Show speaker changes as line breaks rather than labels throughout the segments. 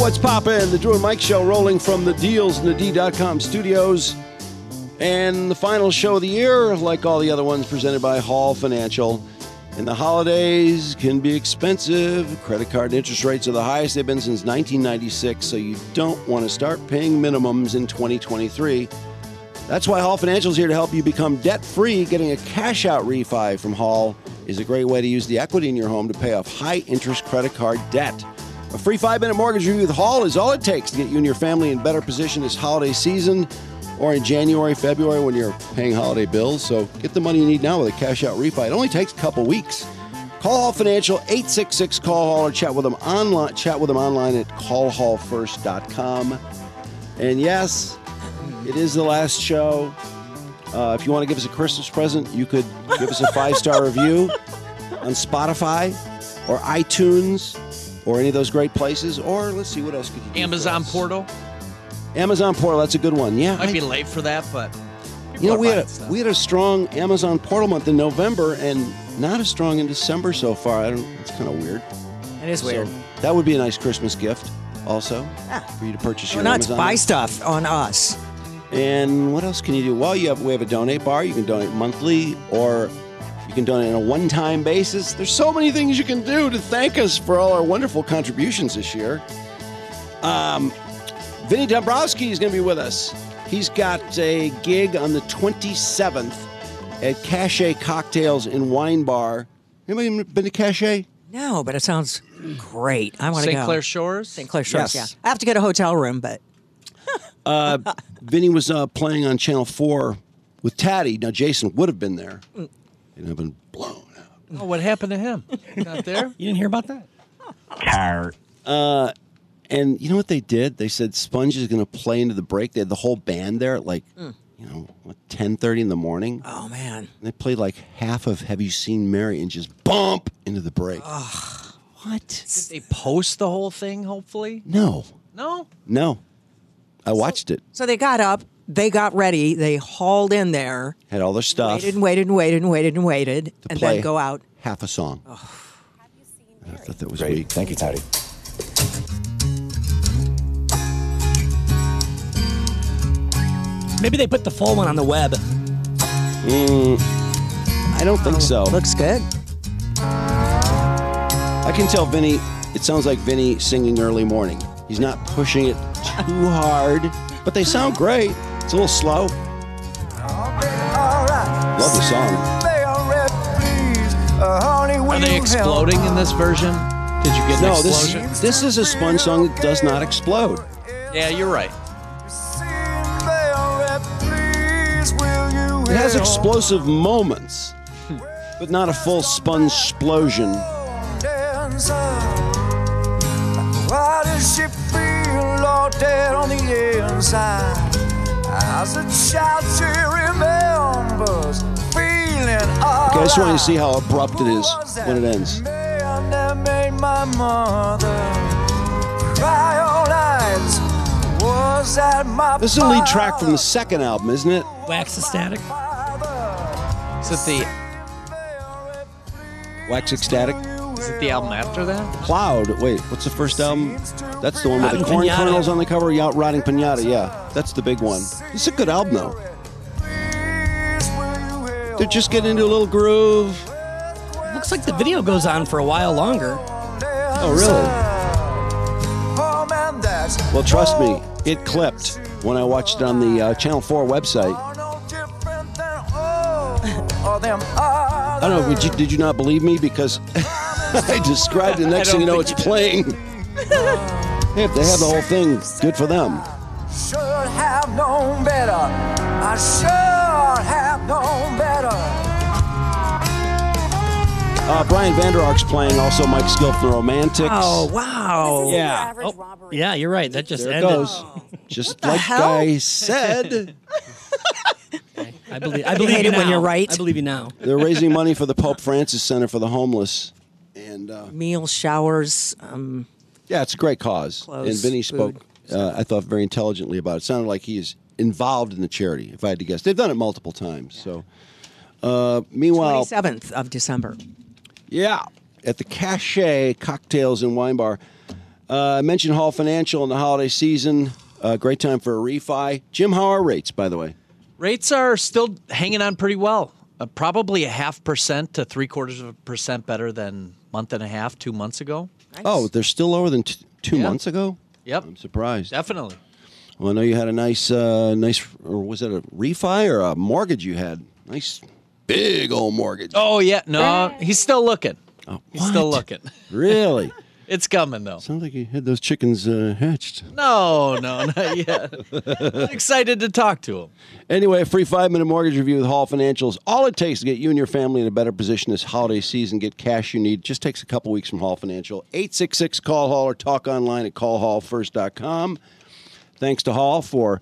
what's poppin'? The Drew and Mike Show rolling from the Deals and the D.com studios. And the final show of the year, like all the other ones presented by Hall Financial. And the holidays can be expensive. Credit card interest rates are the highest they've been since 1996, so you don't want to start paying minimums in 2023. That's why Hall Financial is here to help you become debt free. Getting a cash out refi from Hall is a great way to use the equity in your home to pay off high interest credit card debt. A free five minute mortgage review with Hall is all it takes to get you and your family in better position this holiday season or in January, February when you're paying holiday bills. So get the money you need now with a cash out refi. It only takes a couple weeks. Call Hall Financial 866 call Hall or chat with them online chat with them online at callhallfirst.com. And yes, it is the last show. Uh, if you want to give us a Christmas present, you could give us a five star review on Spotify or iTunes or any of those great places. Or let's see what else could you do for
Amazon
us?
portal.
Amazon portal. That's a good one. Yeah,
Might
I-
be late for that, but
you know, we had,
Right,
a,
so.
we had a strong Amazon portal month in November and not as strong in December so far. I don't, it's kind of weird.
It is weird.
So that would be a nice Christmas gift also
Ah.
for you to purchase
We're
your
not
Amazon.
buy stuff on us.
And what else can you do? Well, you have we have a donate bar. You can donate monthly, or you can donate on a one-time basis. There's so many things you can do to thank us for all our wonderful contributions this year. Um, Vinny Dombrowski is going to be with us. He's got a gig on the 27th at Cache Cocktails and Wine Bar. Anybody been to Cache?
No, but it sounds great. I want to go.
St. Clair Shores.
St. Clair Shores,
Yes.
yeah. I have to get a hotel room, but
Uh, Vinny was uh, playing on Channel 4 with Taddy. Now, Jason would have been there.
Mm.
He'd have been blown out.
Oh, what happened to him? Not there.
You didn't hear about that?
Uh, And you know what they did? They said Sponge is going to play into the break. They had the whole band there at like,
Mm.
you know, what, 10.30 in the morning.
oh man.
And they played like half of Have You Seen Mary and just bump into the break.
What?
They post the whole thing. Hopefully,
No,
no.
no. I watched it.
So they got up, they got ready, they hauled in there,
Had all their stuff.
waited and waited and waited and waited and waited,
to
and
play
then go out.
Half a song. I thought that was weak.
Thank you, Toddy.
Maybe they put the full one on the web.
I don't think Mm, so.
Looks good.
I can tell Vinny, it sounds like Vinny singing early morning. He's not pushing it too hard, but they sound great. It's a little slow. Love the song.
Are they exploding in this version? Did you get an
No,
explosion?
this, this is a sponge song that does not explode.
yeah, you're right.
It has explosive moments, but not a full sponge explosion.
Why does she feel all dead on the inside? As a child, she remembers feeling all
Okay, I just want you to see how abrupt it is when it ends.
Man that made my mother cry all nights. Was that my
This is a lead track from the second album, isn't it?
Wax the static.
Is it the
Wax Ecstatic.
is it the album after that?
Cloud. Wait, what's the first album? That's the one with the
Rotting
corn
Pinata.
kernels on the cover. Yacht Rotting Pinata. Yeah, that's the big one. It's a good album though. They're just getting into a little groove.
Looks like the video goes on for a while longer.
Oh really? Well, trust me, it clipped when I watched it on the uh, Channel Four website.
uh,
I don't know. Would you, did you not believe me? Because I described it. Next thing you know, it's playing. hey, if they have the whole thing, good for them.
Should have known better. I should have known better.
Uh, Brian Vander Ark's playing. Also, Mike Skill from the Romantics.
Oh wow.
yeah.
Oh, yeah, you're right. That just
There it
ended.
goes. Just like
hell?
I said,
I believe. I believe
hate
you
it when
now.
you're right.
I believe you now.
they're raising money for the Pope Francis Center for the Homeless. And uh,
Meal showers. Um,
yeah, it's a great cause.
Clothes,
and Vinny
food.
spoke, uh, I thought, very intelligently about it. It sounded like he is involved in the charity, if I had to guess. They've done it multiple times. So, uh, meanwhile,
27th of December.
Yeah, at the Cache Cocktails and Wine Bar. Uh, I mentioned Hall Financial in the holiday season. Uh, great time for a refi. Jim, how are rates, by the way?
Rates are still hanging on pretty well. Uh, probably a half percent to three quarters of a percent better than month and a half, two months ago.
Oh, they're still lower than t- two
Yeah.
months ago.
Yep,
I'm surprised.
definitely.
Well, I know you had a nice, uh, nice, or was it a refi or a mortgage you had? Nice, big old mortgage.
Oh yeah, no, he's still looking.
Oh,
He's still
what?
looking.
Really?
It's coming though.
Sounds like you had those chickens uh, hatched.
No, no, not yet. I'm excited to talk to him.
Anyway, a free five minute mortgage review with Hall Financials. All it takes to get you and your family in a better position this holiday season. Get cash you need. Just takes a couple weeks from Hall Financial. 866 Call Hall or talk online at callhallfirst.com. Thanks to Hall for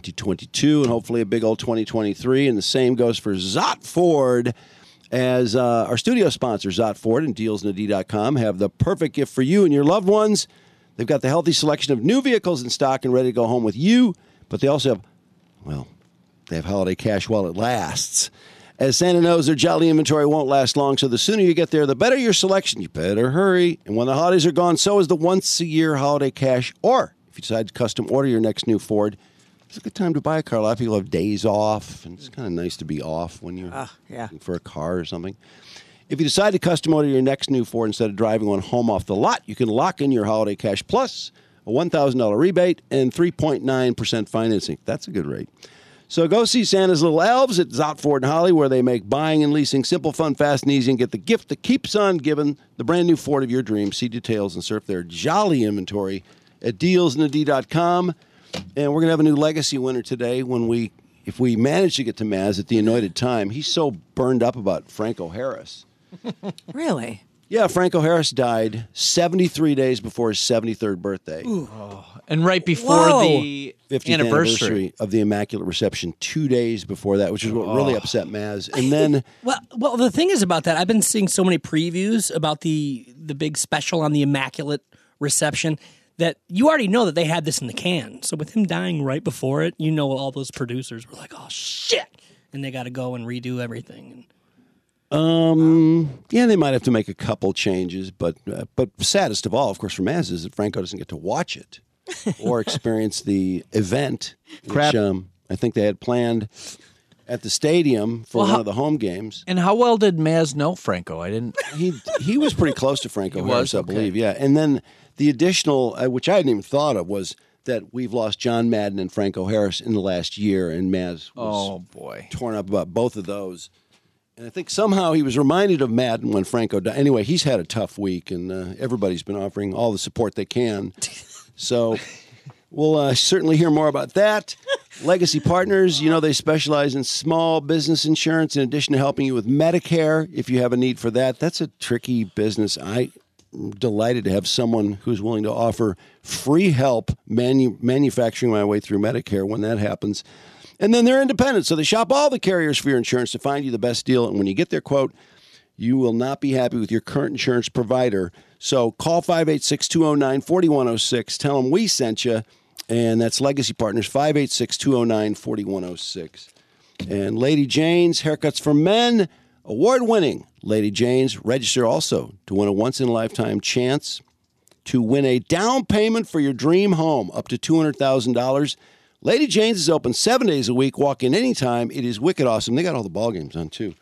2022 and hopefully a big old 2023. And the same goes for Zott Ford. As uh, our studio sponsor, Zott Ford and DealsNadee.com, have the perfect gift for you and your loved ones. They've got the healthy selection of new vehicles in stock and ready to go home with you, but they also have well, they have holiday cash while it lasts. As Santa knows, their jolly inventory won't last long, so the sooner you get there, the better your selection. You better hurry. And when the holidays are gone, so is the once a year holiday cash. Or if you decide to custom order your next new Ford, it's a good time to buy a car. A lot of people have days off, and it's kind of nice to be off when you're
yeah.
looking for a car or something. If you decide to custom order your next new Ford instead of driving one home off the lot, you can lock in your holiday cash plus a $1,000 rebate and 3.9% financing. That's a good rate. So go see Santa's Little Elves at Zott Ford and Holly, where they make buying and leasing simple, fun, fast, and easy, and get the gift that keeps on giving the brand new Ford of your dreams. See details and surf their jolly inventory at dealsnad.com. And we're gonna have a new legacy winner today when we, if we manage to get to Maz at the anointed time. He's so burned up about Franco Harris.
Really?
Yeah, Franco Harris died 73 days before his 73rd birthday.
Oh, And right before
Whoa.
the
50th
anniversary,
anniversary of the Immaculate Reception, two days before that, which is what really upset Maz. And then
Well, well, the thing is about that, I've been seeing so many previews about the the big special on the Immaculate Reception that you already know that they had this in the can. So with him dying right before it, you know all those producers were like, "Oh shit," and they got to go and redo everything. And
um, Yeah, they might have to make a couple changes, but uh, but saddest of all, of course, for Maz is that Franco doesn't get to watch it or experience the event,
Crap.
which um, I think they had planned at the stadium for one of the home games.
and how well did Maz know Franco? I didn't.
He he was pretty close to Franco
He
Harris,
was?
I
Okay.
believe. Yeah, and then the additional, uh, which I hadn't even thought of, was that we've lost John Madden and Franco Harris in the last year, and Maz was
Oh boy.
torn up about both of those. And I think somehow he was reminded of Madden when Franco died. Anyway, he's had a tough week, and uh, everybody's been offering all the support they can. So we'll uh, certainly hear more about that. Legacy Partners, you know, they specialize in small business insurance in addition to helping you with Medicare if you have a need for that. That's a tricky business. I am delighted to have someone who's willing to offer free help manu- manufacturing my way through Medicare when that happens. And then they're independent, so they shop all the carriers for your insurance to find you the best deal. And when you get their quote, you will not be happy with your current insurance provider. So call 586 209 4106. Tell them we sent you. And that's Legacy Partners 586 209 4106. And Lady Jane's Haircuts for Men, award winning. Lady Jane's register also to win a once in a lifetime chance to win a down payment for your dream home up to $200,000. Lady Jane's is open seven days a week. Walk in anytime. It is wicked awesome. They got all the ball games on too.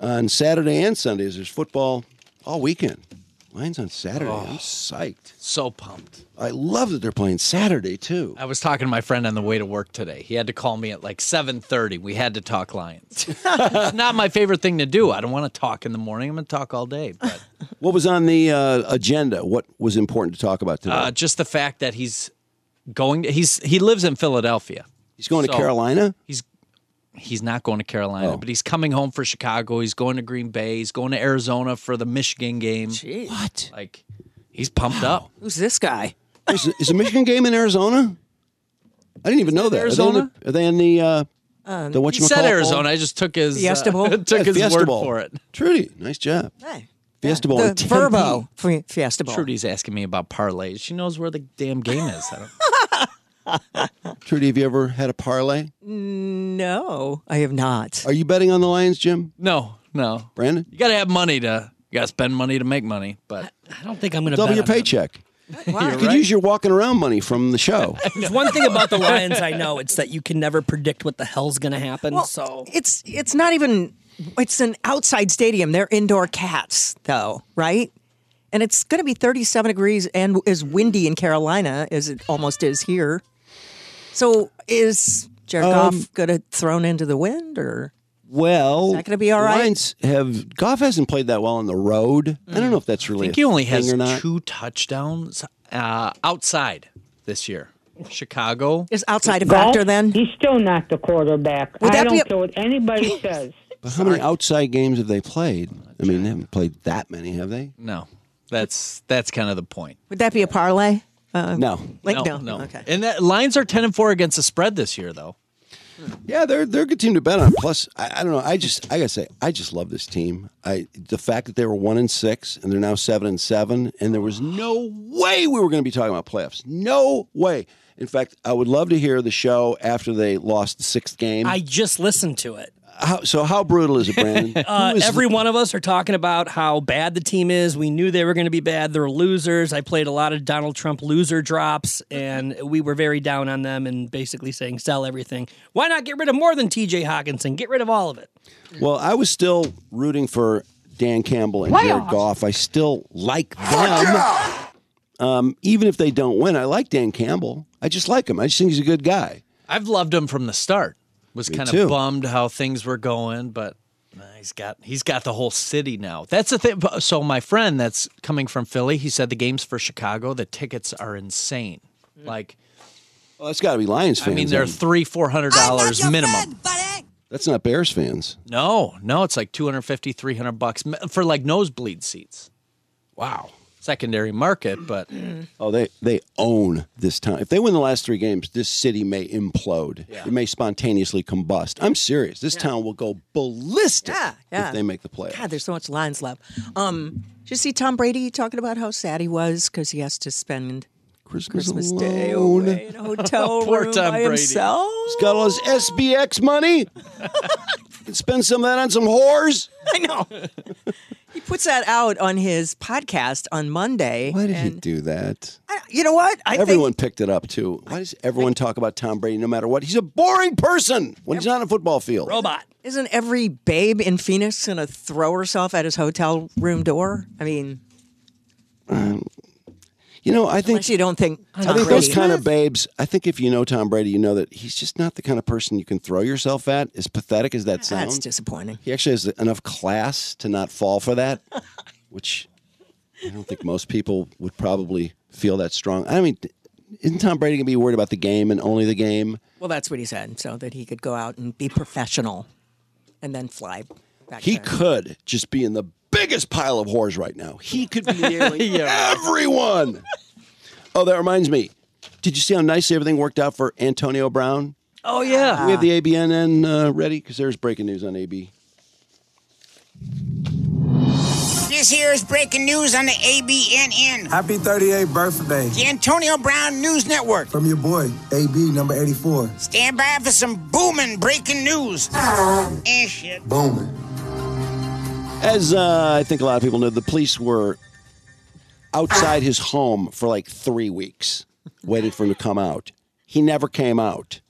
On Saturday and Sundays, there's football all weekend. Mine's on Saturday. I'm psyched.
Oh. So pumped.
I love that they're playing Saturday too.
I was talking to my friend on the way to work today. He had to call me at like 7:30. We had to talk Lions. it's not my favorite thing to do. I don't want to talk in the morning. I'm going to talk all day. But
What was on the uh, agenda? What was important to talk about today?
uh, just the fact that he's going to, he's he lives in Philadelphia.
He's going
so-
to Carolina.
He's he's not going to Carolina,
Oh.
but he's coming home for Chicago. He's going to Green Bay. He's going to Arizona for the Michigan game.
Jeez.
What?
Like he's pumped up.
Who's this guy?
Is, is a Michigan game in Arizona? I didn't even know that. Are they in the-
Arizona?
Are they in the, uh,
Um,
the what
He said Arizona. I just took his uh,
Fiesta Bowl?
took his
Fiesta
word
Bowl.
for it.
Trudy, nice job.
Hey.
Fiesta Bowl
The
in Tempe.
Verbo Fri- Fiesta Bowl.
Trudy's asking me about parlays. She knows where the damn game is. I don't,
Trudy, have you ever had a parlay?
No, I have not.
Are you betting on the Lions, Jim?
no, no.
Brandon?
You got to have money to. You got to spend money to make money. But
I don't think I'm going to
Double your paycheck. You
Why?
could use your walking around money from the show.
There's one thing about the Lions I know. It's that you can never predict what the hell's going to happen.
Well,
so
it's it's not even it's an outside stadium. They're indoor cats, though, right? And it's going to be 37 degrees and as windy in Carolina as it almost is here. So is Jared
Um,
Goff going to thrown into the wind or?
Well,
that gonna be all
the
right?
Lions have Goff hasn't played that well on the road. I don't know if that's really.
I think
a
he only
thing
has
or not.
two touchdowns uh, outside this year. Chicago.
Is outside a factor
Well,
then?
He's still not the quarterback.
Would
I
that
don't
be a-
care what anybody says.
But how many outside games have they played? I mean, they haven't played that many, have they?
No, that's that's kind of the point.
Would that be a parlay? Uh,
No.
like
No,
no,
no.
Okay.
And that, Lions are ten and four against the spread this year, though.
Yeah, they're they're a good team to bet on. Plus, I, I don't know. I just I gotta say, I just love this team. I the fact that they were one and six and they're now seven and seven, and there was no way we were going to be talking about playoffs. No way. In fact, I would love to hear the show after they lost the sixth game.
I just listened to it.
How, so how brutal is it, Brandon?
Uh,
Who is-
every one of us are talking about how bad the team is. We knew they were going to be bad. They're losers. I played a lot of Donald Trump loser drops, and we were very down on them and basically saying, sell everything. Why not get rid of more than TJ Hawkinson? Get rid of all of it.
well, I was still rooting for Dan Campbell and Jared Goff. I still like them, um, even if they don't win. I like Dan Campbell. I just like him. I just think he's a good guy.
I've loved him from the start. Was kind
too.
of bummed how things were going, but uh, he's got he's got the whole city now. That's the thing. but- So my friend that's coming from Philly, he said the games for Chicago, the tickets are insane. Like
Well, that's got to be Lions
I
Mm. fans.
mean, they're
then.
three four hundred dollars minimum.
that's not Bears fans.
No, no, it's like 250, 300 bucks m- for like nosebleed seats. Wow. Secondary market, but
Oh, they they own this town. If they win the last three games, this city may implode. It may spontaneously combust. I'm serious. This town will go ballistic
Yeah, yeah.
if they make the playoffs.
God, there's so much lines left. Um, did you see Tom Brady talking about how sad he was because he has to spend
Christmas,
Christmas
alone.
Day away in a hotel
Poor
room
Tom
by
Brady.
himself?
He's got all his SBX money. Can spend some of that on some whores.
I know. he puts that out on his podcast on Monday.
Why did he
and
do that?
I- you know what? I
everyone
think
picked it up too. Why does everyone talk about Tom Brady no matter what? He's a boring person when he's not on a football field.
Robot.
isn't every babe in Phoenix gonna throw herself at his hotel room door? I mean,
You know, I think
unless you don't think Tom
Uh, I think
Brady.
those kind of babes. I think if you know Tom Brady, you know that he's just not the kind of person you can throw yourself at. As pathetic as that sounds,
that's disappointing.
he actually has enough class to not fall for that, which I don't think most people would probably feel that strong. I mean, isn't Tom Brady gonna be worried about the game and only the game?
Well, that's what he said, so that he could go out and be professional, and then fly back.
He
there.
could just be in the biggest pile of whores right now. He could be nailing everyone. Oh, that reminds me. Did you see how nicely everything worked out for Antonio Brown?
oh yeah,
we
Ah.
have the ABNN uh, ready? Because there's breaking news on AB.
This here is breaking news on the ABNN,
Happy 38th birthday
the Antonio Brown News Network.
from your boy, AB number 84.
Stand by for some booming breaking news. Eh, shit.
Booming.
As uh, I think a lot of people know, the police were outside his home for like three weeks, waiting for him to come out. He never came out,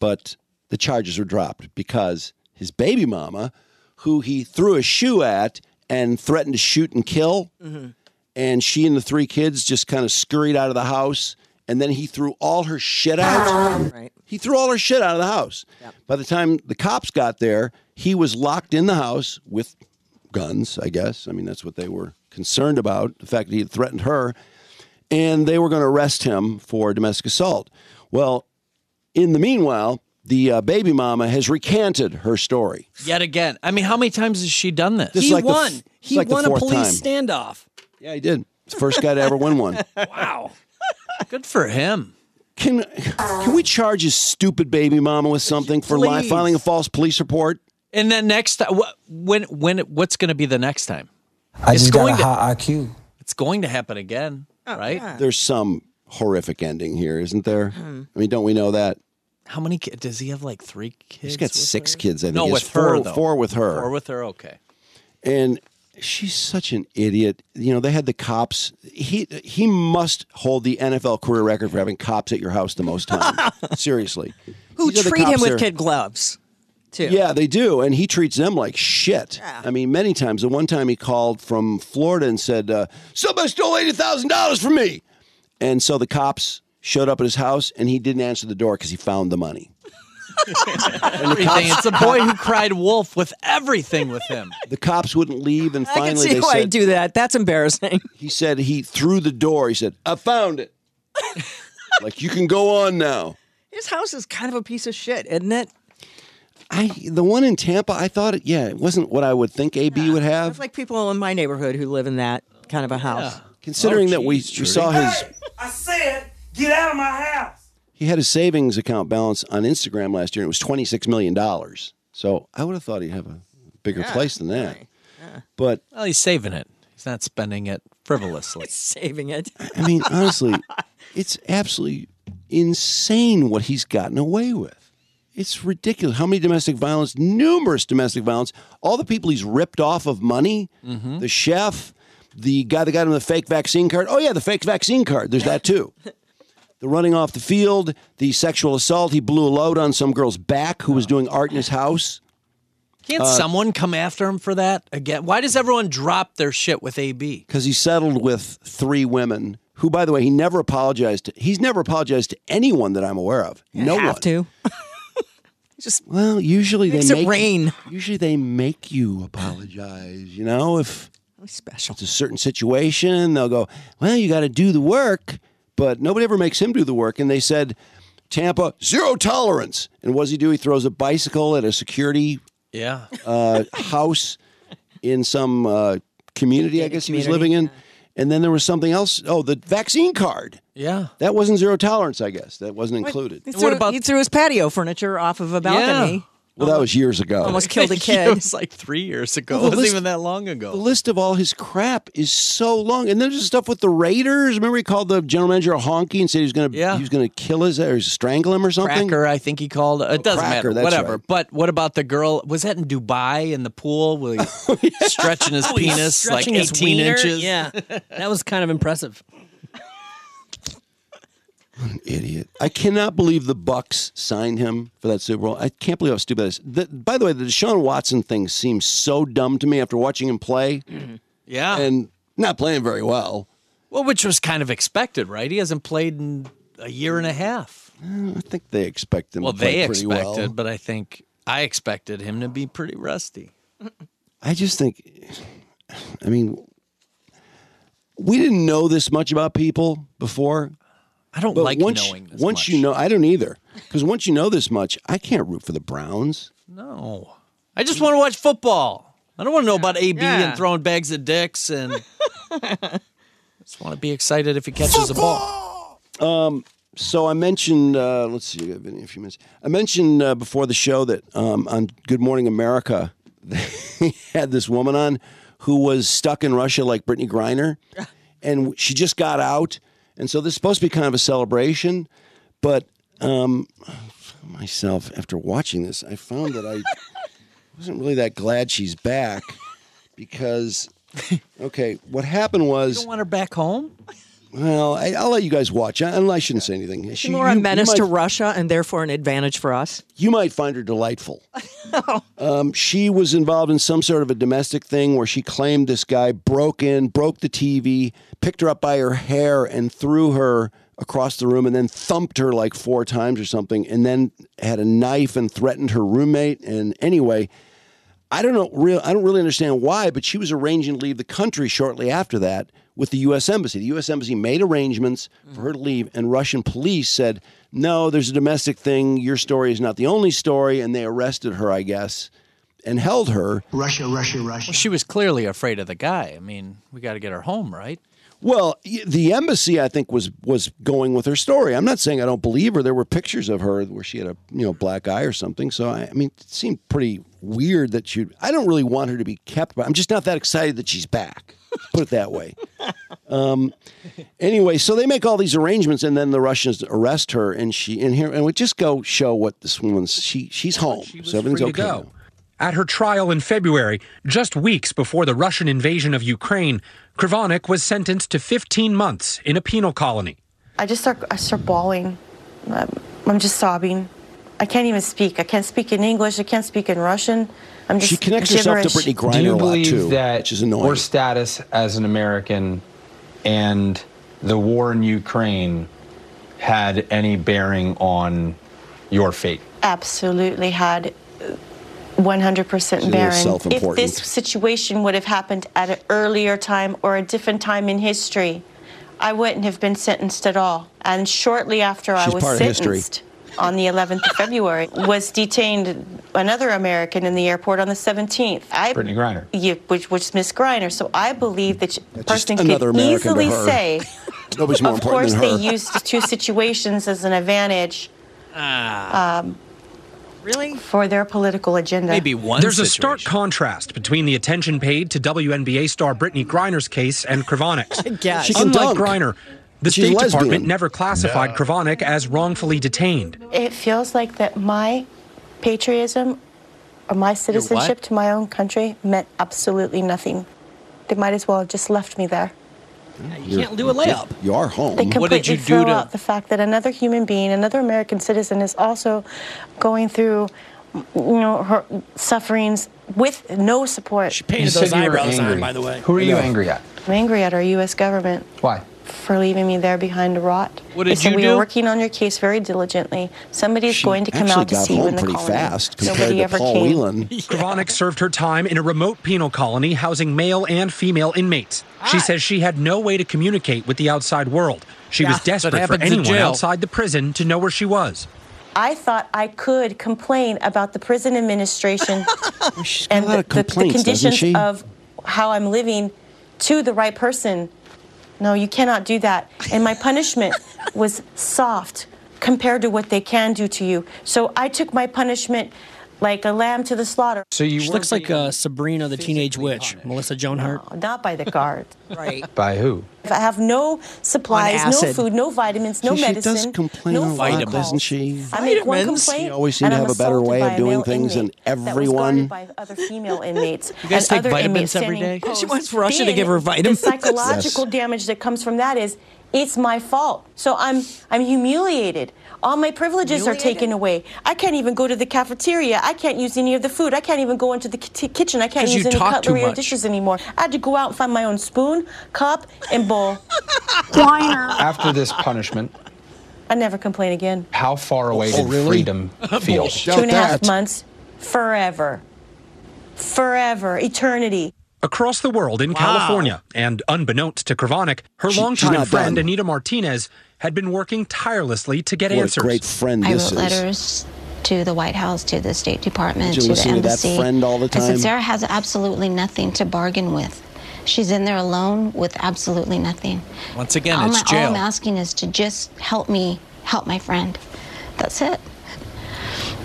but the charges were dropped because his baby mama, who he threw a shoe at and threatened to shoot and kill,
Mm-hmm.
and she and the three kids just kind of scurried out of the house. And then he threw all her shit out.
right.
He threw all her shit out of the house. By the time the cops got there, he was locked in the house with guns, I guess. I mean, that's what they were concerned about the fact that he had threatened her. And they were going to arrest him for domestic assault. Well, in the meanwhile, the uh, baby mama has recanted her story.
yet again. I mean, how many times has she done this?
This- It's
he
like the f-
won.
it's
he
like the
won a
fourth
police
time.
standoff.
Yeah, he did. He's the First guy to ever win one.
Wow.
Good for him.
Can can we charge his stupid baby mama with something for lying,
Please.
filing a false police report?
And then next time, when when what's going to be the next time?
I
It's
just
going
got
to-
a high IQ.
It's going to happen again,
Oh,
right?
There's some horrific ending here, isn't there?
Hmm.
I mean, don't we know that?
How many kids does he have? Like three kids.
He's got
with
six
her?
kids, I think.
No,
He has
with her
four,
though.
Four with her.
Four with her. Okay.
and she's such an idiot. You know, they had the cops. He he must hold the NFL career record for having cops at your house the most time. Seriously.
Who
These are the
treat him
cops
with
there.
kid gloves, too.
Yeah, they do, and he treats them like shit. I mean, many times. The one time he called from Florida and said, uh, "Somebody stole eighty thousand dollars from me," and so the cops showed up at his house, and he didn't answer the door because he found the money.
Everything. It's a boy who cried wolf with everything with him.
The cops wouldn't leave, and
I
finally
can see
they
why I
said,
do that. That's embarrassing.
he said he threw the door. He said, "I found it." like you can go on now.
His house is kind of a piece of shit, isn't it?
I the one in Tampa. I thought it. Yeah, it wasn't what I would think AB would have,
It's like people in my neighborhood who live in that kind of a house.
considering
Oh,
that we,
geez,
we
Trudy.
saw his.
I said, get out of my house.
He had a savings account balance on Instagram last year, and it was twenty six million dollars. So I would have thought he'd have a bigger place than that. But
Well, he's saving it. He's not spending it frivolously.
Saving it.
I mean, honestly, it's absolutely insane what he's gotten away with. It's ridiculous. How many domestic violence, numerous domestic violence, all the people he's ripped off of money, the chef, the guy that got him the fake vaccine card. Oh, yeah, the fake vaccine card. There's that too. the running off the field, the sexual assault. He blew a load on some girl's back who was doing art in his house.
Can't someone come after him for that again? Why does everyone drop their shit with AB?
because he settled with three women who, by the way, he never apologized. To, he's never apologized to anyone that I'm aware of. no
have
one.
to.
Well, usually
Makes
they
it
make
rain.
Usually they make you apologize. You know, if
Special.
it's a certain situation, they'll go, "Well, you got to do the work," but nobody ever makes him do the work. And they said, "Tampa zero tolerance." And what does he do? He throws a bicycle at a security
Yeah.
uh, house in some uh, community, I guess he was living in. And then there was something else. Oh, the vaccine card.
Yeah.
That wasn't zero tolerance, I guess. That wasn't included.
He threw,
about-
he threw his patio furniture off of a balcony.
Well,
Oh,
that was years ago.
Almost killed a
It
kid.
was like three years ago.
Well,
it wasn't
listen-
even that long
the
ago.
list of all his crap is so long. And then there's stuff with the Raiders. Remember, he called the general manager a honky and said he was going to
Yeah.
he was going to kill his or strangle him or something.
Cracker, I think he called. It doesn't
Cracker,
matter.
that's
Whatever.
right.
But what about the girl? Was that in Dubai in the pool? Where he stretching his penis
Oh, Stretching
like
his
18
wiener?
inches?
Yeah, that was kind of impressive.
Idiot! I cannot believe the Bucks signed him for that Super Bowl. I can't believe how stupid that is. The, by the way, the Deshaun Watson thing seems so dumb to me after watching him play
Yeah.
and not playing very well.
well, which was kind of expected, right? He hasn't played in a year and a half.
I think they expect him.
Well,
to play
they
pretty
expected,
well.
but I think I expected him to be pretty rusty.
I just think, I mean, we didn't know this much about people before.
I don't
But
like
once,
knowing this
once
much.
you know, I don't either. Because once you know this much, I can't root for the Browns.
No. I just want to watch football. I don't want to know about AB
Yeah.
and throwing bags of dicks and just want to be excited if he catches a ball.
Um, So I mentioned, uh, let's see, I've been here a few minutes. I mentioned uh, before the show that um, on Good Morning America, they had this woman on who was stuck in Russia like Brittany Griner, and she just got out. And so this is supposed to be kind of a celebration, but um, myself after watching this, I found that I wasn't really that glad she's back because, okay, what happened
You
was,
don't want her back home?
well, I, I'll let you guys watch. I, I shouldn't say anything. She,
More
you-
a
you
menace
might-
to Russia and therefore an advantage for us.
you might find her delightful. um, she was involved in some sort of a domestic thing where she claimed this guy broke in, broke the TV, picked her up by her hair, and threw her across the room, and then thumped her like four times or something, and then had a knife and threatened her roommate. And anyway, I don't know. Real, I don't really understand why, but she was arranging to leave the country shortly after that with the U.S. embassy. The U.S. embassy made arrangements for her to leave, and Russian police said, "No, there's a domestic thing. Your story is not the only story," and they arrested her, I guess, and held her.
Russia, Russia, Russia.
Well, she was clearly afraid of the guy. I mean, we got to get her home, right?
Well, y- the embassy, I think, was was going with her story. I'm not saying I don't believe her. There were pictures of her where she had a you know black eye or something. So I, I mean, it seemed pretty weird that she. I don't really want her to be kept, but I'm just not that excited that she's back. Put it that way. Um, anyway, so they make all these arrangements, and then the Russians arrest her, and she and here and we just go show what this woman's. She she's home, so everything's okay. now.
At her trial in February, just weeks before the Russian invasion of Ukraine, Krivonic was sentenced to 15 months in a penal colony.
I just start, I start bawling. I'm, I'm just sobbing. I can't even speak. I can't speak in English. I can't speak in Russian. I'm just
She connects herself
gibberish.
to Brittany Griner
Do you
a lot
believe
too,
that
which is annoying.
our status as an American and the war in Ukraine had any bearing on your fate?
Absolutely had uh, 100%
little
bearing. If
self-important.
this situation would have happened at an earlier time or a different time in history, I wouldn't have been sentenced at all. And shortly after
She's
I was
part of history.
sentenced on the 11th of February, was detained another American in the airport on the 17th. I,
Brittany Griner.
Yeah, which, which is Miss Griner. So I believe that a
just
person
another
could
American to
easily
her.
say,
Nobody's more
of course,
important than
they
her.
used the two situations as an advantage um,
really?
for their political agenda.
There's a stark contrast between the attention paid to WNBA star Brittany Griner's case and Kravonic's.
guess. She can
Unlike
dunk.
Griner, the
She's
State
lesbian.
Department never classified Krivonic as wrongfully detained.
It feels like that my patriotism or my citizenship to my own country meant absolutely nothing. They might as well have just left me there.
You
can't do a layup.
You are home.
They completely throw out the fact that another human being, another American citizen, is also going through, you know, her sufferings with no support. She
painted
You
those
said you were
eyebrows on,
angry.
by the way.
Who are you angry at?
I'm angry at our U.S. government
Why?
for leaving me there behind to rot.
What
they
did
said
you
we
do?"
were working on your case very diligently. Somebody's going to come
actually
out to
got
see you
home
in the
pretty
colony.
fast compared
Nobody
to
ever
Paul
came.
Whelan.
Krivonic served her time in a remote penal colony housing male and female inmates. She says she had no way to communicate with the outside world. She was
Yeah, that
desperate for
happens in
anyone
jail.
outside the prison to know where she was.
I thought I could complain about the prison administration and
lot
the,
of
the- the
complaints, doesn't she?
conditions of how I'm living to the right person. No, you cannot do that. And my punishment was soft compared to what they can do to you. So I took my punishment like a lamb to the slaughter.
So you
She
were
looks like uh, Sabrina the Teenage Witch, Melissa Joan Hart.
Not by the guard.
Right.
by who?
If I have no supplies,
On
no
acid.
food, no vitamins, no
See, she
medicine.
does complain
no phone
a lot,
calls.
doesn't she?
I make one
Vitamins?
complaint.
You always seem
and
to
I'm
have a better
assaulted
way of
by a
doing
male
things than
inmate that was guarded
everyone.
by other female inmates.
You guys
and
take
other
vitamins
inmates
every
standing
day?
She
post.
wants Russia to
Then
give her vitamins.
The psychological damage that comes from that is it's my fault. So I'm I'm humiliated. All my privileges are taken away. I can't even go to the cafeteria. I can't use any of the food. I can't even go into the ki- kitchen. I can't
'Cause you
use any
talk too
cutlery or
much.
dishes anymore. I had to go out and find my own spoon, cup, and bowl.
After this punishment,
I never complain again.
how far away did
really?
freedom feel?
Two and a half
that.
months forever forever eternity
Across the world in California, and unbeknownst to Krivonic, her
She- she's
longtime
not
friend
done.
Anita Martinez had been working tirelessly to get
What
answers.
a great friend this is.
to the White House, to the State Department,
Did
to
you
the
listen to that
embassy.
friend all the
I
time?
said Sarah has absolutely nothing to bargain with. She's in there alone with absolutely nothing.
Once again,
all
it's
my- All
jail.
I'm asking is to just help me help my friend. That's it.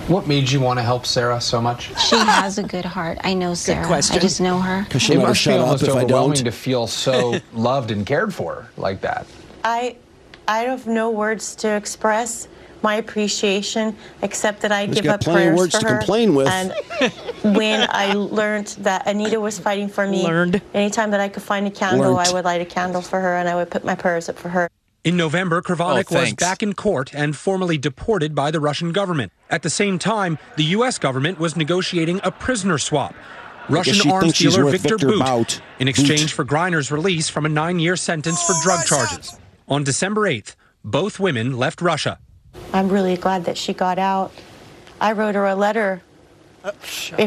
What made you want to help Sarah so much?
She has a good heart. I know Sarah. I
question.
just know her.
Because
it
she'll never
must be
shut up
almost
if I
overwhelming
don't.
to feel so loved and cared for like that.
i i have no words to express my appreciation except that i
She's
give
got
up
plenty of
prayers
words
for
to
her
complain with.
and when i learned that anita was fighting for me
Learned.
anytime that i could find a candle
Learned.
i would light a candle for her and i would put my prayers up for her
In November, Krivonic
Oh,
was
thanks.
back in court and formally deported by the Russian government. At the same time, the U.S. government was negotiating a prisoner swap.
she
Russian
thinks
arms
she's
dealer
worth
Victor,
Victor
Bout,
Bout.
in exchange
Bout.
for Griner's release from a nine year sentence for drug charges. On December 8th, both women left Russia.
I'm really glad that she got out. I wrote her a letter uh,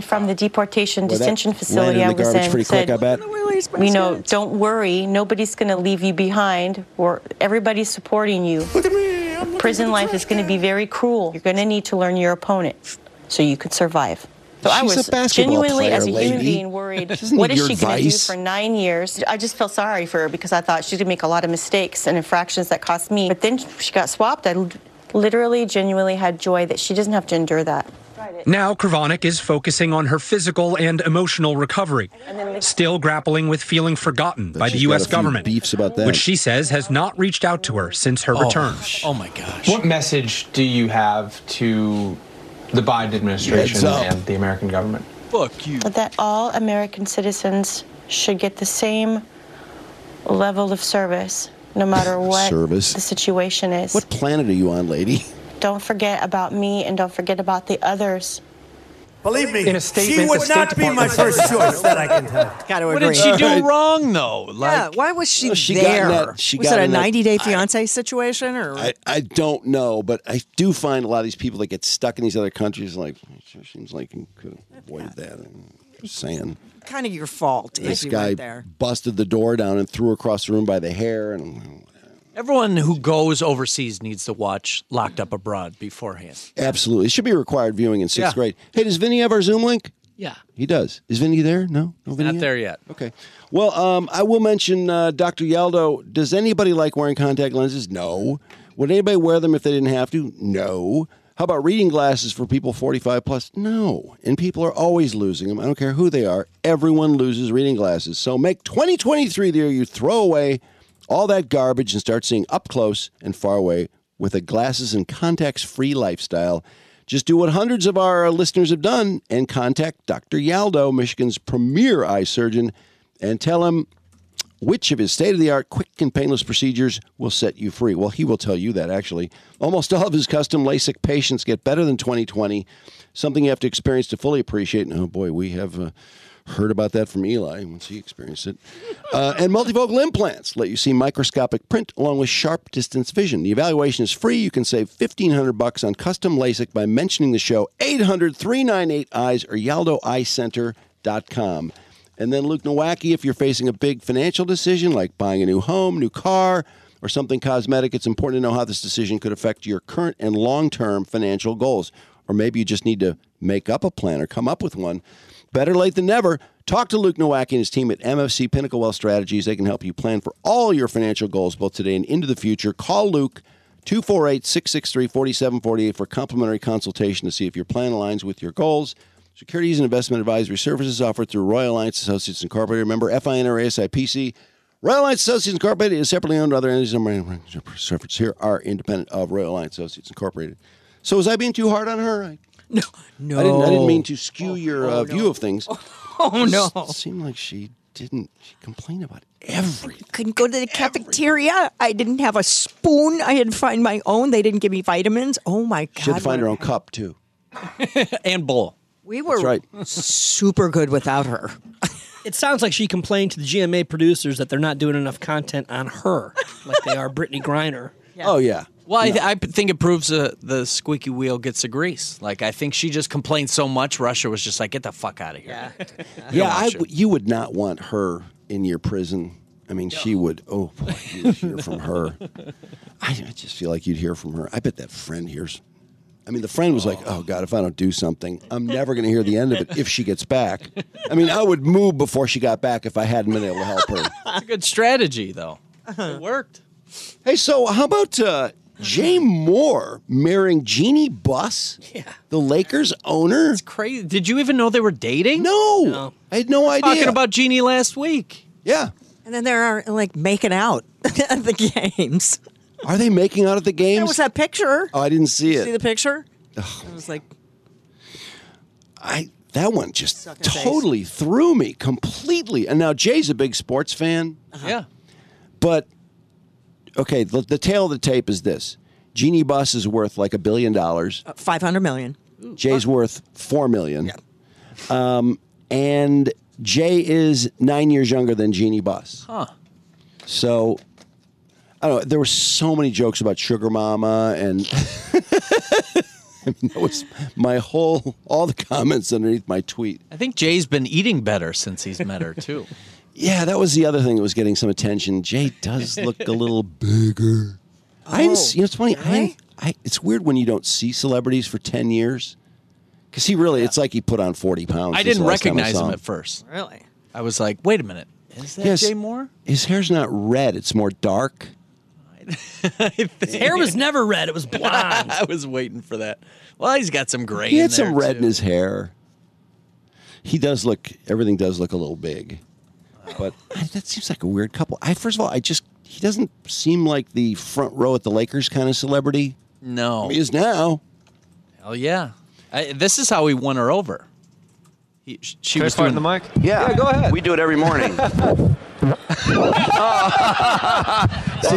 from the deportation
Boy, that
detention
landed
facility
in
I
the
was
garbage
in.
pretty quick,
said,
I bet.
You know, don't worry. Nobody's going to leave you behind. Or everybody's supporting you. Prison life is going to be very cruel. You're going to need to learn your opponent so you could survive. So I
She's a
was
basketball
genuinely,
player,
as a human
lady.
being, worried.
Doesn't
what
need
is
your
she going to do
advice.
for nine years? I just felt sorry for her because I thought she could make a lot of mistakes and infractions that cost me. But then she got swapped. I l- literally, genuinely had joy that she doesn't have to endure that.
Now, Krivonic is focusing on her physical and emotional recovery, still grappling with feeling forgotten by the
she's got
U.S.
a few
government,
beefs about that.
which she says has not reached out to her since her return.
Oh my gosh.
What message do you have to the Biden administration
Heads up.
and the American government?
Fuck you.
that all American citizens should get the same level of service, no matter what
Service.
the situation is.
What planet are you on, lady?
Don't forget about me and don't forget about the others.
Believe me,
In a
she
statement,
would
the State
not be my
Department
first
said-
choice that I can have.
Got to
What did she do wrong though? Like,
yeah, why was oh, she,
Well, she got
there?
in that- she
was
got
it a
in that-
90 day fiance situation or
I, I don't know, but I do find a lot of these people that get stuck in these other countries like, it sure seems like you could have avoided that. I'm just saying.
kind of your fault
This
if you
guy
went there?
busted the door down and threw her across the room by the hair. And I'm like,
Everyone who goes overseas needs to watch Locked Up Abroad beforehand.
absolutely. It should be required viewing in sixth
Yeah.
grade. Hey, does Vinny have our Zoom link?
Yeah.
He does. Is Vinny there? No? No, Vinny?
Not there yet.
Okay. Well, um, I will mention uh, Dr. Yaldo. Does anybody like wearing contact lenses? No. Would anybody wear them if they didn't have to? No. How about reading glasses for people 45 plus? No. And people are always losing them. I don't care who they are. Everyone loses reading glasses. So make 2023 the year you throw away all that garbage and start seeing up close and far away with a glasses and contacts free lifestyle. Just do what hundreds of our listeners have done and contact Dr. Yaldo, Michigan's premier eye surgeon, and tell him which of his state of the art, quick, and painless procedures will set you free? Well, he will tell you that actually. Almost all of his custom LASIK patients get better than 2020, something you have to experience to fully appreciate. And oh boy, we have uh, heard about that from Eli once he experienced it. Uh, and multifocal implants let you see microscopic print along with sharp distance vision. The evaluation is free. You can save 1500 bucks on custom LASIK by mentioning the show 800 398 Eyes or YaldoEyeCenter.com. And then Luke Nowacki, if you're facing a big financial decision like buying a new home, new car, or something cosmetic, it's important to know how this decision could affect your current and long term financial goals. Or maybe you just need to make up a plan or come up with one. Better late than never. Talk to Luke Nowacki and his team at MFC Pinnacle Wealth Strategies. They can help you plan for all your financial goals, both today and into the future. Call Luke 248 663 4748 for complimentary consultation to see if your plan aligns with your goals. Securities and investment advisory services offered through Royal Alliance Associates Incorporated. Remember, FINRA SIPC. Royal Alliance Associates Incorporated is separately owned. Other entities and efforts here are independent of Royal Alliance Associates Incorporated. So, was I being too hard on her? I,
no,
I didn't, I didn't mean to skew your uh, view of things.
Oh, no.
It seemed like she didn't. She complained about everything.
couldn't go to the cafeteria. I didn't have a spoon. I had to find my own. They didn't give me vitamins. Oh my god!
She had to find her own cup too.
and bowl.
We were
right.
super good without her.
It sounds like she complained to the GMA producers that they're not doing enough content on her, like they are Brittany Griner.
Oh yeah.
Well, I, th- I p- think it proves uh, the squeaky wheel gets the grease. Like I think she just complained so much, Russia was just like, "Get the fuck out of here." Yeah,
Yeah, I w- you would not want her in your prison. I mean, she would. Oh, boy, you would hear from her. I, I just feel like you'd hear from her. I bet that friend hears. I mean, the friend was like, "Oh God, if I don't do something, I'm never going to hear the end of it if she gets back." I mean, I would move before she got back if I hadn't been able to help her.
it's a good strategy though.
Uh-huh.
It worked.
Hey, so how about uh, Jay Moore marrying Jeannie Buss, yeah. the Lakers owner? It's
crazy. Did you even know they were dating?
No, I had no idea.
Talking about Jeannie last week.
Yeah.
And then there are like making out at the games.
Are they making out at the games?
There was that picture.
Oh, I didn't see it.
See the picture? I was like,
I that one just
Suck in face.
totally threw me completely. And now Jay's a big sports fan,
Uh-huh.
Yeah.
but okay, the, the tail of the tape is this: Genie Bus is worth like a billion dollars.
uh, Five hundred million.
Jay's
Uh-huh.
worth four million. Um, and Jay is nine years younger than Genie Bus.
Huh.
So I don't know. There were so many jokes about Sugar Mama, and I mean, that was my whole all the comments underneath my tweet.
I think Jay's been eating better since he's met her too.
Yeah, that was the other thing that was getting some attention. Jay does look a little bigger. I didn't, see- you know, it's funny. I didn't- I, it's weird when you don't see celebrities for ten years, because he really, it's like he put on forty pounds.
I
since
didn't
the last time I
recognize
saw
him at first.
Really?
I was like, "Wait a minute, is that
Yes.
Jay Moore?"
His hair's not red; it's more dark.
His hair was never red; it was blonde.
I was waiting for that. Well, he's got some gray.
he
in
had some
there,
red
too.
in his hair. He does look. Everything does look a little big, but I, that seems like a weird couple. I first of all, I just he doesn't seem like the front row at the Lakers kind of celebrity.
No,
he is
Oh,
now.
Hell yeah! I, this is how he won her over. He, sh- she
Can I
was
fart
doing
in the mic?
Yeah.
go ahead.
We do it every morning.
See you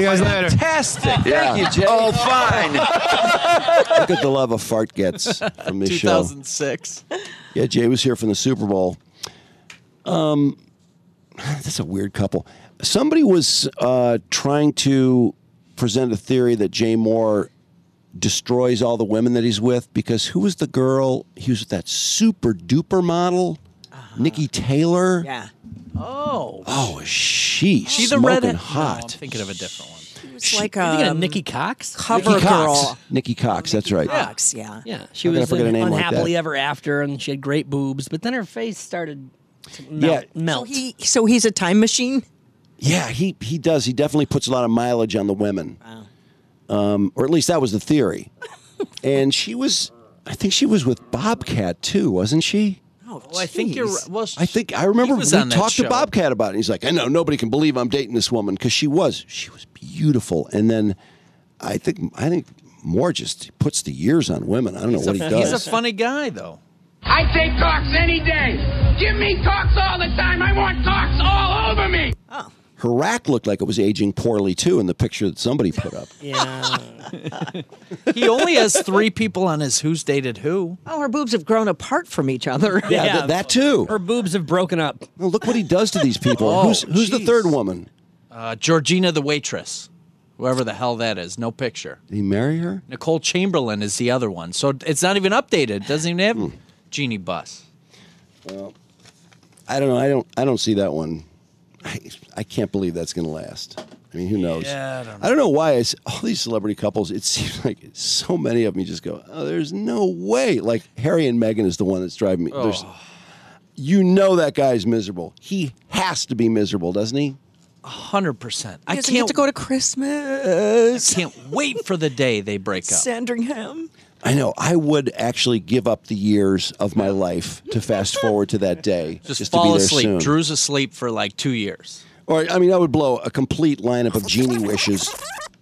guys later.
Fantastic.
Yeah.
Thank you, Jay.
Oh, fine. Look at the love a fart gets from this show.
2006.
Yeah, Jay was here from the Super Bowl. Um, that's a weird couple. Somebody was uh, trying to present a theory that Jay Moore destroys all the women that he's with because who was the girl? He was with that super duper model, Nikki Taylor.
Uh-huh. Yeah.
Oh.
Oh, she
She the
smoking
redhead-
hot.
No, Oh, I'm thinking of a different one.
It's like
You're thinking
a
of Nikki Cox?
cover
Nikki Cox.
girl.
Nikki Cox. That's right.
Cox, yeah.
Yeah, she
How could I
was
forget a
in
name like
unhappily
that?
ever after, and she had great boobs, but then her face started to melt. melt.
So, he, so he's a time machine.
Yeah, he he does. He definitely puts a lot of mileage on the women, um, or at least that was the theory. and she was, I think she was with Bobcat too, wasn't she?
Oh, I think you're. right. Well,
I think I
He
remember we
was on that
talked to
show.
Bobcat about it. He's like, I know nobody can believe I'm dating this woman because she was she was beautiful, and then I think I think Moore just puts the years on women. I don't know
he's,
what
a,
he
he's
does.
a funny guy, though.
I take Cox any day. Give me Cox all the time. I want Cox all over me.
Her rack looked like it was aging poorly too in the picture that somebody put up.
Yeah.
He only has three people on his Who's Dated Who.
Oh, her boobs have grown apart from each other.
Yeah, th- that too.
Her boobs have broken up.
Well, look what he does to these people.
Oh,
who's who's the
jeez.
third woman?
Uh, Georgina the waitress, whoever the hell that is. No picture.
Did he marry her?
Nicole Chamberlain is the other one. So it's not even updated. Doesn't even have Jeannie Bus.
Hmm. Well, I don't know. I don't. I don't see that one. I, I can't believe that's going to last. I mean, who knows?
Yeah, I don't
know. why I s all these celebrity couples. It seems like so many of them you just go, "Oh, there's no way." Like Harry and Meghan is the one that's driving me. There's,
Oh.
you know that guy's miserable. He has to be miserable, doesn't he?
Hundred percent.
He
I
doesn't get
can't.
to go to Christmas.
I can't wait for the day they break up.
Sandringham.
I know. I would actually give up the years of my life to fast forward to that day,
Just,
to
fall
be there
asleep.
soon.
Drew's asleep for like two years.
Or I mean, I would blow a complete lineup of genie wishes.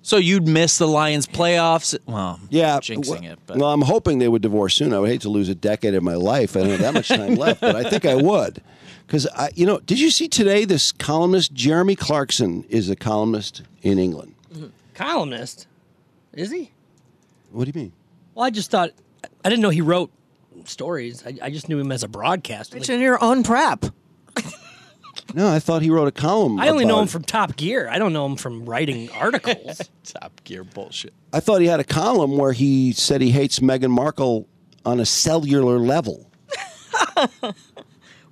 So you'd miss the Lions playoffs. Well,
Yeah,
jinxing
well,
it, but
well, I'm hoping they would divorce soon. I would hate to lose a decade of my life. I don't have that much time left, but I think I would. Because I, you know, did you see today? This columnist Jeremy Clarkson is a columnist in England.
Columnist, is he?
What do you mean?
Well, I just thought I didn't know he wrote stories. I, I just knew him as a broadcaster.
It's
Like,
in your own prep.
No, I thought he wrote a column.
I only know
about
him
it.
from Top Gear. I don't know him from writing articles.
Top Gear bullshit.
I thought he had a column where he said he hates Meghan Markle on a cellular level.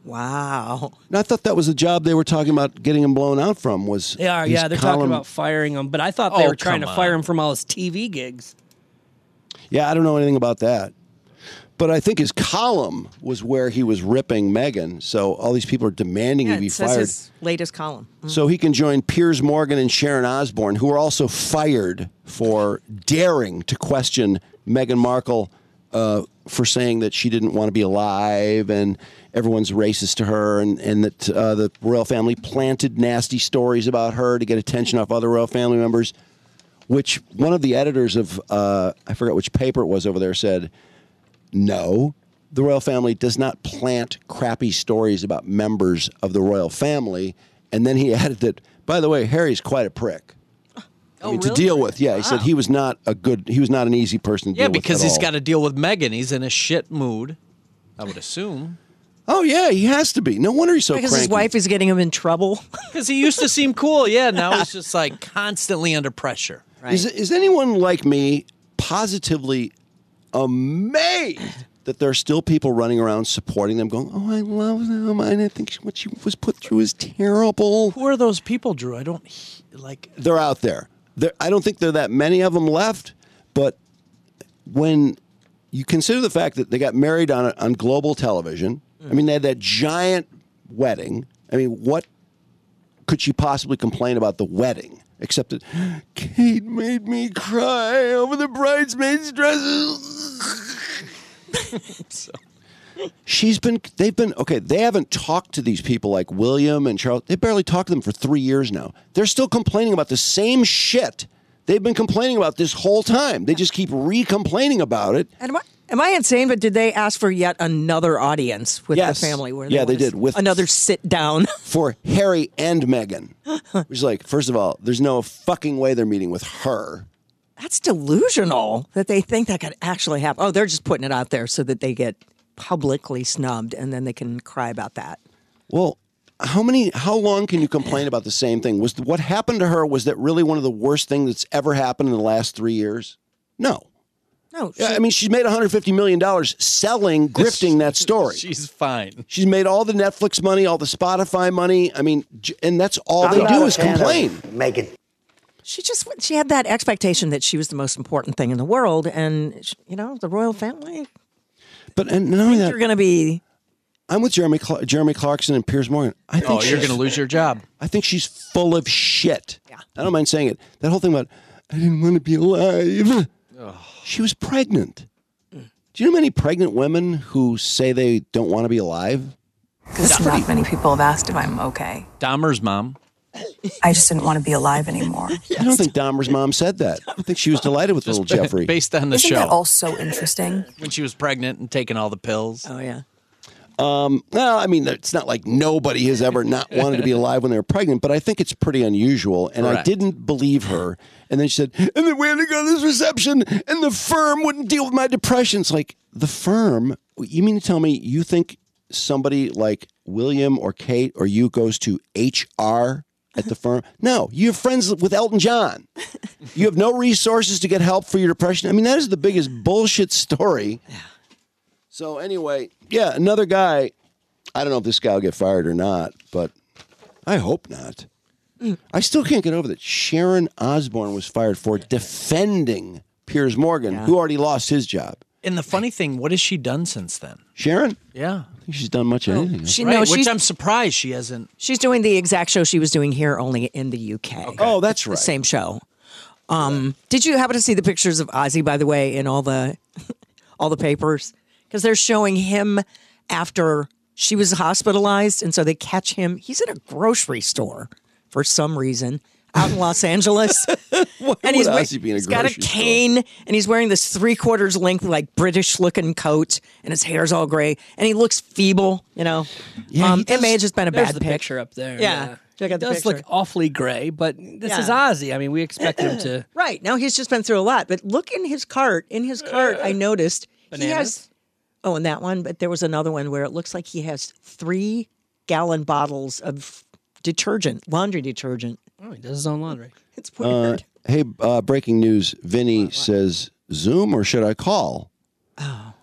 wow.
And I thought that was the job they were talking about getting him blown out from. Was
They are,
his
yeah. They're talking
column-
about firing him, but I thought they
Oh,
were trying to
come
fire him from all his TV gigs.
Yeah, I don't know anything about that. But I think his column was where he was ripping Megan. So all these people are demanding
Yeah,
he be
it says
fired.
his latest column.
So he can join Piers Morgan and Sharon Osbourne, who are also fired for daring to question Meghan Markle uh, for saying that she didn't want to be alive and everyone's racist to her and, and that uh, the royal family planted nasty stories about her to get attention off other royal family members. Which one of the editors of, uh, I forgot which paper it was over there, said, no, the royal family does not plant crappy stories about members of the royal family. And then he added that, by the way, Harry's quite a prick. I
Oh,
mean, To deal with, yeah. He said he was not a good, he was not an easy person to
Yeah,
deal with.
because
at
he's
all.
got to deal with Megan. He's in a shit mood. I would assume
Oh yeah, he has to be. No wonder he's so
because
cranky.
his wife is getting him in trouble.
because he used to seem cool. Yeah, now he's just like constantly under pressure.
Is, is anyone like me positively amazed that there are still people running around supporting them, going, "Oh, I love them," and I think what she was put through is terrible.
Who are those people, Drew? I don't he- like.
they're out there. There, I don't think there are that many of them left, but when you consider the fact that they got married on on global television, I mean, they had that giant wedding. I mean, what could she possibly complain about the wedding except that Kate made me cry over the bridesmaids' dresses? She's been, they've been, okay, they haven't talked to these people like William and Charles. They barely talked to them for three years now. They're still complaining about the same shit they've been complaining about this whole time. They just keep re complaining about it.
And what? Am I insane? But did they ask for yet another audience with
Yes.
the family? Where
yeah, they
wanna
did
see-
with
another sit down
for Harry and Meghan. Which is like, first of all, there's no fucking way they're meeting with her.
That's delusional that they think that could actually happen. Oh, they're just putting it out there so that they get publicly snubbed and then they can cry about that.
Well, how many? How long can you complain about the same thing? Was what happened to her? Was that really one of the worst things that's ever happened in the last three years? No.
No,
I mean, she's made 150 million dollars selling, grifting that story.
She's fine.
She's made all the Netflix money, all the Spotify money. I mean, j- and that's all they do is complain.
Megan. She just she had that expectation that she was the most important thing in the world, and sh- you know the royal family.
But and not only that, you're
going to be.
I'm with Jeremy Cl- Jeremy Clarkson and Piers Morgan. I think
Oh, you're
she's-
going to lose your job.
I think she's full of shit. Yeah. I don't mind saying it. That whole thing about I didn't want to be alive. She was pregnant. Do you know how many pregnant women who say they don't want to be alive?
Because not many people have asked if I'm okay.
Dahmer's mom.
I just didn't want to be alive anymore.
I don't think Dahmer's mom said that. I think she was delighted with little Jeffrey.
Based on the
Isn't
show.
that all so interesting?
when she was pregnant and taking all the pills.
Oh yeah.
Um, well, I mean, it's not like nobody has ever not wanted to be alive when they were pregnant, but I think it's pretty unusual. And I
Correct.
didn't believe her. And then she said, and then we had to go to this reception, and the firm wouldn't deal with my depression. It's like, the firm, you mean to tell me you think somebody like William or Kate or you goes to HR at the firm? No, you have friends with Elton John. You have no resources to get help for your depression. I mean, that is the biggest bullshit story. So anyway, yeah, another guy. I don't know if this guy will get fired or not, but I hope not. I still can't get over that Sharon Osborne was fired for defending Piers Morgan, who already lost his job.
And the funny thing, what has she done since then?
Sharon,
Yeah.
I think she's done much of anything.
She
Right,
knows
which
she's
I'm surprised she hasn't.
she's doing the exact show she was doing here, only in the UK.
Oh, that's
It's
right.
The same show. Um, did you happen to see the pictures of Ozzy, by the way, in all the all the papers? Because they're showing him after she was hospitalized, and so they catch him. He's in a grocery store for some reason out in Los Angeles, and he's
would
wa-
Ozzy be in a
he's got a
grocery store?
cane, and he's wearing this three quarters length like British looking coat, and his hair's all gray, and he looks feeble. You know, um, it may have just been a
There's
bad
the
pic.
picture up there.
Yeah. Check out
it
the
does look
picture.
awfully gray, but this
Yeah.
is Ozzy. I mean, we expected him to.
Right. Now he's just been through a lot. But look in his cart. In his cart,
Uh,
I noticed he has Oh, and that one, but there was another one where it looks like he has three gallon bottles of detergent, laundry detergent.
Oh, he does his own laundry.
It's
Uh,
weird.
hey, uh, breaking news. Vinny says, Zoom or should I call? Oh.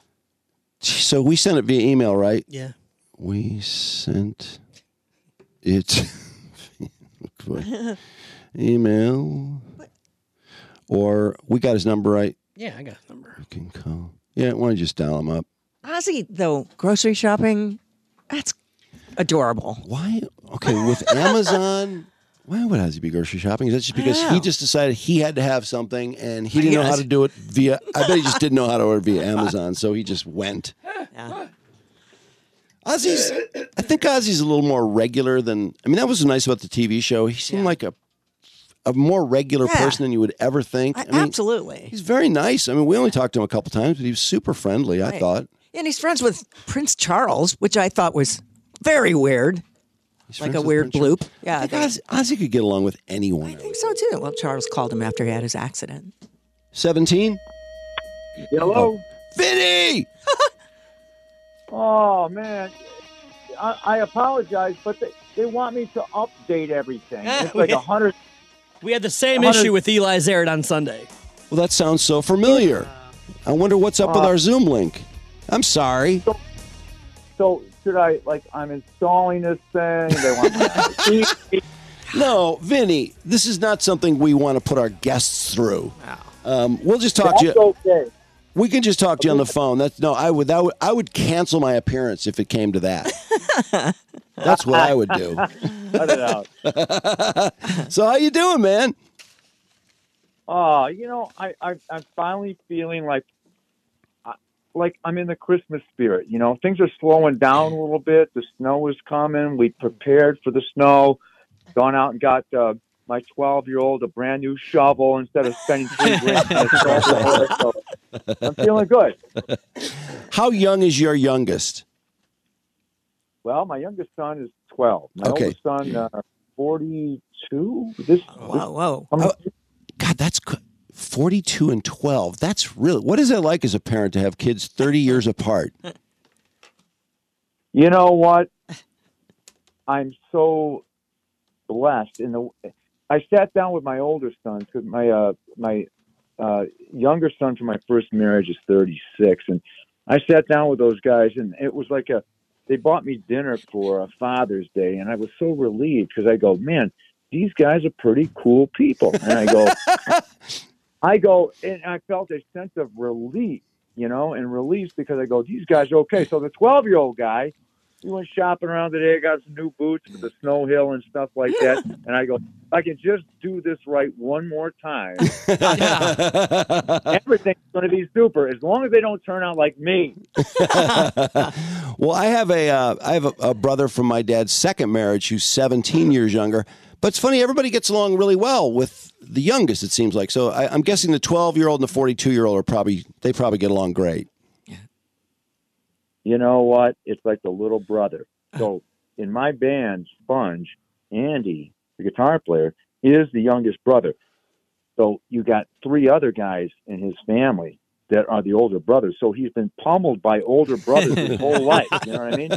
So we sent it via email, right?
Yeah.
We sent it via email. Or we got his number right.
Yeah, I got his
number. You can call. Yeah, why don't you just dial him up?
Ozzy, though, grocery shopping, that's adorable.
Why? Okay, with Amazon, why would Ozzy be grocery shopping? Is that just
I
because
don't
he
know.
just decided he had to have something and he
I
didn't know how
guess.
to do it via? I bet he just didn't know how to order via Amazon, so he just went.
Ah,
Yeah.
Ozzy's, I think Ozzy's a little more regular than. I mean, that was nice about the TV show. He seemed like a a more regular
Yeah.
person than you would ever think. I, mean,
Absolutely.
he's very nice. I mean, we only talked to him a couple times, but he was super friendly. I
Right.
thought.
And he's friends with Prince Charles, which I thought was very weird. like
friends
a
with
weird bloop. Yeah.
I think Ozzy, Ozzy could get along with anyone.
I think so too. Well, Charles called him after he had his accident.
17? Hello? Vinny!
Oh man, I, I apologize, but they, they want me to update everything. It's like a hundred.
We had the same
Hundred-
issue with Eli Zared on Sunday.
Well, that sounds so familiar. I wonder what's up with
Uh,
our Zoom link. I'm sorry.
So should I like? I'm installing this thing. They want. Me to
No, Vinny, this is not something we want to put our guests through. Um, we'll just talk to you.
That's okay.
We can just talk to you on the phone. That's no, I would, that would I would cancel my appearance if it came to that. That's what I would do.
Cut it out.
so how you doing, man?
Oh, you know, I, I I'm finally feeling like, I- like I'm in the Christmas spirit. You know, things are slowing down a little bit. The snow is coming. We prepared for the snow. Gone out and got uh, my 12 year old a brand new shovel instead of spending three grand on a shovel. So I'm feeling good.
How young is your youngest?
Well, my youngest son is 12. My
Okay.
oldest son, uh, 42. This, wow,
wow.
God, that's cr- 42 and 12. That's really, what is it like as a parent to have kids 30 years apart?
You know what? I'm so blessed. In the, I sat down with my older son because my uh, my uh, younger son from my first marriage is 36, and I sat down with those guys, and it was like a they bought me dinner for a Father's Day, and I was so relieved because I go, man, these guys are pretty cool people, and I go, I go, and I felt a sense of relief, you know, and release because I go, these guys are okay. So the 12 year old guy, we went shopping around today, got some new boots for the snow hill and stuff like that. And I go, if I can just do this right one more time. Everything's going to be super as long as they don't turn out like me.
well, I have a uh, I have a, a brother from my dad's second marriage who's 17 years younger. But it's funny, everybody gets along really well with the youngest. It seems like so. I, I'm guessing the 12 year old and the 42 year old are probably they probably get along great.
you know what? It's like the little brother. So in my band, Sponge, Andy, the guitar player, is the youngest brother. So you got three other guys in his family that are the older brothers. So he's been pummeled by older brothers his whole life. You know what I mean?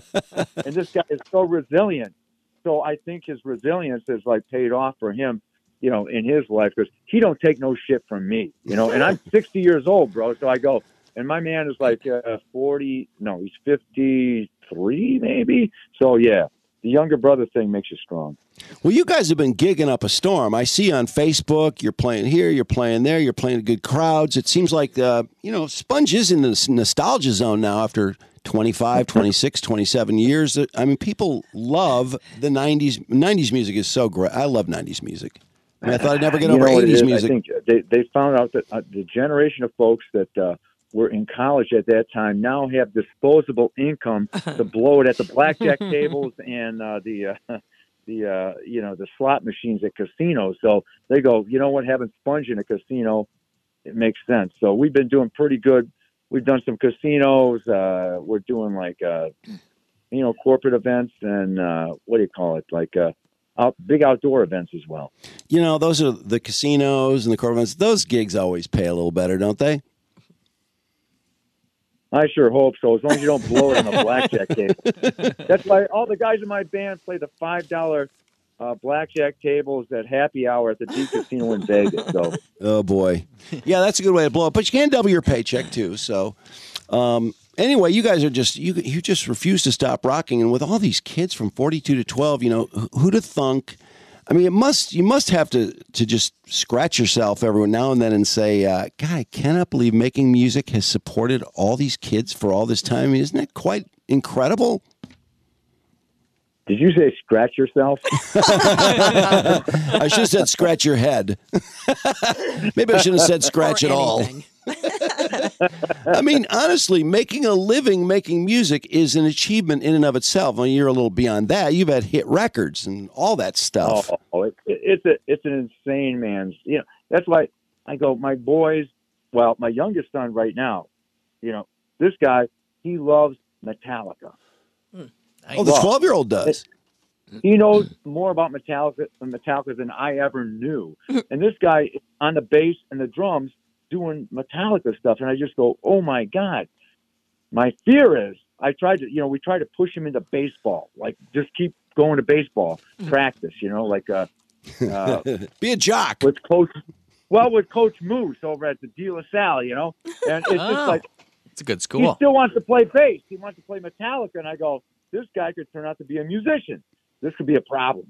And this guy is so resilient. So I think his resilience has like paid off for him, you know, in his life because he don't take no shit from me, you know. And I'm 60 years old, bro. So I go, and my man is like uh, 40. No, he's 53, maybe. So yeah, the younger brother thing makes you strong.
Well, you guys have been gigging up a storm. I see on Facebook you're playing here, you're playing there, you're playing to good crowds. It seems like, uh, you know, Sponge is in this nostalgia zone now after 25, 26, 27 years. I mean, people love the 90s. 90s music is so great. I love 90s music. I, mean, I thought I'd never get
You
over
know what it
80s
is?
music.
I think they, they found out that uh, the generation of folks that uh, were in college at that time now have disposable income to blow it at the blackjack tables and uh, the uh, the uh, you know the slot machines at casinos. So they go, you know what? Having sponge in a casino, it makes sense. So we've been doing pretty good. We've done some casinos. Uh, we're doing like uh, you know corporate events and uh, what do you call it? Like uh, out, big outdoor events as well.
You know, those are the casinos and the Corvettes. Those gigs always pay a little better, don't they?
I sure hope so. As long as you don't blow it on a blackjack table. That's why all the guys in my band play the five dollar uh, blackjack tables at happy hour at the D Casino in Vegas. So
Oh boy, yeah, that's a good way to blow it. But you can double your paycheck too. So, um, anyway, you guys are just you you just refuse to stop rocking, and with all these kids from forty two to twelve, you know wh- who to thunk. I mean, it must you must have to to just scratch yourself every now and then and say, uh, God, I cannot believe making music has supported all these kids for all this time. I mean, Isn't that quite incredible?
Did you say scratch yourself?
I should have said scratch your head. Maybe I shouldn't have said scratch
Or
at all.
anything.
I mean, honestly, making a living making music is an achievement in and of itself. I mean, you're a little beyond that. You've had hit records and all that stuff.
Oh, it, it's a it's an insane man's. You know, that's why I go. My boys, well, my youngest son right now, you know, this guy he loves Metallica.
Oh, the
Well,
12 year old does.
He knows more about Metallica, Metallica than I ever knew. And this guy is on the bass and the drums doing Metallica stuff, and I just go, "Oh my god!" My fear is, I tried to, you know, we tried to push him into baseball, like just keep going to baseball practice, you know, like uh, uh,
be a jock
with coach. Well, with Coach Moose over at the De La Salle, you know, and it's
Oh.
just like
It's a good
he
school.
still wants to play bass. He wants to play Metallica, and I go, this guy could turn out to be a musician. This could be a problem.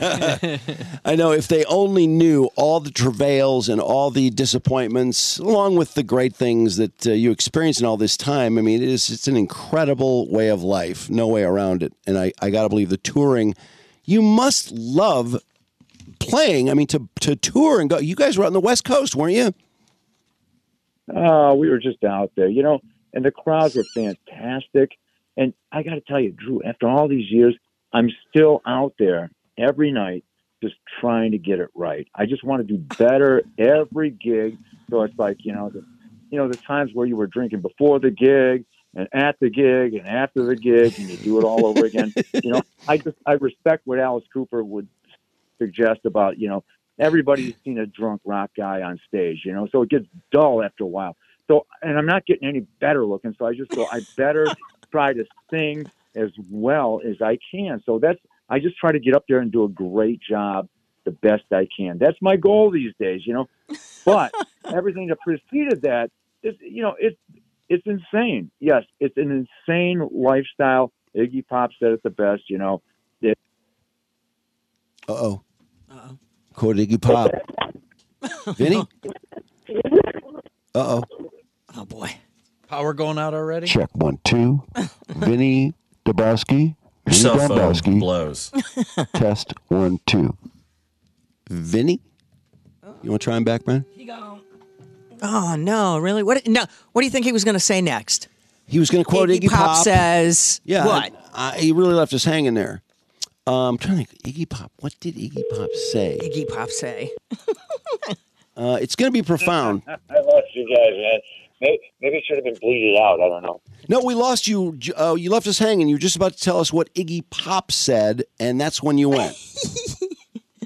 I know if they only knew all the travails and all the disappointments, along with the great things that uh, you experience in all this time. I mean, it is it's an incredible way of life, no way around it. And I I gotta believe the touring. You must love playing. I mean, to to tour and go. You guys were out on the West Coast, weren't you?
Oh, we were just out there, you know, and the crowds were fantastic. And I got to tell you, Drew, after all these years, I'm still out there every night just trying to get it right. I just want to do better every gig. So it's like, you know, the, you know, the times where you were drinking before the gig and at the gig and after the gig and you do it all over again. You know, I just, I respect what Alice Cooper would suggest about, you know, everybody's seen a drunk rock guy on stage, you know, so it gets dull after a while. So, and I'm not getting any better looking. So I just go, I better try to sing as well as I can. So that's, I just try to get up there and do a great job the best I can. That's my goal these days, you know. But everything that preceded that is, you know, it's it's insane. Yes, it's an insane lifestyle. Iggy Pop said it the best, you know. It,
Uh oh. Quote Iggy Pop. Vinny? Uh oh.
Oh boy, power going out already.
Check one, two. Vinny Dabrowski.
Your
Vinny
cell phone
Dombrowski.
blows.
Test one, two. Vinny? You want to try him back, man?
Oh no, really? What? No. What do you think he was going to say next?
He was going to quote Iggy,
Pop,
Pop.
says,
Yeah.
"What?
I, I- he really left us hanging there. Um, I'm trying to think. Iggy Pop. What did Iggy Pop say?
Iggy Pop say."
Uh, it's going to be profound.
I lost you guys, man. Maybe, maybe it should have been bleeded out. I don't know.
No, we lost you. J- Uh, you left us hanging. You were just about to tell us what Iggy Pop said, and that's when you went.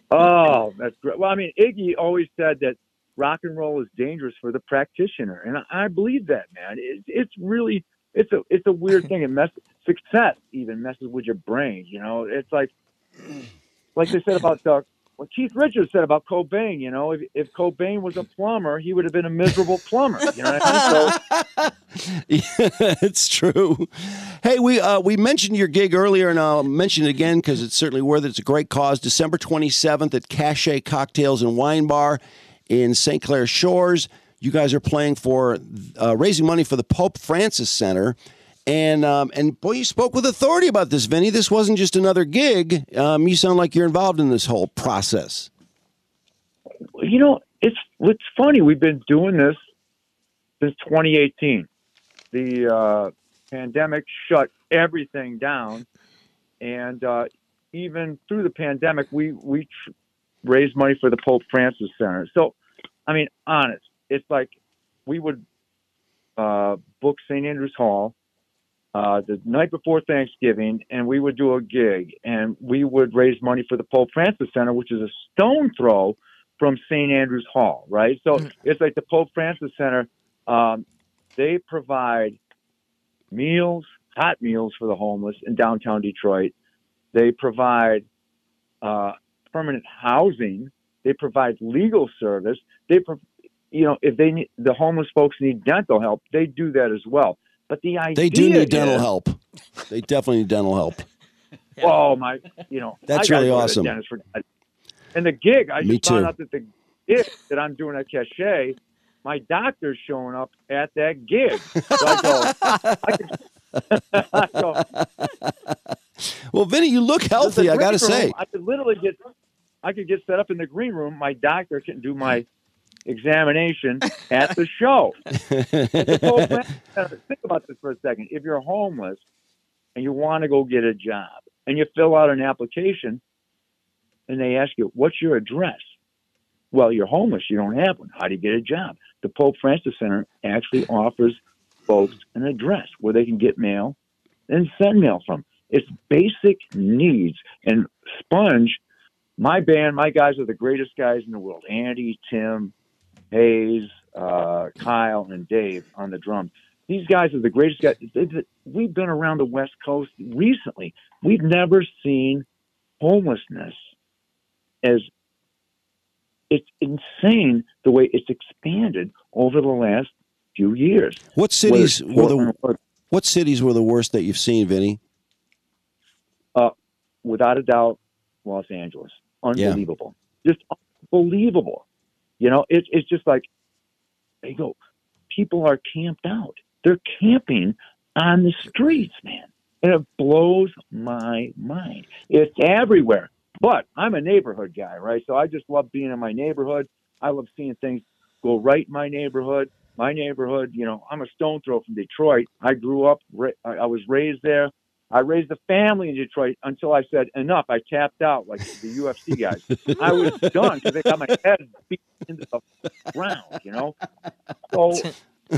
Oh, that's great. Well, I mean, Iggy always said that rock and roll is dangerous for the practitioner, and I, I believe that, man. It, it's really it's a it's a weird thing. It mess success even messes with your brain. You know, it's like like they said about uh, what Keith Richards said about Cobain. You know, if, if Cobain was a plumber, he would have been a miserable plumber. You know what I mean? So,
Yeah, it's true. Hey, we uh, we mentioned your gig earlier, and I'll mention it again because it's certainly worth it. It's a great cause. December 27th at Cache Cocktails and Wine Bar in St. Clair Shores. You guys are playing for uh, raising money for the Pope Francis Center. And um, and boy, you spoke with authority about this, Vinny. This wasn't just another gig. Um, you sound like you're involved in this whole process.
you know, it's it's funny. We've been doing this since 2018. The uh, pandemic shut everything down, and uh, even through the pandemic, we we tr- raised money for the Pope Francis Center. So, I mean, honest, it's like we would uh, book St. Andrew's Hall uh, the night before Thanksgiving, and we would do a gig, and we would raise money for the Pope Francis Center, which is a stone throw from St. Andrew's Hall, right? So it's like the Pope Francis Center. Um, they provide meals, hot meals for the homeless in downtown Detroit. They provide uh, permanent housing. They provide legal service. They, pro- you know, if they need, the homeless folks need dental help, they do that as well. But the idea
They do need dental
is-
help. They definitely need dental help.
Oh my! You know
That's
I gotta
really
go to the
awesome.
dentist for that. And the gig, I
Me
just found
too.
out that the gig that I'm doing at Cachet, my doctor's showing up at that gig. So I go, I can, I go,
Well, Vinny, you look healthy.
the
I got to
green room,
say.
I could literally get, I could get set up in the green room. My doctor can do my examination at the show. It's so bad. Think about this for a second. If you're homeless and you want to go get a job and you fill out an application and they ask you, what's your address? Well, you're homeless. You don't have one. How do you get a job? The Pope Francis Center actually offers folks an address where they can get mail and send mail from. It's basic needs. And Sponge, my band, my guys are the greatest guys in the world. Andy, Tim, Hayes, uh, Kyle, and Dave on the drum. These guys are the greatest guys. They- they- We've been around the West Coast recently. We've never seen homelessness as it's insane the way it's expanded over the last few years.
What cities
Whether-
were the what cities were the worst that you've seen, Vinny?
uh, without a doubt, Los Angeles. Unbelievable. Just unbelievable. You know, it's it's just like they go, people are camped out. They're camping on the streets, man. And it blows my mind. It's everywhere. But I'm a neighborhood guy, right? So I just love being in my neighborhood. I love seeing things go right in my neighborhood. My neighborhood, you know, I'm a stone throw from Detroit. I grew up, ra- I I was raised there. I raised a family in Detroit until I said enough. I tapped out like the UFC guys. I was done because they got my head beat into the ground, you know. So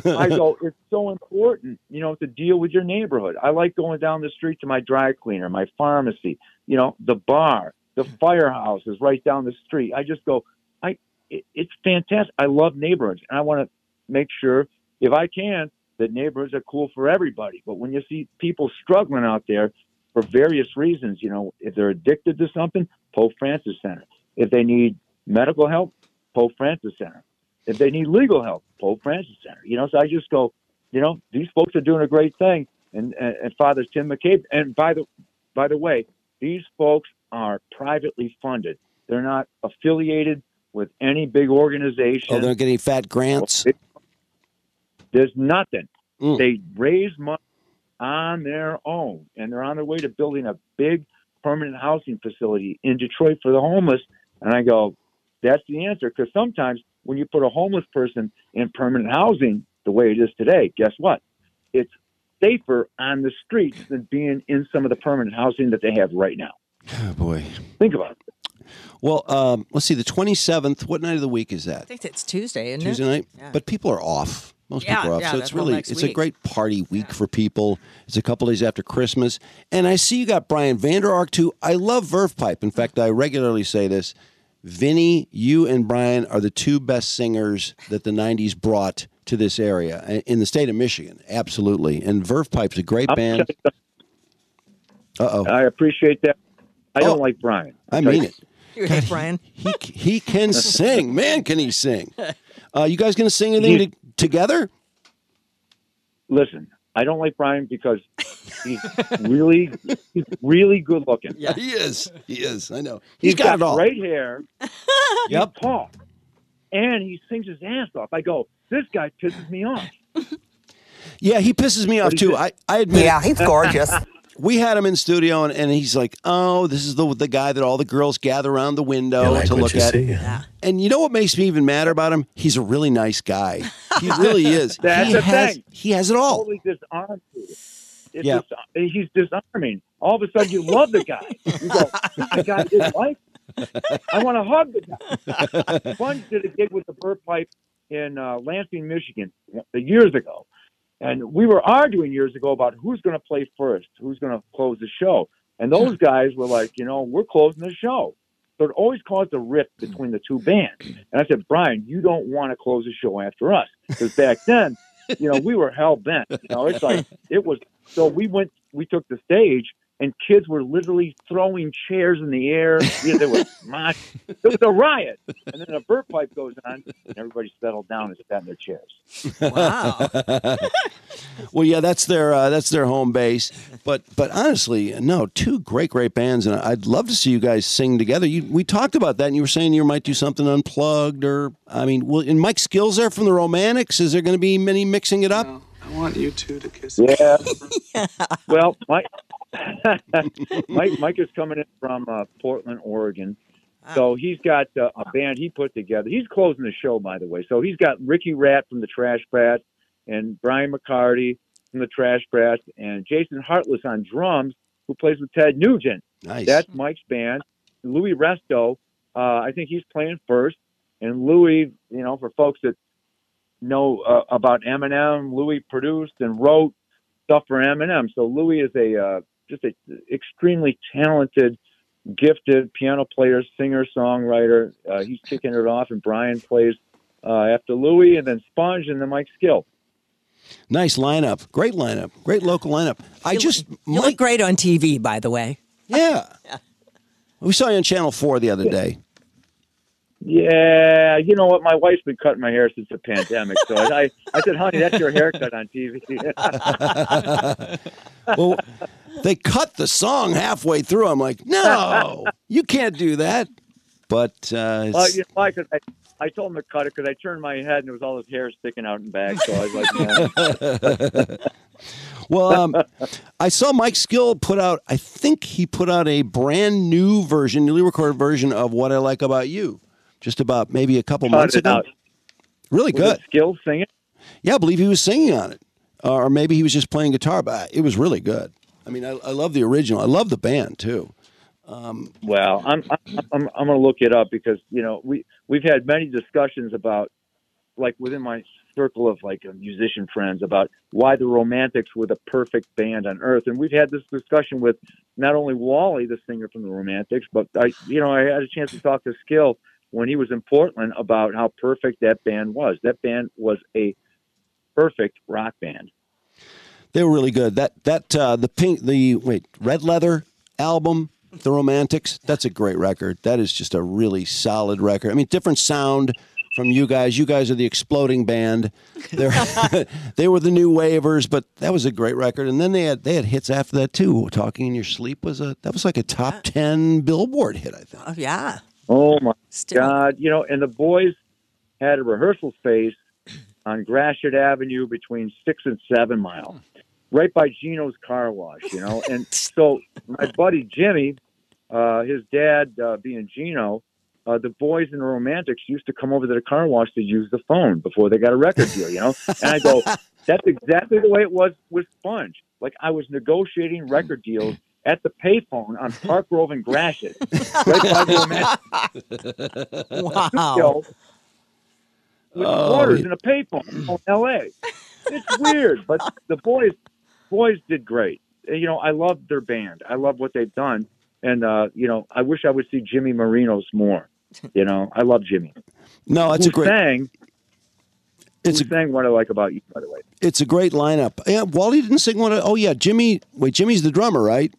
I go, it's so important, you know, to deal with your neighborhood. I like going down the street to my dry cleaner, my pharmacy, you know, the bar, the firehouse is right down the street. I just go, I, it, it's fantastic. I love neighborhoods, and I want to make sure, if I can, that neighborhoods are cool for everybody. But when you see people struggling out there for various reasons, you know, if they're addicted to something, Pope Francis Center. If they need medical help, Pope Francis Center. If they need legal help, Pope Francis Center. You know, so I just go, you know, these folks are doing a great thing, and and, and Father Tim McCabe. And by the by the way, these folks are privately funded. They're not affiliated with any big organization.
Oh, they're not getting fat grants.
There's nothing. They raise money on their own, and they're on their way to building a big permanent housing facility in Detroit for the homeless. And I go, that's the answer. Because sometimes when you put a homeless person in permanent housing, the way it is today, guess what? It's safer on the streets than being in some of the permanent housing that they have right now.
Oh boy.
Think about it.
Well, um, let's see. The twenty seventh. What night of the week is that?
I think it's Tuesday, isn't
Tuesday
it?
night.
Yeah.
But people are off. Most
Yeah,
people are off,
yeah,
so
they're
it's
home
really
next
it's a
week.
great party week for people. It's a couple days after Christmas, and I see you got Brian Vander Ark too. I love Verve Pipe. In fact, I regularly say this. Vinny, you and Brian are the two best singers that the '90s brought to this area i- in the state of Michigan. Absolutely, and Verve Pipe's a great band. Uh oh.
I appreciate that. I don't like Brian.
I mean it.
You hate Brian?
He he can sing. Man, can he sing? Uh, you guys gonna sing anything to, together?
Listen, I don't like Brian because he's really, he's really good looking.
Yeah, he is. He is. I know.
he's
He's got it all.
Great hair.
Yep.
Paul, and he sings his ass off. I go, this guy pisses me off.
Yeah, he pisses me off too. I, I admit.
Yeah, he's gorgeous.
We had him in studio, and, and he's like, "Oh, this is the the guy that all the girls gather around the window
like
to
what
look
you
at."
see.
And you know what makes me even madder about him? He's a really nice guy. He really is.
That's
he
the
has
thing.
he has it all.
Totally disarmed. you. It's
Yeah.
dis- he's disarming. All of a sudden, you love the guy. You go, this guy is like. I want to hug the guy. Sponge did a gig with the Burr Pipe in uh, Lansing, Michigan, uh, years ago, and we were arguing years ago about who's going to play first, who's going to close the show, and those guys were like, you know, we're closing the show. So it always caused a rift between the two bands. And I said, Brian, you don't want to close the show after us. Because back then, you know, we were hell bent. You know, it's like, it was. So we went, we took the stage, and kids were literally throwing chairs in the air. You know, there was mosh. There was a riot. And then a burp pipe goes on, and everybody settled down and sat in their chairs.
Wow. well, yeah, that's their uh, that's their home base. But but honestly, no, two great great bands, and I'd love to see you guys sing together. You, we talked about that, and you were saying you might do something unplugged, or I mean, will, and Mike Skills there from the Romantics. Is there going to be many mixing it up?
I want you two to kiss.
Yeah. Well, Mike, Mike, Mike is coming in from uh, Portland, Oregon.
Ah.
So he's got uh, a band he put together. He's closing the show, by the way. So he's got Ricky Rat from the Trash Brats and Brian McCarty from the Trash Brats and Jason Hartless on drums, who plays with Ted Nugent.
Nice.
That's Mike's band. Louis Resto, uh, I think he's playing first. And Louis, you know, for folks that know uh, about Eminem, Louis produced and wrote stuff for Eminem. So Louis is a uh, just a extremely talented, gifted piano player, singer, songwriter. Uh, he's kicking it off, and Brian plays uh, after Louis, and then Sponge, and then Mike Skill.
Nice lineup, great lineup, great local lineup. I just
You look great on TV, by the way.
Yeah. we saw you on Channel Four the other day.
Yeah, you know what? My wife's been cutting my hair since the pandemic, so I, I said, "Honey, that's your haircut on TV."
well, they cut the song halfway through. I'm like, no, you can't do that. But uh,
Well, you know why? 'Cause I, I told him to cut it because I turned my head and there was all his hair sticking out and back. So I was like, "Nah."
well, um, I saw Mike Skill put out. I think he put out a brand new version, newly recorded version of "What I Like About You," just about maybe a couple
Cut
months
it
ago.
out.
Really
Was it
good.
Skill singing?
Yeah, I believe he was singing on it, Uh, or maybe he was just playing guitar. But it was really good. I mean, I, I love the original. I love the band too. Um,
Well, I'm I'm I'm, I'm going to look it up because you know we we've had many discussions about like within my circle of like musician friends about why the Romantics were the perfect band on earth, and we've had this discussion with not only Wally, the singer from the Romantics, but I, you know, I had a chance to talk to Skill when he was in Portland about how perfect that band was. That band was a perfect rock band.
They were really good. That that uh, the pink the wait red leather album, the Romantics. That's a great record. That is just a really solid record. I mean, different sound from you guys. You guys are the exploding band. They're, they were the new wavers, but that was a great record. And then they had they had hits after that too. Talking in Your Sleep was a that was like a top ten Billboard hit. I think.
Oh, yeah.
Oh my God! You know, and the boys had a rehearsal space on Gratiot Avenue between six and seven mile, right by Gino's car wash. You know, and so my buddy Jimmy, uh, his dad uh, being Gino, uh, the boys in the Romantics used to come over to the car wash to use the phone before they got a record deal. You know, and I go, that's exactly the way it was with Sponge. Like I was negotiating record deals. At the payphone on Park Grove and Gratiot, right by the Romantics
Wow.
with
Oh,
quarters
yeah.
in a payphone in L.A. It's weird, but the boys boys did great. Uh, You know, I love their band. I love what they've done, and uh, you know, I wish I would see Jimmy Marino's more. You know, I love Jimmy.
No, that's
who
a great.
Sang,
it's
who sang what I like about you, by the way.
It's a great lineup. Yeah, Wally didn't sing one. Of, oh yeah, Jimmy. Wait, Jimmy's the drummer, right?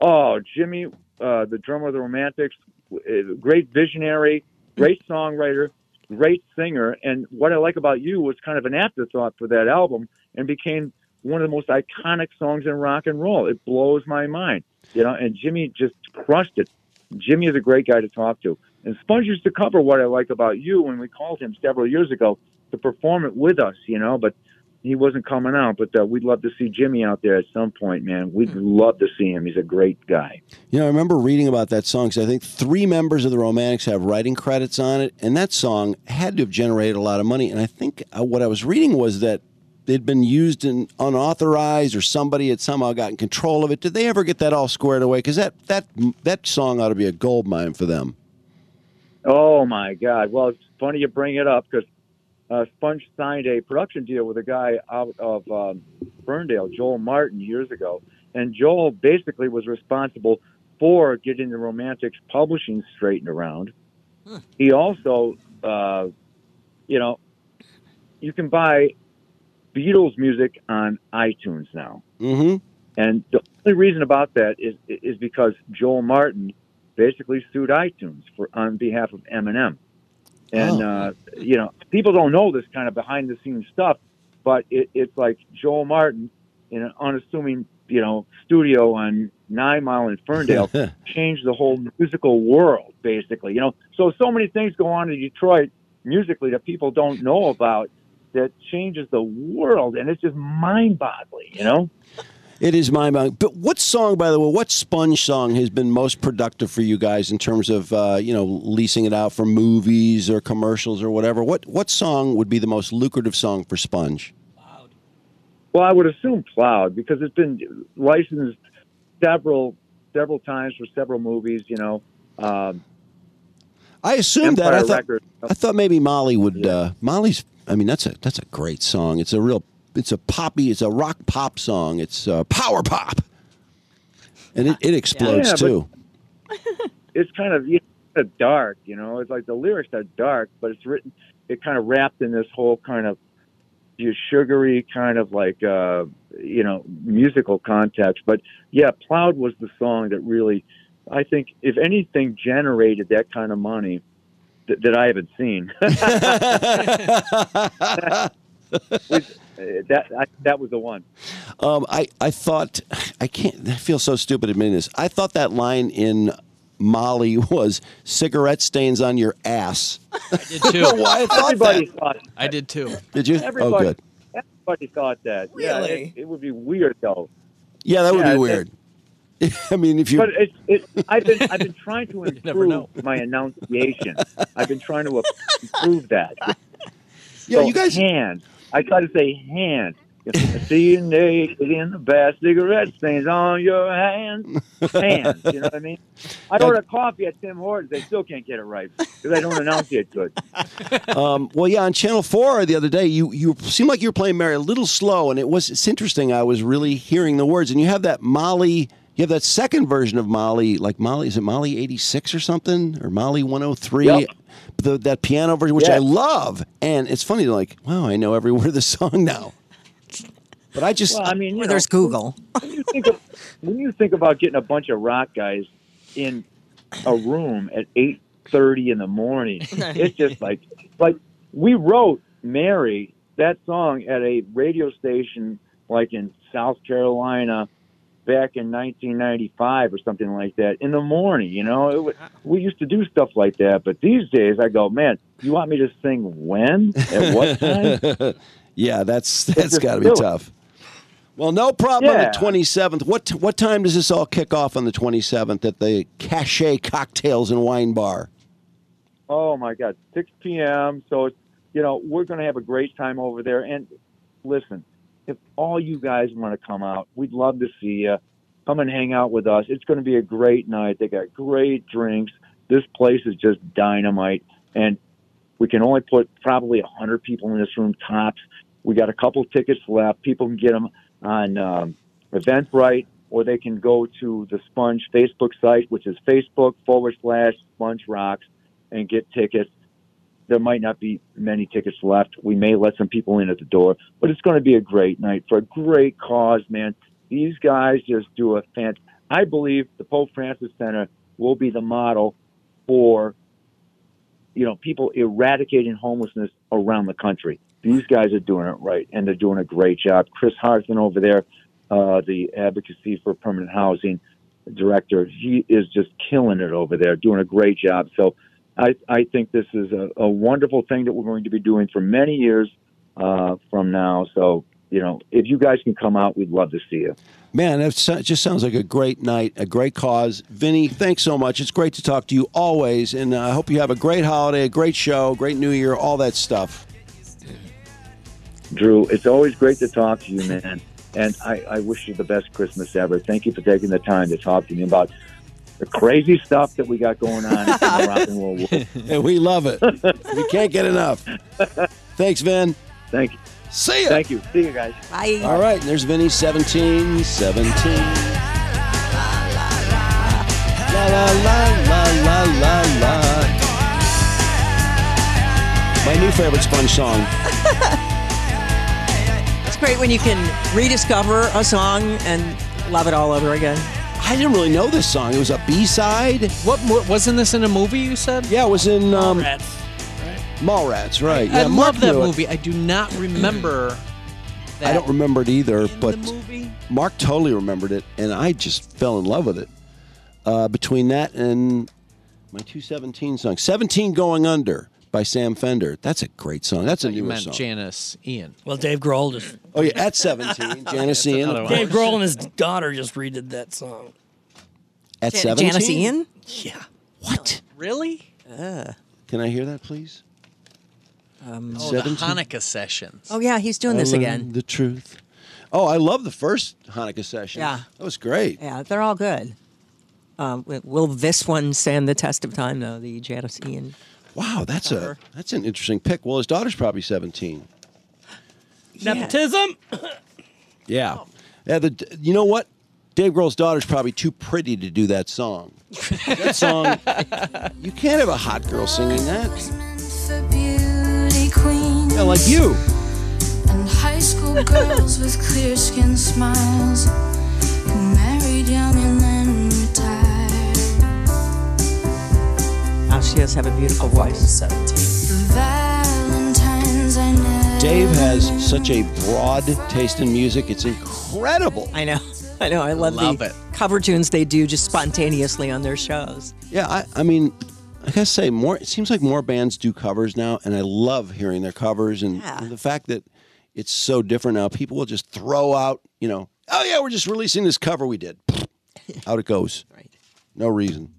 Oh, Jimmy, uh, the drummer of the Romantics, w- uh, great visionary, great songwriter, great singer. And what I like about you was kind of an afterthought for that album and became one of the most iconic songs in rock and roll. It blows my mind, you know, and Jimmy just crushed it. Jimmy is a great guy to talk to. And Sponge used to cover what I like about you when we called him several years ago to perform it with us, you know, but he wasn't coming out. But uh, we'd love to see Jimmy out there at some point, man. We'd love to see him. He's a great guy.
You know, I remember reading about that song because I think three members of the Romantics have writing credits on it, and that song had to have generated a lot of money. And I think uh, what I was reading was that it had been used in unauthorized, or somebody had somehow gotten control of it. Did they ever get that all squared away? Because that that that song ought to be a gold mine for them.
Oh my God! Well, it's funny you bring it up because uh, Sponge signed a production deal with a guy out of um, Ferndale, Joel Martin, years ago, and Joel basically was responsible for getting the Romantics publishing straightened around. He also, uh, you know, you can buy Beatles music on iTunes now.
Mm-hmm.
And the only reason about that is is because Joel Martin basically sued iTunes for on behalf of Eminem. And
Oh.
uh, you know, people don't know this kind of behind the scenes stuff, but it, it's like Joel Martin in an unassuming, you know, studio on Nine Mile in Ferndale changed the whole musical world, basically. You know, so so many things go on in Detroit musically that people don't know about that changes the world, and it's just mind boggling, you know.
It is mind boggling. But what song, by the way, what Sponge song has been most productive for you guys in terms of uh, you know leasing it out for movies or commercials or whatever? What what song would be the most lucrative song for Sponge?
Well, I would assume plowed because it's been licensed several several times for several movies. You know, um,
I assumed that. I
Empire
thought
Records.
I thought maybe Molly would. Uh, Molly's. I mean, that's a that's a great song. It's a real. It's a poppy. It's a rock pop song. It's uh, power pop, and it, it explodes
Yeah, but-
too.
it's kind of you know, dark. You know, it's like the lyrics are dark, but it's written. It kind of wrapped in this whole kind of you know, sugary kind of like uh, you know musical context. But yeah, plowed was the song that really, I think, if anything, generated that kind of money. That, that I haven't seen. uh, that I, that was the one.
Um, I, I thought I can't. I feel so stupid admitting this. I thought that line in Molly was cigarette stains on your ass.
did
I don't know why I thought
Everybody
that.
thought.
I did too.
Did you?
Everybody,
Oh, good.
Everybody thought that. Yeah,
Really?
it, it would be weird though.
Yeah, that would
Yeah,
be
it-
weird. I mean, if you.
But it's it, I've been I've been trying to improve my enunciation. I've been trying to improve that.
Yeah,
So
you guys-
hand. I try to say hand, I see you naked in the bath, cigarette stains on your hands. Hands, you know what I mean? I order coffee at Tim Hortons. They still can't get it right because I don't announce it good.
um, well, yeah, on Channel Four the other day, you you seemed like you were playing Mary a little slow, and it was it's interesting. I was really hearing the words, and you have that Molly, you have that second version of Molly, like Molly is it Molly eighty six or something or Molly one hundred three.
Yep.
The, that piano version, which I
Yeah.
love, and it's funny. Like, wow, I know every word of the song now. But I just
well, I mean, you
Well,
know,
there's Google.
When you, think of, when you think about getting a bunch of rock guys in a room at eight thirty in the morning, it's just like like we wrote "Mary" that song at a radio station like in South Carolina back in 1995 or something like that in the morning. You know, it was, we used to do stuff like that, but these days I go, man, you want me to sing when at what time?
yeah, that's
It's
that's
just
got to be
silly.
tough. Well, no problem on
Yeah.
the twenty seventh. What what time does this all kick off on the twenty seventh at the Cache Cocktails and Wine Bar?
Oh my God, 6 p.m. So it's you know we're going to have a great time over there. And listen, if all you guys want to come out, we'd love to see you. Come and hang out with us. It's going to be a great night. They got great drinks. This place is just dynamite, and we can only put probably a hundred people in this room tops. We got a couple tickets left. People can get them on um, Eventbrite, or they can go to the Sponge Facebook site, which is Facebook forward slash Sponge Rocks and get tickets. There might not be many tickets left. We may let some people in at the door, but it's going to be a great night for a great cause, man. These guys just do a fantastic. I believe the Pope Francis Center will be the model for, you know, people eradicating homelessness around the country. These guys are doing it right, and they're doing a great job. Chris Hartman over there, uh, the Advocacy for Permanent Housing director, he is just killing it over there, doing a great job. So I, I think this is a, a wonderful thing that we're going to be doing for many years uh, from now. So, you know, if you guys can come out, we'd love to see you.
Man, that so- just sounds like a great night, a great cause. Vinny, thanks so much. It's great to talk to you always, and uh, I hope you have a great holiday, a great show, great New Year, all that stuff.
Drew, it's always great to talk to you, man. And I, I wish you the best Christmas ever. Thank you for taking the time to talk to me about the crazy stuff that we got going on in the rock and roll world.
and we love it. we can't get enough. Thanks, Vin.
Thank you.
See ya.
Thank you. See you guys.
Bye.
All right, and there's Vinny, 17, 17. La la la la la la la. My new favorite Sponge song.
It's great when you can rediscover a song and love it all over again.
I didn't really know this song. It was a B side.
What, what wasn't this in a movie? You said?
Yeah, it was in um,
Rats.
Mallrats, right?
I
yeah, Mark
love that
knew it.
movie. I do not remember that.
I don't remember it either, but Mark totally remembered it, and I just fell in love with it. Uh, between that and my 217 song, 17 Going Under by Sam Fender. That's a great song. That's a
You
newer
meant
song.
Janice Ian.
Well, Dave Grohl just.
Oh yeah, at 17, Janice Ian. of
Dave
course.
Grohl and his daughter just redid that song.
At
Jan-
17.
Janice Ian?
Yeah.
What?
Really?
Can I hear that, please?
Um,
Oh, the
17?
Hanukkah session.
Oh yeah, he's doing this
I learned
again.
The truth. Oh, I love the first Hanukkah session.
Yeah.
That was great.
Yeah, they're all good. Um, w- will this one stand the test of time though? The Janice Ian.
Wow, that's a that's an interesting pick. Well, his daughter's probably 17.
Nepotism.
Yeah.
Oh.
Yeah, the you know what? Dave Grohl's daughter's probably too pretty to do that song. that song You can't have a hot girl singing that. Yeah, like you.
And high school girls with clear skin smiles. who Married young and then retired.
Now she does have a beautiful voice.
The Valentines I never
Dave has such a broad taste in music. It's incredible.
I know. I know. I love,
Love
the
it.
cover tunes they do just spontaneously on their shows.
Yeah, I, I mean, I gotta say, more. It seems like more bands do covers now, and I love hearing their covers and,
Yeah.
and the fact that it's so different now. People will just throw out, you know, oh yeah, we're just releasing this cover we did. Out it goes. Right. No reason,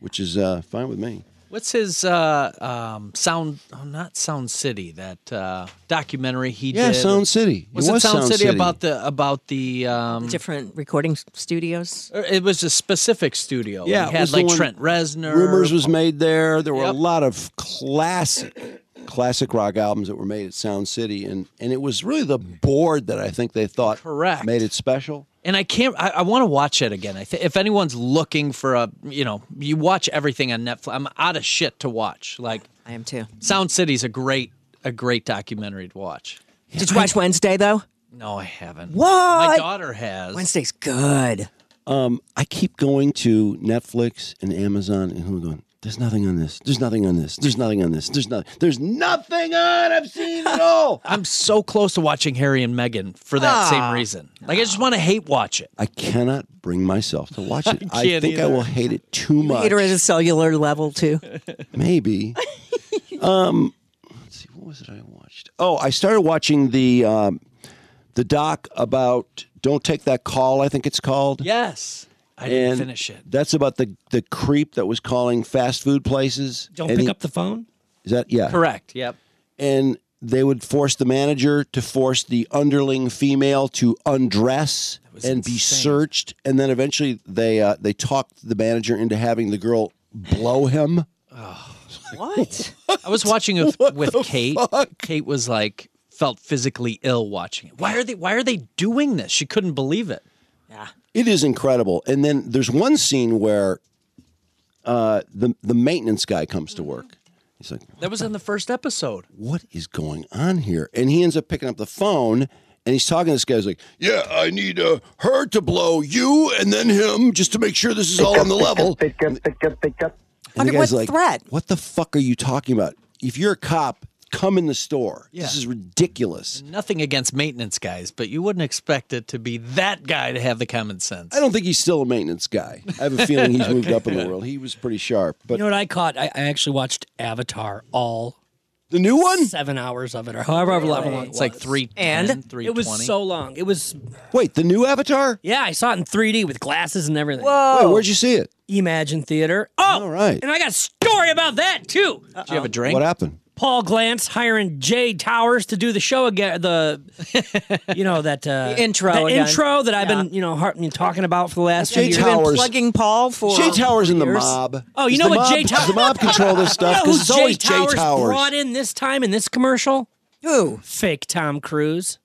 which is uh, fine with me.
What's his uh, um, sound? Oh, not Sound City. That uh, documentary he
Yeah,
did.
Sound City. It
Was it,
was
Sound,
Sound
City,
City.
about the about the um, Er,
different recording studios?
It was a specific studio.
Yeah,
he
it
had
was the
like
one-
Trent Reznor.
Rumors was made there. There were
Yep.
a lot of classic, classic rock albums that were made at Sound City, and and it was really the board that I think they thought
Correct.
made it special.
And I can't. I, I want to watch it again. I th- if anyone's looking for a, you know, you watch everything on Netflix. I'm out of shit to watch. Like
I am too.
Sound City's a great, a great documentary to watch.
Did you watch Wednesday though?
No, I haven't. My
What?
daughter has.
Wednesday's good.
Um, I keep going to Netflix and Amazon, and I'm going. There's nothing on this. There's nothing on this. There's nothing on this. There's nothing. There's nothing on. I've seen it all.
I'm so close to watching Harry and Meghan for that
Ah.
same reason. Like I just want to hate watch it.
I cannot bring myself to watch it.
I
I,
can't
think I
either.
will hate it too much.
Peter at a cellular level too.
Maybe. um, let's see. What was it I watched? Oh, I started watching the um, the doc about "Don't Take That Call." I think it's called.
Yes. I didn't
And
finish it.
That's about the the creep that was calling fast food places.
Don't
And
pick
he-
up the phone.
Is that yeah?
Correct. Yep.
And they would force the manager to force the underling female to undress and be searched, and then eventually they uh, they talked the manager into having the girl blow him.
What?
I was watching it with Kate. Kate was like felt physically ill watching it. Why are they why are they doing this? She couldn't believe it.
It is incredible. And then there's one scene where uh, the the maintenance guy comes to work. He's like,
That was in the first episode.
"What is going on here?" And he ends up picking up the phone and he's talking to this guy. He's like, "Yeah, I need uh, her to blow you and then him just to make sure this is all on the level." And the
Under
guy's
what
like,
threat?
"What the fuck are you talking about? If you're a cop, come in the store.
Yeah.
This is ridiculous."
Nothing against maintenance guys, but you wouldn't expect it to be that guy to have the common sense.
I don't think he's still a maintenance guy. I have a feeling he's moved up in the world. He was pretty sharp, but
you know what I caught? I, I actually watched Avatar all
the new one,
seven hours of it, or however long. it
It's like
was.
310,
and it was
320.
so long. It was
wait, the new Avatar?
yeah. I saw it in 3D with glasses and everything.
Wait, where'd you see it?
Imagine Theater. Oh,
All right.
And I got a story about that too.
Did you have a drink?
What happened?
Paul Glantz hiring Jay Towers to do the show again. The you know that uh,
The intro
that
again.
intro that I've been you know har- talking about for the last few
Jay
years.
You've been
Towers.
plugging Paul for
Jay Towers and the
years.
mob.
Oh, you
Does
know
the
what,
mob-
Jay Tow-
Does the mob control this
You know
stuff?
who
Because it's always Jay Towers.
brought in this time and this commercial?
Who?
Fake Tom Cruise.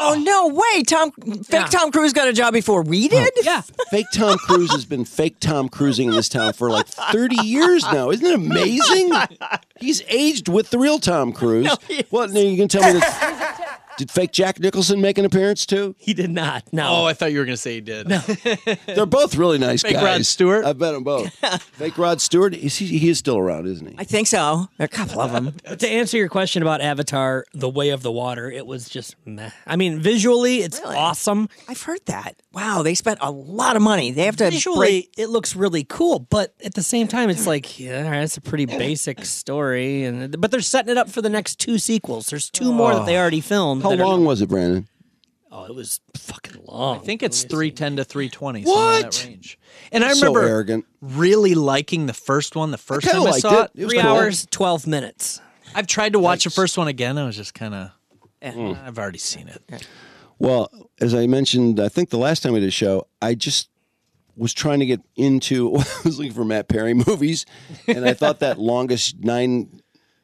Oh no way! Tom, fake Tom Cruise got a job before we did.
Yeah.
Fake Tom Cruise has been fake Tom Cruising in this town for like 30 years now. Isn't it amazing? He's aged with the real Tom Cruise. well, now you can tell me that. Did fake Jack Nicholson make an appearance too?
He did not.
Oh,
No.
I thought you were going to say he did.
They're both really nice
Fake
guys.
Rod Stewart?
I've met them both. fake Rod Stewart. Is he, he is still around, isn't he?
I think so. There are a couple of them.
But to answer your question about Avatar: The Way of the Water, it was just meh. I mean, visually, it's awesome.
I've heard that. Wow, they spent a lot of money. They have to break
Visually, it looks really cool, but at the same time, it's like, yeah, all right, that's a pretty basic story. And but they're setting it up for the next two sequels. There's two more that they already filmed.
How
that are-
long was it, Brandon?
oh, it was fucking long.
I think it's 310 to 320. somewhere in
What?
That range. And I
So
remember
arrogant.
really liking the first one. The first
kinda
time I
liked
saw
it.
it.
It was
Three
cool.
hours, twelve minutes.
I've tried to watch the first one again. I was just kind of,
Hmm.
I've already seen it.
Well, as I mentioned, I think the last time we did a show, I just was trying to get into. I was looking for Matt Perry movies, and I thought that longest nine,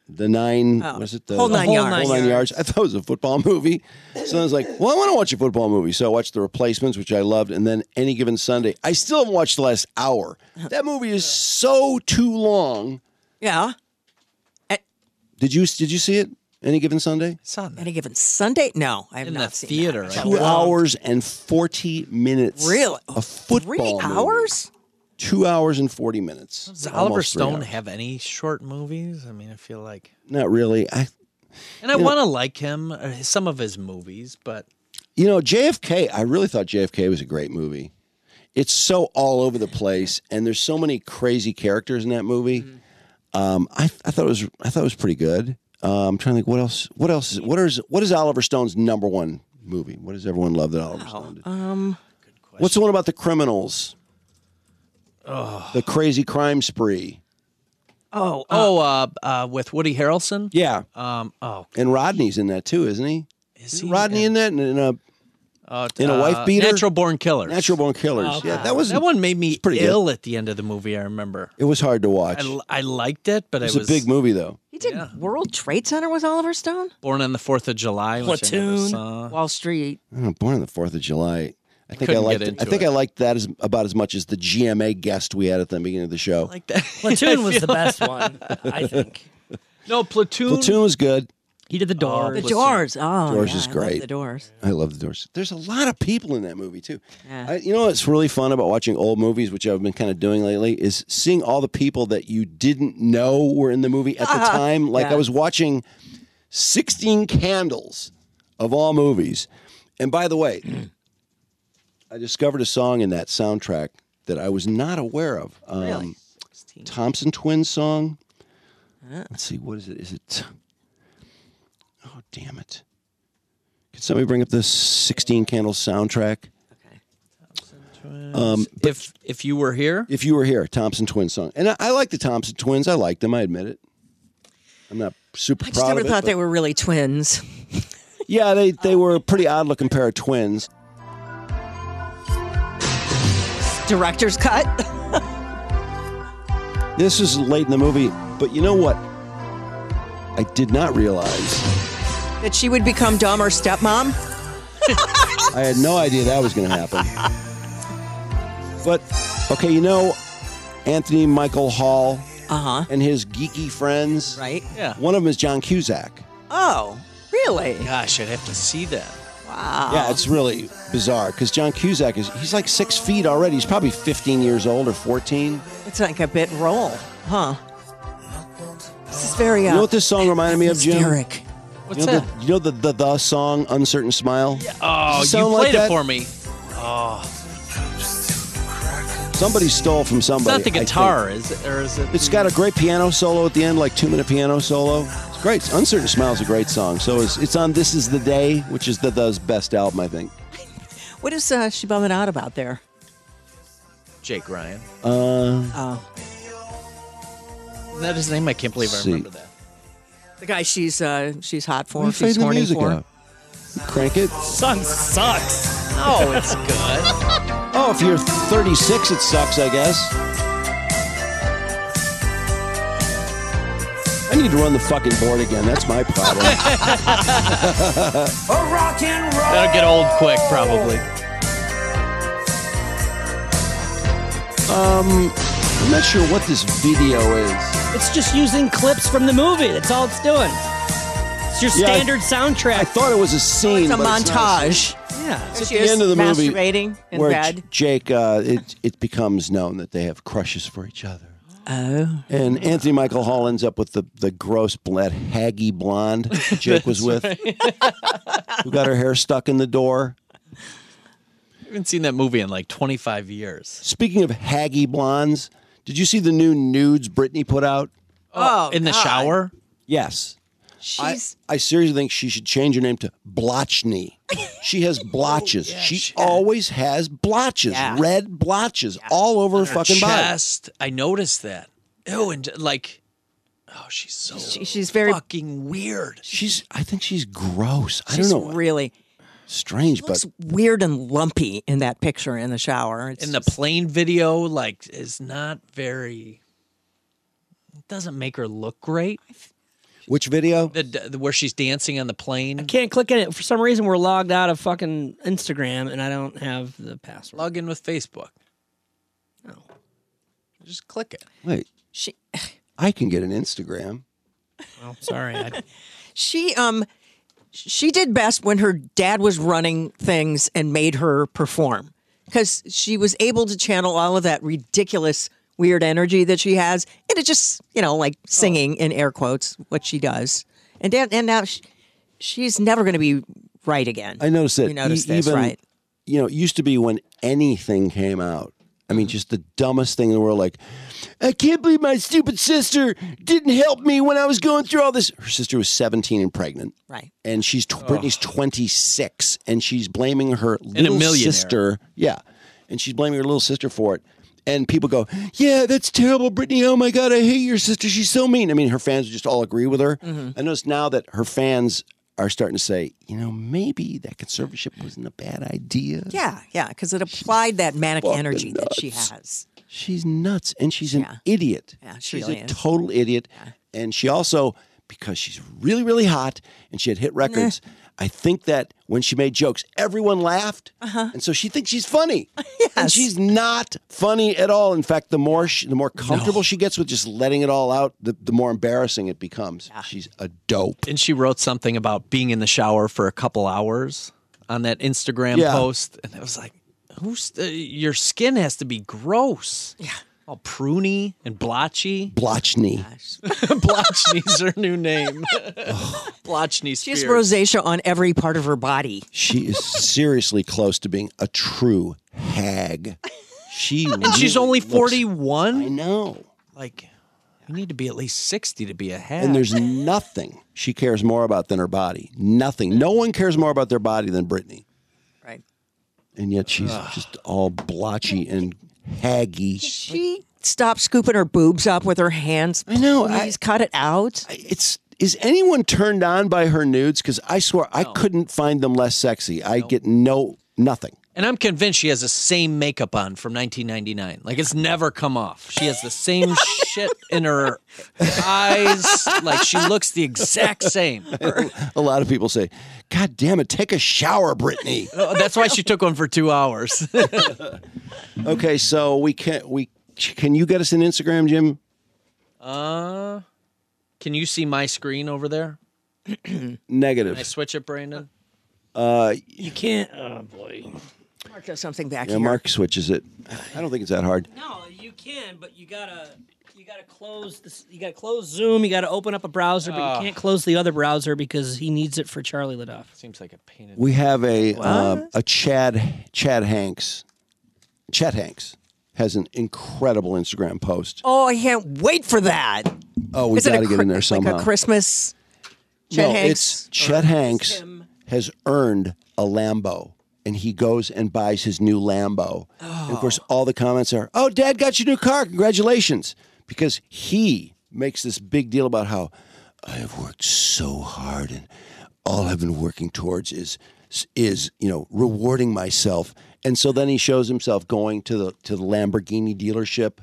the nine, was it the
Oh, Whole Nine
whole
Yards.
nine, yards. I thought it was a football movie, so I was like, "Well, I want to watch a football movie." So I watched The Replacements, which I loved, and then Any Given Sunday. I still haven't watched the last hour. That movie is so too long.
Yeah.
Did you did you see it? Any Given Sunday?
Saw that.
Any given Sunday? No, I have
In
not
the
seen
theater,
That.
I
Two hours and forty minutes.
Really?
A football
Three
movie.
hours?
two hours and 40 minutes.
Does Oliver
Almost three
Stone
hours.
have any short movies? I mean, I feel like,
Not really. I,
and I want to like him, uh, some of his movies, but
you know, JFK, I really thought JFK was a great movie. It's so all over the place, and there's so many crazy characters in that movie. Um, I, I thought it was I thought it was pretty good. Uh, I'm trying to think what else what else is what is what is Oliver Stone's number one movie? What does everyone love that Oliver Stone did?
Um,
What's the one Oh, about the criminals? The crazy crime spree.
Oh, oh, uh, uh, with Woody Harrelson.
Yeah.
Um. Oh.
And Rodney's in that too, isn't he?
Is
he Rodney in that? And in a
Uh,
in a
uh,
wife beater.
Natural born killers.
Natural born killers.
Oh,
yeah,
God.
that was
that one made me
pretty good.
ill at the end of the movie. I remember.
It was hard to watch.
I, l- I liked it, but
it was,
it was
a big movie though.
He did World Trade Center was Oliver Stone.
Born on the Fourth of July. Which I never saw.
Wall Street.
I don't know, born on the Fourth of July. I think I
couldn't get
liked. it.
into
I think
it.
I liked that as, about as much as the GMA guest we had at the beginning of the show.
Like that.
Platoon
I
was the
feel-
best one, I think.
No, Platoon.
Platoon was good.
He did the
Doors.
The Doors. Oh,
Oh, Doors
yeah,
is
I love
great.
the Doors.
I love the Doors. There's a lot of people in that movie too.
Yeah.
I, you know what's really fun about watching old movies, which I've been kind of doing lately, is seeing all the people that you didn't know were in the movie at the
Ah,
time. Like
yeah.
I was watching 16 Candles of all movies. And by the way, I discovered a song in that soundtrack that I was not aware of. Um,
Really?
Thompson Twins song.
Uh.
Let's see, what is it? Is it? Oh, damn it! Can somebody bring up the Sixteen Candles soundtrack? Um, but
if if you were here,
if you were here, Thompson Twins song, and I, I like the Thompson Twins. I like them. I admit it. I'm not super
I just
proud
never
of it.
thought they
but-
were really twins.
Yeah, they they were a pretty odd looking pair of twins.
Director's cut.
This is late in the movie, but you know what? I did not realize.
that she would become Dahmer's stepmom.
I had no idea that was going to happen. But okay, you know, Anthony Michael Hall
uh-huh.
and his geeky friends.
Right.
Yeah.
One of them is John Cusack.
Oh, really?
Gosh, I'd have to see that.
Wow.
Yeah, it's really bizarre because John Cusack is he's like six feet already. He's probably 15 years old or 14.
It's like a bit roll, huh? This is very.
You
Uh,
know what this song reminded me of, Jim?
hysteric.
You know, The, you know the, the the song "Uncertain Smile."
Oh,
Does it
you
sound like
played
that?
it for me. Oh,
Somebody stole from
it's
somebody.
not the
I think.
guitar, is it? Or is it?
It's got a great piano solo at the end, like two minute piano solo. It's great. Uncertain Smile is a great song. So it's, it's on This Is the Day, which is the The's best album, I think.
What is uh, she bumming out about there?
Jake Ryan.
Uh,
Oh,
Isn't that his name? I can't believe I
See.
remember that.
the guy she's uh, she's hot
Why are
for.
you
She's
fading the
horny
music
for.
up? Crank it.
Song sucks.
Oh, it's good.
Oh, if you're 36, it sucks, I guess. I need to run the fucking board again. That's my problem.
That'll get old quick, probably.
um, I'm not sure what this video is.
It's just using clips from the movie. That's all it's doing. It's your
Yeah, I-
standard soundtrack.
I thought it was a scene.
It's a
but not a
montage.
scene.
yeah.
It's at
She
the
was
end of the movie
masturbating in
where
bed.
J- Jake, uh, it it becomes known that they have crushes for each other,
Oh,
and Anthony Michael Hall ends up with the the gross, bled, haggy blonde Jake was with, who got her hair stuck in the door.
I haven't seen that movie in like 25 years.
Speaking of haggy blondes, did you see the new nudes Britney put out?
oh,
In the
God.
shower?
Yes. I,
She's
I seriously think she should change her name to Blotchney. She has blotches. she always has blotches,
Yeah.
red blotches all over her fucking body.
Chest. I noticed that. Ew, and like, oh, she's so
she, she's very.
fucking weird.
She's. I think she's gross. I
She's
don't know.
really
Strange, but
looks weird and lumpy in that picture in the shower. It's
In the plane video, like, is not very. It doesn't make her look great.
which video?
The, the where she's dancing on the plane.
Can't click in it. For some reason, we're logged out of fucking Instagram and I don't have the password.
Log in with Facebook. No, just click it.
Wait,
she
I can get an Instagram.
Oh, sorry. I,
She um she did best when her dad was running things and made her perform cuz she was able to channel all of that ridiculous weird energy that she has and it just, you know, like
Oh.
singing in air quotes what she does. And dad, and now she, she's never going to be right again.
I noticed that.
You noticed
e-
this,
even,
right?
You know, it used to be when anything came out. I mean, just the dumbest thing in the world. Like, I can't believe my stupid sister didn't help me when I was going through all this. Her sister was 17 and pregnant.
Right.
and she's tw- Britney's 26, and she's blaming her
a
little
millionaire.
sister. Yeah, and she's blaming her little sister for it. and people go, "Yeah, that's terrible, Brittany. Oh my God, I hate your sister. She's so mean." I mean, her fans just all agree with her. I notice now that her fans are starting to say, "You know, maybe that conservatorship wasn't a bad idea."
Yeah, yeah, because it applied that manic energy that she has.
She's nuts, and she's an idiot.
Yeah, she
she's
really
a
is.
total idiot. And she also, because she's really, really hot, and she had hit records. I think that when she made jokes, everyone laughed,
Uh-huh.
and so she thinks she's funny. And she's not funny at all. In fact, the more she, the more comfortable she gets with just letting it all out, the, the more embarrassing it becomes. She's a dope.
And she wrote something about being in the shower for a couple hours on that Instagram
Yeah.
post, and it was like, "Who's uh, your skin has to be gross? Yeah, all pruny and blotchy.
blotchny.
Blotchny's her new name. Blotchny.
She has
Spears.
rosacea on every part of her body.
She is seriously close to being a true hag. She
And she's
really
only
looks-
41?
I know.
Like, you need to be at least 60 to be a hag.
And there's nothing she cares more about than her body. Nothing. No one cares more about their body than Brittany.
Right.
And yet she's just all blotchy and haggy.
She stopped scooping her boobs up with her hands. I
know.
Please cut it out.
it's is anyone turned on by her nudes? Because I swear I couldn't find them less sexy. I get no nothing.
And I'm convinced she has the same makeup on from 1999. Like it's never come off. She has the same shit in her eyes. Like she looks the exact same.
a lot of people say, "God damn it, take a shower, Brittany."
Oh, That's why she took one for two hours.
okay, so we can we can you get us an Instagram, Jim?
uh, can you see my screen over there? Can
Negative.
I switch it, Brandon?
Uh,
You can't. Oh boy.
Mark does something back
yeah, Mark switches it. I don't think it's that hard.
No, you can, but you gotta you gotta close this. You gotta close Zoom. You gotta open up a browser, but
Ah.
you can't close the other browser because he needs it for Charlie Lidoff.
Seems like a pain.
We have a um, a Chad Chad Hanks. Chad Hanks has an incredible Instagram post.
Oh, I can't wait for that.
Oh, we
Is it a
got to get
cri-
in there somehow.
Like a Christmas. Chet
no,
Hanks.
it's Chet Hanks has earned a Lambo, and he goes and buys his new Lambo. And of course, all the comments are, "Oh, Dad got your new car! Congratulations!" Because he makes this big deal about how I have worked so hard, and all I've been working towards is is you know rewarding myself. And so then he shows himself going to the to the Lamborghini dealership.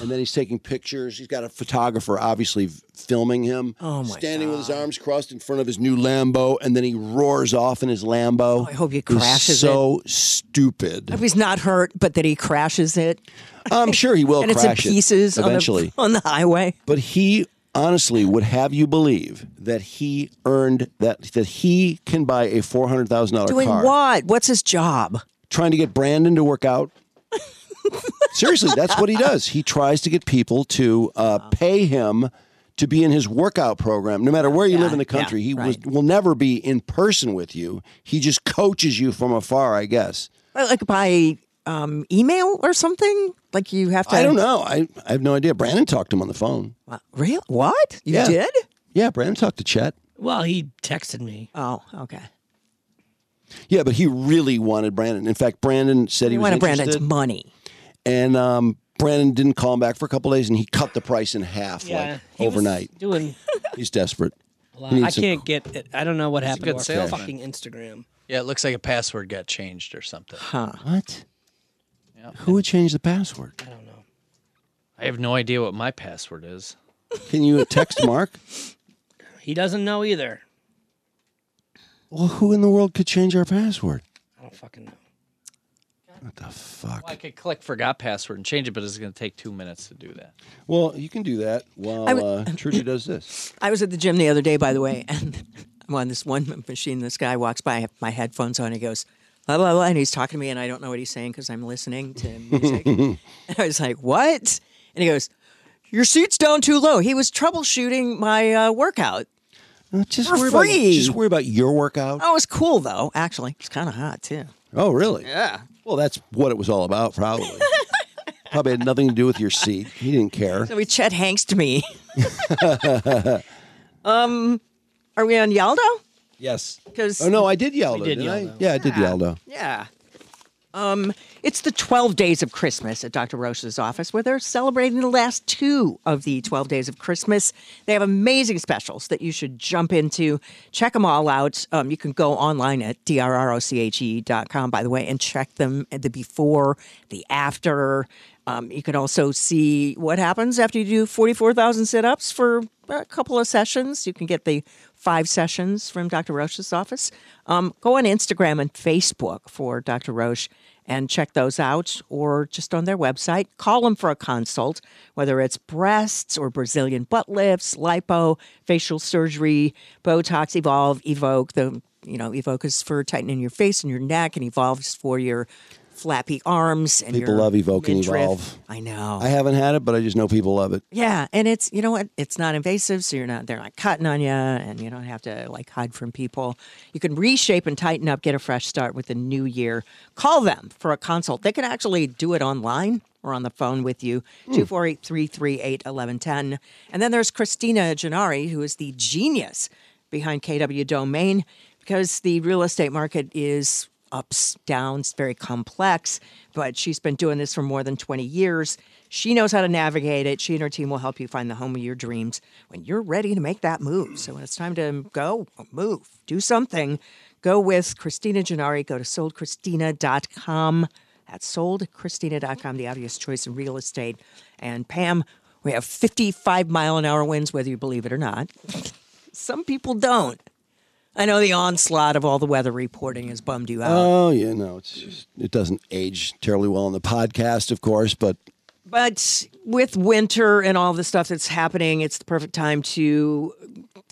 And then he's taking pictures. He's got a photographer, obviously filming him,
Oh, my
standing with his arms crossed in front of his new Lambo, and then he roars off in his
Oh,
Lambo. I hope he
crashes it.
So stupid.
I hope he's not hurt, but that he crashes it.
I'm sure he will
and
crash
it's in pieces
it
on the-
eventually.
On, the, highway.
But he honestly would have you believe that he earned that that he can buy a four hundred thousand dollar
Doing
car.
what? What's his job?
Trying to get Brandon to work out. Seriously, that's what he does. He tries to get people to uh, pay him to be in his workout program. No matter where you live in the country, he was, will never be in person with you. He just coaches you from afar, I guess.
Like by um, email or something? Like you have to.
I don't know. I, I have no idea. Brandon talked to him on the phone.
Real? What? You
Yeah.
did?
Yeah, Brandon talked to Chet.
Well, he texted me.
Oh, okay.
Yeah, but he really wanted Brandon. In fact, Brandon said he,
He
was
wanted Brandon's
interested,
money.
and um, Brandon didn't call him back for a couple days, and he cut the price in half
Yeah,
like
he was
overnight.
Doing.
He's desperate.
a lot.
He
I
needs some-
can't get it. I don't know what
He's a
happened.
good
to our
salesman.
fucking Instagram.
Yeah, it looks like a password got changed or something.
Huh.
What? Who would change the password?
I have no idea what my password is.
Can you text Mark?
He doesn't know either.
Well, who in the world could change our password?
I don't fucking know.
Fuck.
Well, I could click forgot password and change it, but it's going to take two minutes to do that.
Well, you can do that while
I would-
uh, Trudy does this.
I was at the gym the other day, by the way, and I'm on this one machine. This guy walks by, I have my headphones on, he goes, blah, blah, blah, and he's talking to me, and I don't know what he's saying because I'm listening to music. and I was like, what? And he goes, your seat's down too low. He was troubleshooting my uh, workout.
Uh, Just
For
worry About,
free.
just worry about your workout.
Oh, it was cool, though, actually. It's kind of hot, too.
Oh, really?
Yeah.
Well, that's what it was all about, probably. probably had nothing to do with your seat. He didn't care.
So he Chet Hanks to me. Um, Are we on Yaldo?
yes.
'Cause-
Oh no, I did yell.
We did
didn't I?
Yaldo.
Yeah, I did Yaldo.
Yeah. Um, it's the 12 days of Christmas at Dr. Roche's office where they're celebrating the last two of the 12 days of Christmas. They have amazing specials that you should jump into. Check them all out. Um, you can go online at drroche.com, E by the way, and check them at the before, the after. Um, you can also see what happens after you do 44,000 sit ups for a couple of sessions. You can get the five sessions from Dr. Roche's office. Um, go on Instagram and Facebook for Dr. Roche and check those out, or just on their website. Call them for a consult, whether it's breasts or Brazilian butt lifts, lipo, facial surgery, Botox, Evolve, Evoke. The you know Evoke is for tightening your face and your neck, and Evolve is for your flappy arms and
People
your
love Evoke and
midriff.
Evolve.
I know.
I haven't had it, but I just know people love it.
Yeah, and it's you know what? It's not invasive, so you're not they're not cutting on you, and you don't have to like hide from people. You can reshape and tighten up, get a fresh start with the new year. Call them for a consult. They can actually do it online or on the phone with you.
Hmm.
Two four eight three three eight eleven ten. And then there's Christina Gennari, who is the genius behind KW Domain, because the real estate market is ups, downs, very complex, but she's been doing this for more than 20 years. She knows how to navigate it. She and her team will help you find the home of your dreams when you're ready to make that move. So when it's time to go, move, do something, go with Christina Gennari. Go to soldchristina.com. That's soldchristina.com, the obvious choice in real estate. And Pam, we have 55 mile an hour winds, whether you believe it or not. Some people don't. I know the onslaught of all the weather reporting has bummed you out.
Oh yeah, no, it's just, it doesn't age terribly well on the podcast, of course, but
But with winter and all the stuff that's happening, it's the perfect time to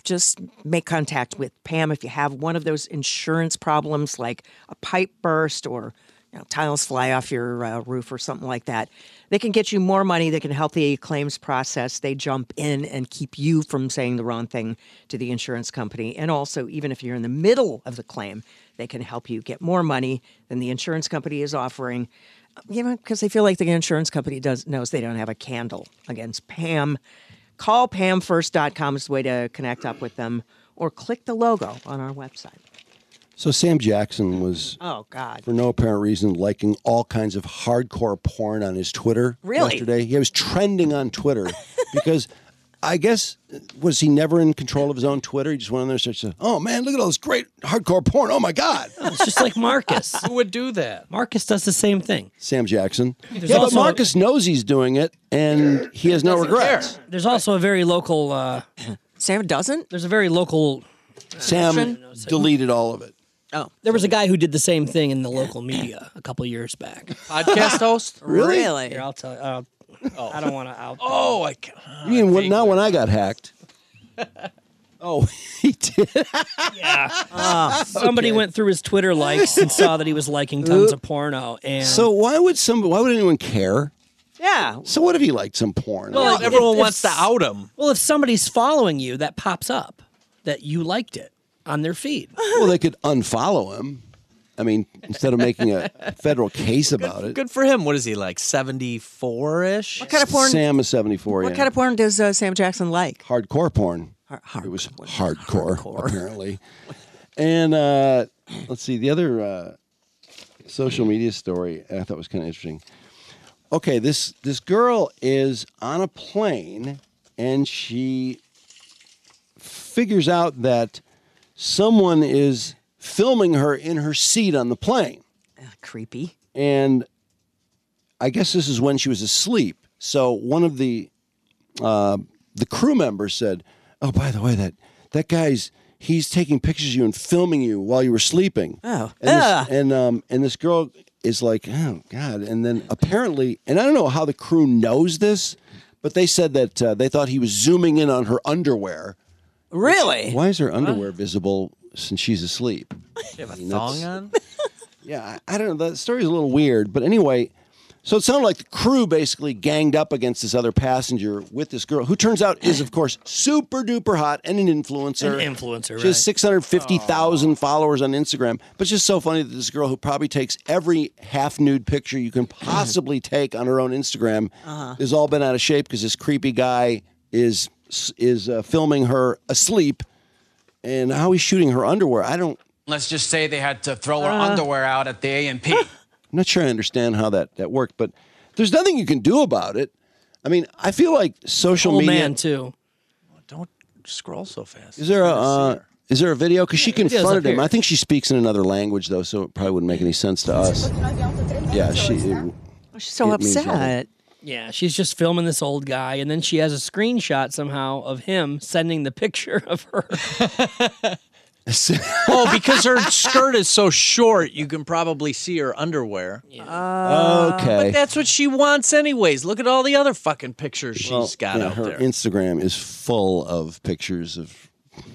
just make contact with Pam if you have one of those insurance problems like a pipe burst or you know, tiles fly off your uh, roof or something like that. They can get you more money. They can help the claims process. They jump in and keep you from saying the wrong thing to the insurance company. And also, even if you're in the middle of the claim, they can help you get more money than the insurance company is offering you know, because they feel like the insurance company does knows they don't have a candle against Pam. Call pamfirst.com is the way to connect up with them or click the logo on our website.
so Sam Jackson was
Oh, God.
for no apparent reason liking all kinds of hardcore porn on his Twitter
Really?
yesterday. He was trending on Twitter because I guess was he never in control of his own Twitter? He just went on there and said, "Oh man, look at all this great hardcore porn! Oh my god!"
It's just like Marcus.
Who would do that?
Marcus does the same thing.
Sam Jackson.
There's
yeah, but
also-
Marcus knows he's doing it, and he has no regrets.
There's also a very local. Uh,
Sam doesn't.
There's a very local. uh,
Sam deleted all of it.
Oh,
there was a guy who did the same thing in the local media a couple years back.
Podcast host?
Really?
Here, I'll tell. Uh, oh. I don't want to out.
Oh, I can't.
You mean when, not when I got hacked? oh, he did.
Yeah.
Ah.
Somebody went through his Twitter likes and saw that he was liking tons of porno. And
So why would some? Why would anyone care?
Yeah.
So what if he liked some porn?
Well, if- Everyone if- wants to
out him.
Well, if somebody's following you, that pops up that you liked it on their feed.
well, they could unfollow him. I mean, instead of making a federal case about it.
Good for him. What is he like? Seventy four ish. What
kind of porn-
Sam is seventy-four.
What
yeah.
kind of porn does uh, Sam Jackson like?
hardcore porn? it was hardcore, apparently. and uh, let's see the other uh, social media story I thought was kind of interesting. Okay, this this girl is on a plane and she figures out that someone is filming her in her seat on the plane.
creepy.
And I guess this is when she was asleep. So one of the uh, the crew members said, "Oh, by the way, that that guy's he's taking pictures of you and filming you while you were sleeping."
Oh,
and this, and um and this girl is like, "Oh God!" And then apparently, and I don't know how the crew knows this, but they said that uh, they thought he was zooming in on her underwear.
Really?
Why is her underwear visible since she's asleep?
You have a
I mean, that's-
thong on?
yeah, I, I don't know. That story's a little weird, but anyway. So it sounded like the crew basically ganged up against this other passenger with this girl, who turns out is, of course, super duper hot and an influencer.
An influencer,
She
right.
has 650,000 followers on Instagram. But it's just so funny that this girl, who probably takes every half nude picture you can possibly take on her own Instagram,
Uh-huh.
is all been out of shape because this creepy guy is is uh, filming her asleep. And how he's shooting her underwear, I don't.
Let's just say they had to throw her
Uh.
underwear out at the A and P.
I'm not sure I understand how that, that worked, but there's nothing you can do about it. I mean, I feel like social
Oh,
Old
media.
man too.
Don't scroll so fast.
Is there a uh, is there a video? Because she
Yeah, video's
confronted
up
him.
here.
I think she speaks in another language though, so it probably wouldn't make any sense to us. Yeah, she. it-
She's so
it means nothing.
upset.
Yeah, she's just filming this old guy, and then she has a screenshot somehow of him sending the picture of her.
oh, because her skirt is so short, you can probably see her underwear.
Uh,
Okay.
But that's what she wants, anyways. Look at all the other fucking pictures she's
Well,
got
yeah,
out
her
there.
Instagram is full of pictures of.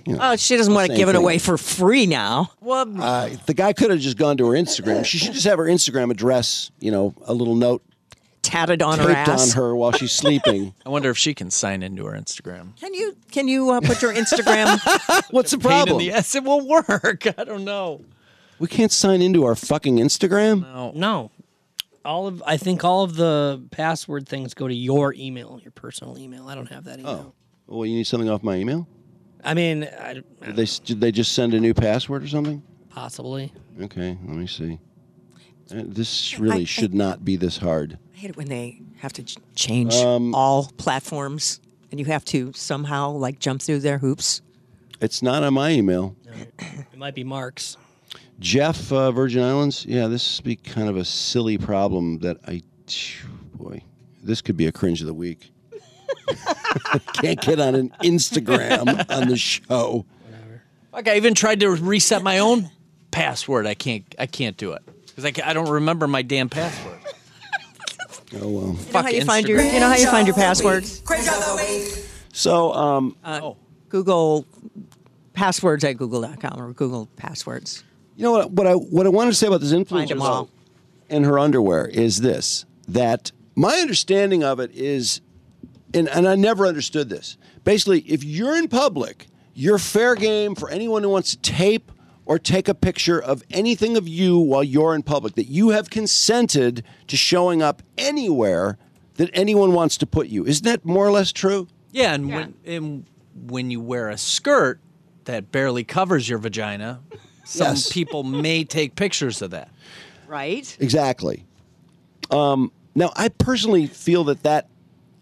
You know,
Oh, she doesn't want to
same
give it
thing.
away for free now.
Well,
Uh, the guy could have just gone to her Instagram. She should just have her Instagram address, you know, a little note
tatted on her
taped
ass.
on her while she's sleeping.
I wonder if she can sign into her Instagram.
Can you can you uh, put your Instagram?
What's the
Pain in
problem?
the ass. It won't work. I don't know.
We can't sign into our fucking Instagram.
no, all of I think all of the password things go to your email, your personal email. I don't have that email.
Well, you need something off my email.
I mean, I,
Did they did they just send a new password or something?
possibly.
Okay, let me see. Uh, This really should not be this hard.
I hate it when they have to ch- change
Um,
all platforms and you have to somehow like jump through their hoops.
It's not on my email.
It might be Mark's.
Jeff, uh, Virgin Islands. Yeah, this would be kind of a silly problem that I, boy, this could be a cringe of the week. Can't get on an Instagram on the show.
Fuck! I even tried to reset my own password. I can't. I can't do it because I, ca- I don't remember my damn password.
Oh well.
You know how you find your you know how you find your password?
So, um,
Uh, Google passwords at google.com or Google passwords.
You know what? What I what I wanted to say about this
Find
influencer
them
though,
all.
and her underwear is this: that my understanding of it is, and and I never understood this. Basically, if you're in public, you're fair game for anyone who wants to tape or take a picture of anything of you while you're in public. That you have consented to showing up anywhere that anyone wants to put you. Isn't that more or less true?
Yeah, and when and when you wear a skirt that barely covers your vagina, some
Yes.
people may take pictures of that.
Right?
Exactly. Um, now, I personally feel that that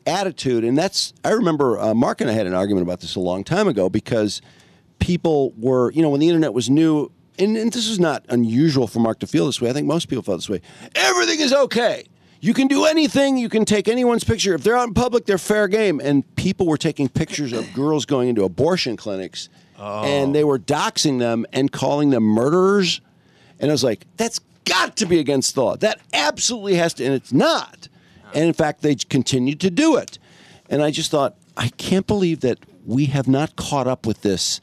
attitude, and that's, I remember uh, Mark and I had an argument about this a long time ago because people were, you know, when the internet was new, and, and this is not unusual for Mark to feel this way. I think most people felt this way. Everything is okay. You can do anything. You can take anyone's picture. If they're out in public, they're fair game. And people were taking pictures of girls going into abortion clinics, and they were doxing them and calling them murderers. And I was like, that's got to be against the law. That absolutely has to, and it's not. And in fact, they continued to do it. And I just thought, I can't believe that we have not caught up with this.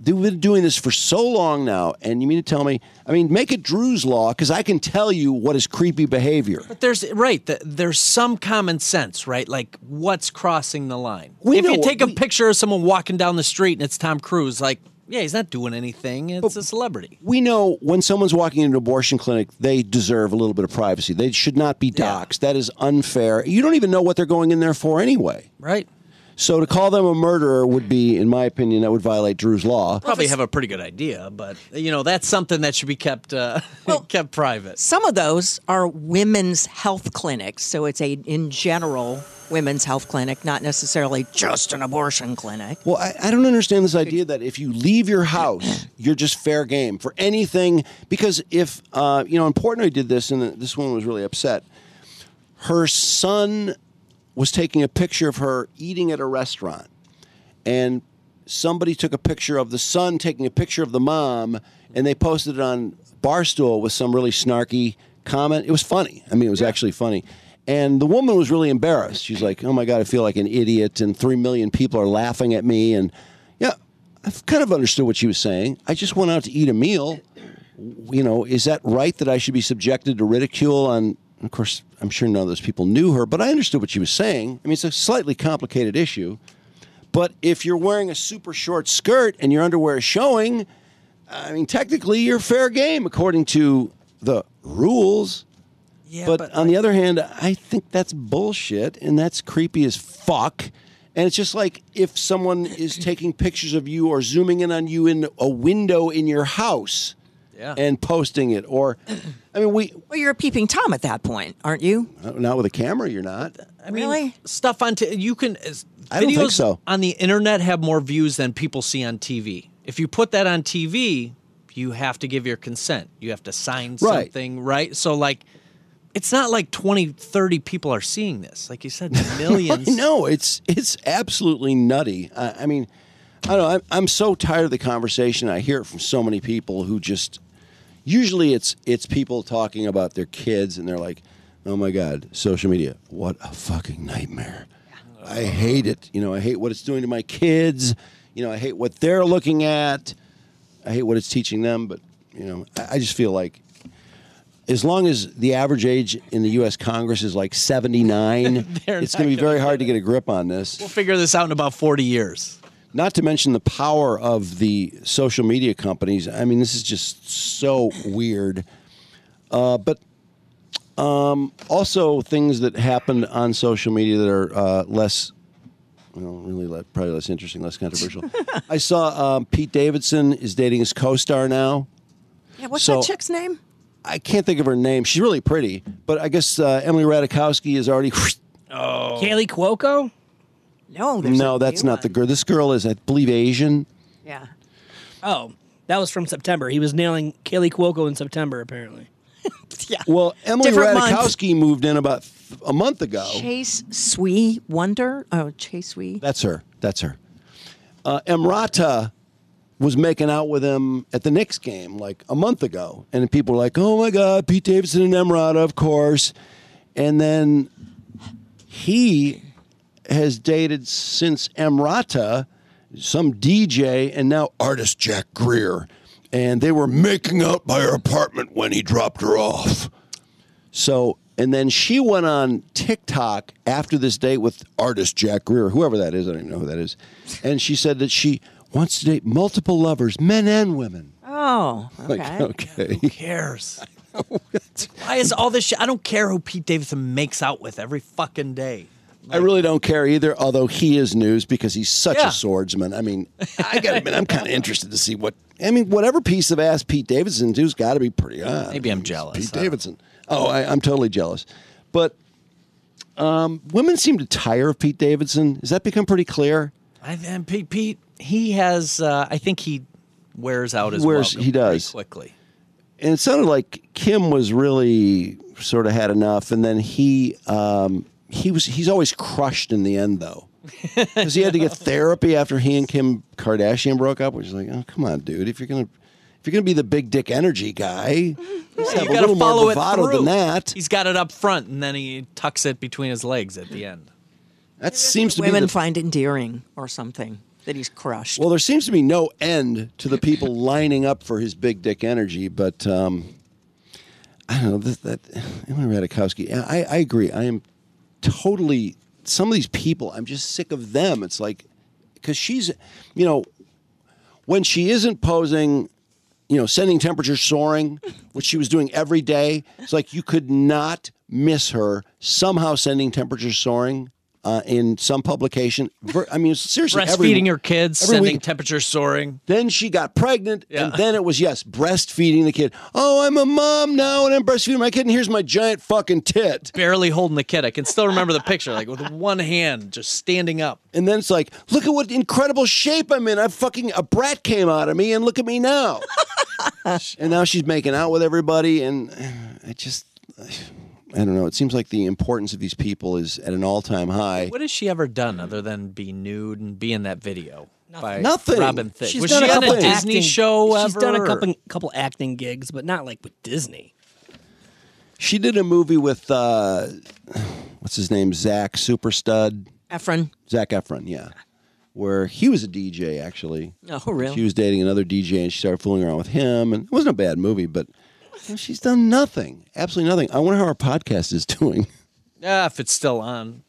They've been doing this for so long now, and you mean to tell me? I mean, make it Drew's law because I can tell you what is creepy behavior.
But there's right. th there's some common sense, right? Like what's crossing the line.
We
if you
know-
take a picture of someone walking down the street and it's Tom Cruise, like yeah, he's not doing anything. It's a celebrity.
we know when someone's walking into an abortion clinic, they deserve a little bit of privacy. They should not be doxxed. That is unfair. You don't even know what they're going in there for anyway.
Right.
So to call them a murderer would be, in my opinion, that would violate Drew's law.
Probably have a pretty good idea, but you know that's something that should be kept uh, kept private.
Some of those are women's health clinics, so it's a in general women's health clinic, not necessarily just an abortion clinic.
Well, I, I don't understand this idea that if you leave your house, you're just fair game for anything. Because if, uh, you know, and Portnoy did this, and this woman was really upset. Her son was taking a picture of her eating at a restaurant, and somebody took a picture of the son taking a picture of the mom, and they posted it on Barstool with some really snarky comment. It was funny. I mean, it was actually funny. And the woman was really embarrassed. She's like, "Oh my god, I feel like an idiot, and three million people are laughing at me." And yeah, I've kind of understood what she was saying. I just went out to eat a meal. You know, is that right that I should be subjected to ridicule? On, of course, I'm sure none of those people knew her, but I understood what she was saying. I mean, it's a slightly complicated issue. But if you're wearing a super short skirt and your underwear is showing, I mean, technically you're fair game according to the rules.
Yeah,
but, on the other hand, I think that's bullshit and that's creepy as fuck. And it's just like if someone is taking pictures of you or zooming in on you in a window in your house.
Yeah.
and posting it. Or, I mean, we
Well, you're a peeping Tom at that point, aren't you?
not with a camera, you're not.
I mean, really? Stuff on t- you can. Videos
I don't think so.
on the internet have more views than people see on TV. If you put that on TV, you have to give your consent. You have to sign
Right.
something, right? So like, it's not like 20, 30 people are seeing this. Like you said, millions.
no, it's it's absolutely nutty. I, I mean, I don't. know, I'm, I'm so tired of the conversation. I hear it from so many people who just. Usually, it's it's people talking about their kids, and they're like, "Oh my God, social media! What a fucking nightmare! I hate it. You know, I hate what it's doing to my kids. You know, I hate what they're looking at. I hate what it's teaching them. But you know, I, I just feel like." As long as the average age in the U.S. Congress is like 79,
They're
it's
not
going to be
gonna
very hard to get a grip on this.
We'll figure this out in about forty years.
Not to mention the power of the social media companies. I mean, this is just so weird. Uh, but um, also things that happened on social media that are uh, less, well, really le- probably less interesting, less controversial. I saw um, Pete Davidson is dating his co-star now.
Yeah, what's
So-
that chick's name?
I can't think of her name. She's really pretty, but I guess uh, Emily Ratajkowski is already.
Oh.
Kaylee Cuoco?
No,
no, that's not the girl. This girl is, I believe, Asian.
Yeah.
Oh, that was from September. He was nailing Kaylee Cuoco in September, apparently.
Well, Emily
Different month.
Ratajkowski moved in about th- a month ago.
Chase Swee Wonder. Oh, Chase Swee.
That's her. That's her. Uh, Emrata was making out with him at the Knicks game like a month ago, and people were like, "Oh my God, Pete Davidson and Emrata, of course." And then he has dated since Emrata some DJ and now artist Jack Greer, and they were making out by her apartment when he dropped her off. So, and then she went on TikTok after this date with artist Jack Greer, whoever that is, I don't even know who that is. And she said that she wants to date multiple lovers, men and women.
Oh, okay.
Like, okay.
Who cares? Why is all this shit? I don't care who Pete Davidson makes out with every fucking day.
I really don't care either, although he is news because he's such
Yeah.
a swordsman. I mean, I got to admit, I'm kind of interested to see what. I mean, whatever piece of ass Pete Davidson does got to be pretty on.
Maybe I'm jealous.
Pete
I don't know.
Davidson. Oh, I, I'm totally jealous. But um, women seem to tire of Pete Davidson. Has that become pretty clear?
I and Pete, Pete he has. Uh, I think he wears out his
Wears-
welcome
he does.
pretty quickly.
and it sounded like Kim was really sort of had enough, and then he um, he was he's always crushed in the end though, because he had to get therapy after he and Kim Kardashian broke up, which is like, oh come on, dude, if you're gonna if you're gonna be the big dick energy guy, just
Yeah,
have
you
a
gotta
little
follow
more
it
bravado
through.
than that.
He's got it up front, and then he tucks it between his legs at the end.
That seems to
Women
be the,
find endearing or something that he's crushed.
well, there seems to be no end to the people lining up for his big dick energy, but. Um, I don't know this, that Emily Ratajkowski. I, I agree. I am totally some of these people. I'm just sick of them. It's like because she's, you know, when she isn't posing, you know, sending temperatures soaring, which she was doing every day. It's like you could not miss her somehow sending temperatures soaring. Uh, in some publication, Ver- I mean, seriously, every-
Breastfeeding your kids,
every
sending
week-
temperatures soaring.
then she got pregnant, and then it was yes, breastfeeding the kid. Oh, I'm a mom now, and I'm breastfeeding my kid, and here's my giant fucking tit.
Barely holding the kid. I can still remember the picture, like with one hand, just standing up.
And then it's like, look at what incredible shape I'm in. I fucking a brat came out of me, and look at me now. and now she's making out with everybody, and I just, I don't know. It seems like the importance of these people is at an all-time high.
What has she ever done other than be nude and be in that video? Nothing. By
Nothing.
Robin Thicke.
She's
Was
done
she
a
on a
couple
Disney
Acting-
show
She's done a
ever?
couple, couple acting gigs, but not like with Disney.
She did a movie with uh, what's his name, Zach Superstud,
Efron.
Zach Efron, yeah, where he was a DJ actually.
Oh, really?
She was dating another DJ and she started fooling around with him, and it wasn't a bad movie, but she's done nothing, absolutely nothing. I wonder how our podcast is doing.
Yeah, Ah, if it's still on.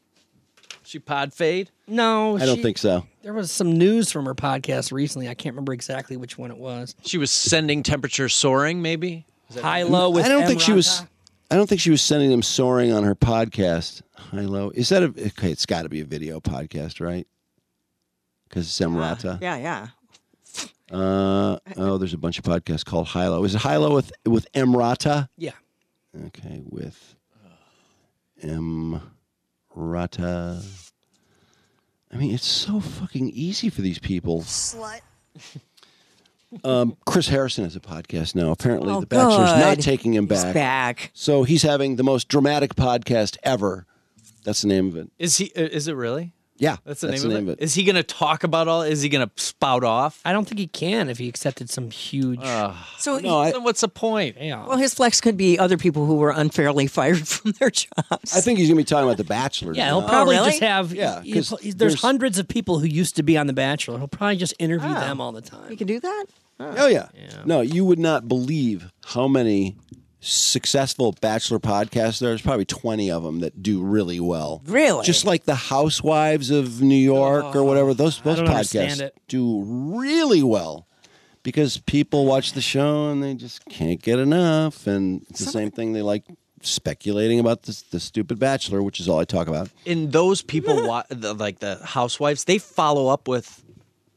She pod fade?
No,
I don't
she-
think so.
There was some news from her podcast recently. I can't remember exactly which one it was.
She was sending temperatures soaring, maybe? Is that-
High low with
I don't
M.
think she was.
Raja.
I don't think she was sending them soaring on her podcast. Hi low. Is that a okay? It's got to be a video podcast, right? Because it's Emrata.
Yeah, yeah.
Uh, oh, there's a bunch of podcasts called Hilo. Is it Hilo with with Emrata?
Yeah.
Okay, with Emrata. I mean, it's so fucking easy for these people.
Slut.
Um, Chris Harrison has a podcast now. Apparently,
Oh,
The Bachelor's
good.
not taking him
He's
back.
back.
So he's having the most dramatic podcast ever. That's the name of it.
Is he? uh, Is it really?
Yeah,
That's the,
that's
name,
the
of,
name
it. Is he going to talk about all? Is he going to spout off?
I don't think he can if he accepted some huge.
So
no, then what's the point? Yeah.
Well, his flex could be other people who were unfairly fired from their jobs.
I think he's going to be talking about The Bachelor.
Yeah,
now.
he'll probably just have.
Yeah,
he-
'cause
there's,
there's-
hundreds of people who used to be on The Bachelor. He'll probably just interview
Oh.
them all the time.
You can do that?
Oh yeah. No, you would not believe how many successful bachelor podcasts there's probably 20 of them that do really well.
Really?
Just like the housewives of New York or whatever those those
Oh, don't understand
podcasts
it.
do really well because people watch the show and they just can't get enough and it's the same thing they like speculating about this the stupid bachelor, which is all I talk about.
And those people, wa- the, like the housewives, they follow up with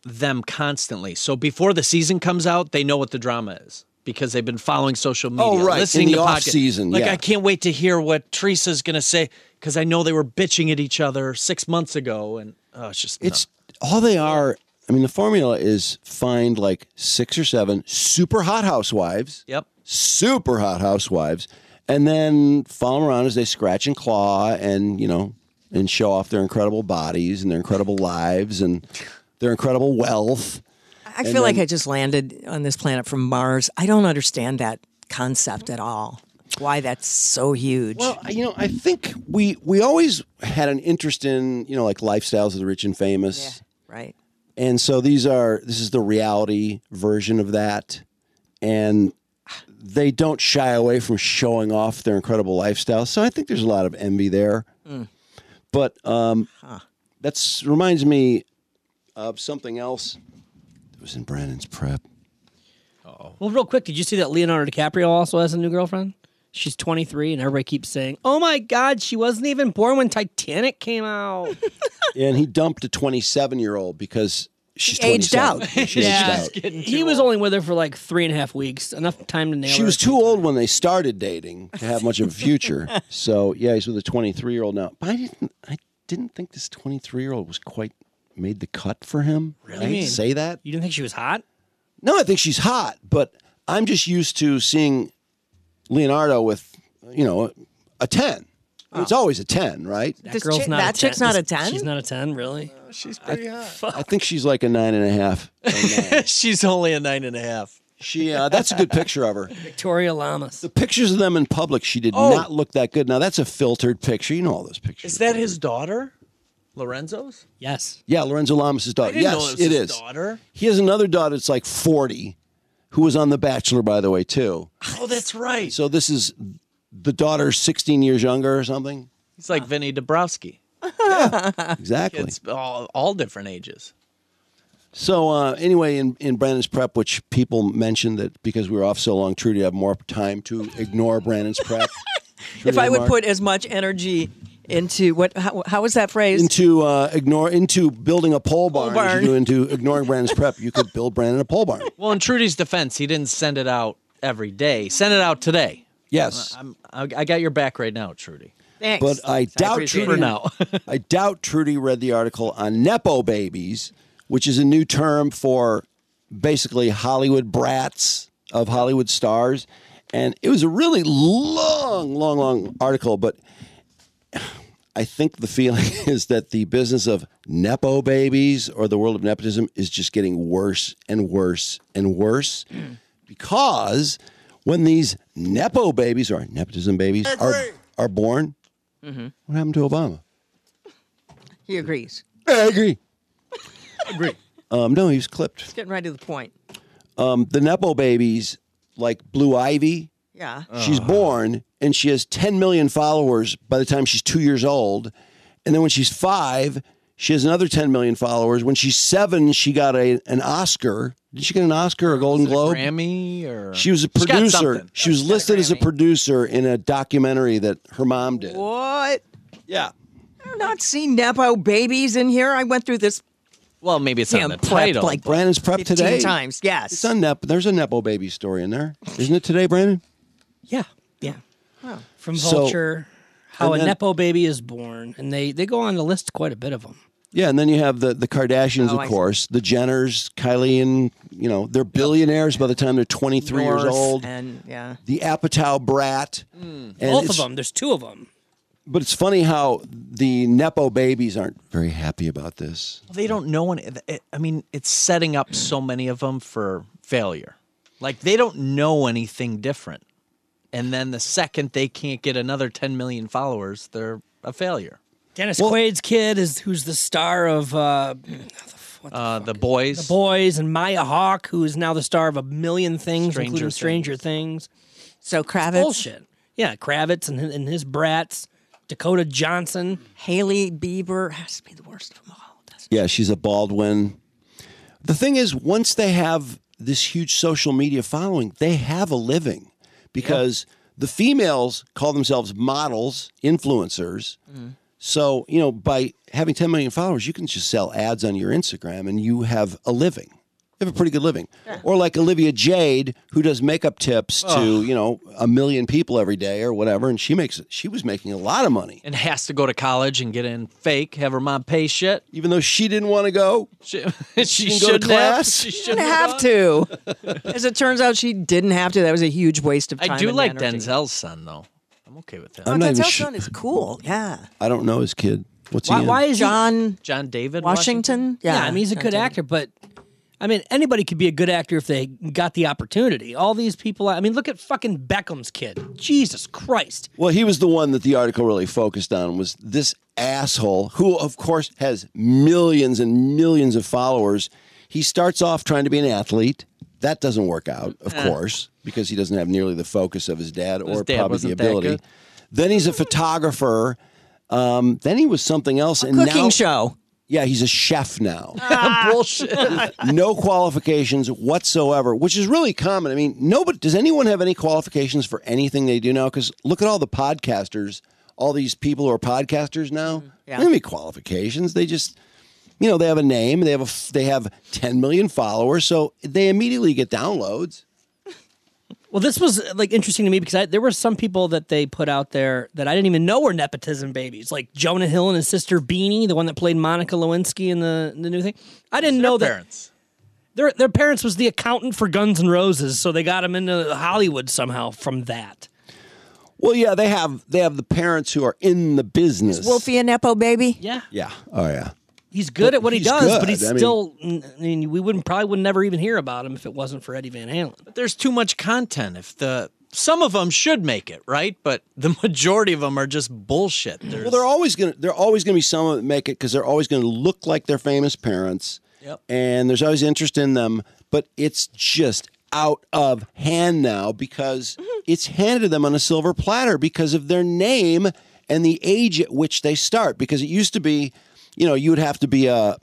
them constantly. So before the season comes out, they know what the drama is because they've been following social media,
Oh, right. In
listening
the
to
off
podca-
season,
Like
yeah.
I can't wait to hear what Teresa's going to say because I know they were bitching at each other six months ago, and oh, it's just
It's all they are. I mean, the formula is find like six or seven super hot housewives.
Yep.
Super hot housewives, and then follow them around as they scratch and claw, and you know, and show off their incredible bodies and their incredible lives and their incredible wealth.
I feel like I just landed on this planet from Mars. I don't understand that concept at all. Why that's so huge.
Well, you know, I think we we always had an interest in you know like lifestyles of the rich and famous.
right.
And so these are this is the reality version of that, and they don't shy away from showing off their incredible lifestyle. So I think there's a lot of envy there.
Mm.
But um, that's reminds me of something else. It was in Brandon's prep.
Well, real quick, did you see that Leonardo DiCaprio also has a new girlfriend? She's 23, and everybody keeps saying, "Oh my God, she wasn't even born when Titanic came out."
and he dumped a 27 year old because she's
aged
27.
out.
She
yeah,
aged out.
he was only with her for like three and a half weeks. Enough time to nail
She
her.
was too old when they started dating to have much of a future. so yeah, he's with a 23 year old now. But I didn't, I didn't think this 23 year old was quite made the cut for him.
Really?
I hate to say that.
You didn't think she was hot?
No, I think she's hot, but I'm just used to seeing Leonardo with, you know, a 10. It's always a 10, right?
Oh. That girl's not. a 10. She's
She's
not a ten, really.
she's
pretty hot.
I think she's like a nine and a half.
she's only a nine and a half.
She, uh, that's a good picture of her.
Victoria Lamas.
The pictures of them in public, she did
Oh.
not look that good. Now that's a filtered picture. You know all those pictures.
Is that his daughter, Lorenzo's?
Yes.
Yeah, Lorenzo Lamas' daughter.
I didn't
yes,
know it was
it
his
is.
daughter.
He has another daughter that's like 40, who was on The Bachelor, by the way, too.
Oh, that's right.
So this is the daughter 16 years younger or something.
He's like Vinny Dabrowski.
Exactly.
Kids all, all different ages.
So uh, anyway, in, in Brandon's prep, which people mentioned that because we were off so long, Trudy had more time to ignore Brandon's prep.
If
Trudy
I would
Mark-
put as much energy into what, how, how was that phrase?
into uh, ignore into building a pole barn, as
barn.
you do into ignoring Brandon's prep, you could build Brandon a pole barn.
Well, in Trudy's defense, he didn't send it out every day. Send it out today.
Yes.
I'm, I, I got your back right now, Trudy.
Thanks.
But I doubt
appreciate
Trudy.
it. now.
I doubt Trudy read the article on nepo babies, which is a new term for basically Hollywood brats of Hollywood stars, and it was a really long, long, long article. But I think the feeling is that the business of nepo babies or the world of nepotism is just getting worse and worse and worse
Mm.
because when these nepo babies or nepotism babies are, are born,
Mhm.
what happened to Obama?
He agrees.
I agree.
agree.
Um, no, he was clipped.
It's getting right to the point.
Um, the nepo babies, like Blue Ivy,
Yeah.
she's
Uh-huh.
born and she has 10 million followers by the time she's two years old. And then when she's five, she has another 10 million followers. When she's seven, she got a, an Oscar. Did she get an Oscar or a Golden Globe?
Grammy or
She was a
She's got
producer.
something.
She was listed as a producer in a documentary that her mom did.
What?
Yeah.
I've not seen Nepo babies in here. I went through this
Well, maybe it's
Yeah,
not in the
prep,
title.
like,
Brandon's prep
15
today.
times, yes.
It's a nep- there's a Nepo baby story in there, isn't it today, Brandon?
Yeah, yeah. From
So-
Vulture, how
and
a
then-
nepo baby is born, and they they go on the list quite a bit of them.
Yeah, and then you have the the Kardashians,
Oh, I
of
see.
course, the Jenners, Kylie, and you know they're billionaires by the time they're 23 years
North Mm.
old.
And yeah,
the Apatow brat, and
Both of
it's-
them. There's two of them.
But it's funny how the nepo babies aren't very happy about this.
They don't know any. it- I mean, it's setting up so many of them for failure. Like they don't know anything different, and then the second they can't get another 10 million followers, they're a failure.
Dennis Quaid's kid is who's the star of uh,
Uh, the
The
boys,
Boys and Maya Hawk, who is now the star of a million things,
Stranger
including
Things.
Stranger Things.
So Kravitz,
bullshit. Yeah, Kravitz and his, and his brats, Dakota Johnson,
Haley Bieber has to be the worst of them all.
Yeah, she's a Baldwin. The thing is, once they have this huge social media following, they have a living because the females call themselves models, influencers. So, you know, by having 10 million followers, you can just sell ads on your Instagram and you have a living. You have a pretty good living. Or like Olivia Jade, who does makeup tips to,
Ugh.
you know, a million people every day or whatever. And she makes, she was making a lot of money.
and has to go to college and get in fake, have her mom pay shit,
even though she didn't want to go.
She,
She
she
didn't go to
shouldn't have.
class.
She
She didn't
shouldn't
have to. As it turns out, she didn't have to. That was a huge waste of time.
I do
and
like
energy. Oh,
Denzel's son though. I'm okay with that.
I'm not even
Denzel's
sure-
son is cool. Yeah.
I don't know his kid. What's he in?
John
John David
Washington?
Yeah,
Yeah,
I mean he's a
John
good
David.
actor, but I mean anybody could be a good actor if they got the opportunity. All these people, I mean, look at fucking Beckham's kid. Jesus Christ.
Well, he was the one that the article really focused on was this asshole who of course has millions and millions of followers. He starts off trying to be an athlete. That doesn't work out, of
Eh.
course, because he doesn't have nearly the focus of his dad or
dad
probably the
wasn't that
ability.
good.
Then he's a photographer. Um, then he was something else. and
cooking
now,
show.
Yeah, he's a chef now.
Oh.
Ah.
Bullshit.
no qualifications whatsoever, which is really common. I mean, nobody does anyone have any qualifications for anything they do now? Because look at all the podcasters, all these people who are podcasters now. They don't have any qualifications. They just, you know, they have a name. They have a f- they have ten million followers, so they immediately get downloads.
Well, this was like interesting to me because I, there were some people that they put out there that I didn't even know were nepotism babies, like Jonah Hill and his sister Beanie, the one that played Monica Lewinsky in the the new thing. I didn't know that
parents.
their their parents was the accountant for Guns N' Roses, so they got him into Hollywood somehow from that.
Well, yeah, they have they have the parents who are in the business.
Wolfie and Nepo baby.
Yeah.
yeah, oh yeah.
He's good
But
at what he
he's
does,
good.
but he's
I mean-
still. I mean, we wouldn't probably would never even hear about him if it wasn't for Eddie Van Halen.
But there's too much content. If the some of them should make it right, but the majority of them are just bullshit. There's,
Well, they're always gonna they're always gonna be some that make it because they're always gonna look like their famous parents.
Yep.
And there's always interest in them, but it's just out of hand now because
Mm-hmm.
it's handed to them on a silver platter because of their name and the age at which they start. Because it used to be, you know, you would have to be a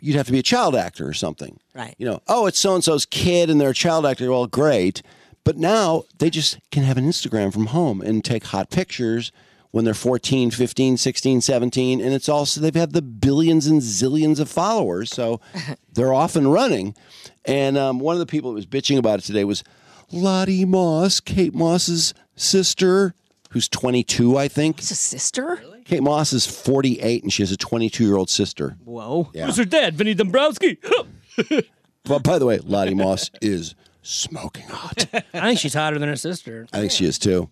you'd have to be a child actor or something.
Right.
You know, oh, it's so and so's kid and they're a child actor. Well, great. But now they just can have an Instagram from home and take hot pictures when they're 14, 15, 16, 17. And it's also, they've had the billions and zillions of followers. So they're off and running. And um, one of the people that was bitching about it today was Lottie Moss, Kate Moss's sister, who's 22, I think.
It's a sister?
Kate Moss is 48 and she has a 22 year old sister.
Whoa.
Yeah.
Who's her dad? Vinny Dombrowski.
But by the way, Lottie Moss is smoking hot.
I think she's hotter than her sister.
I think she is too.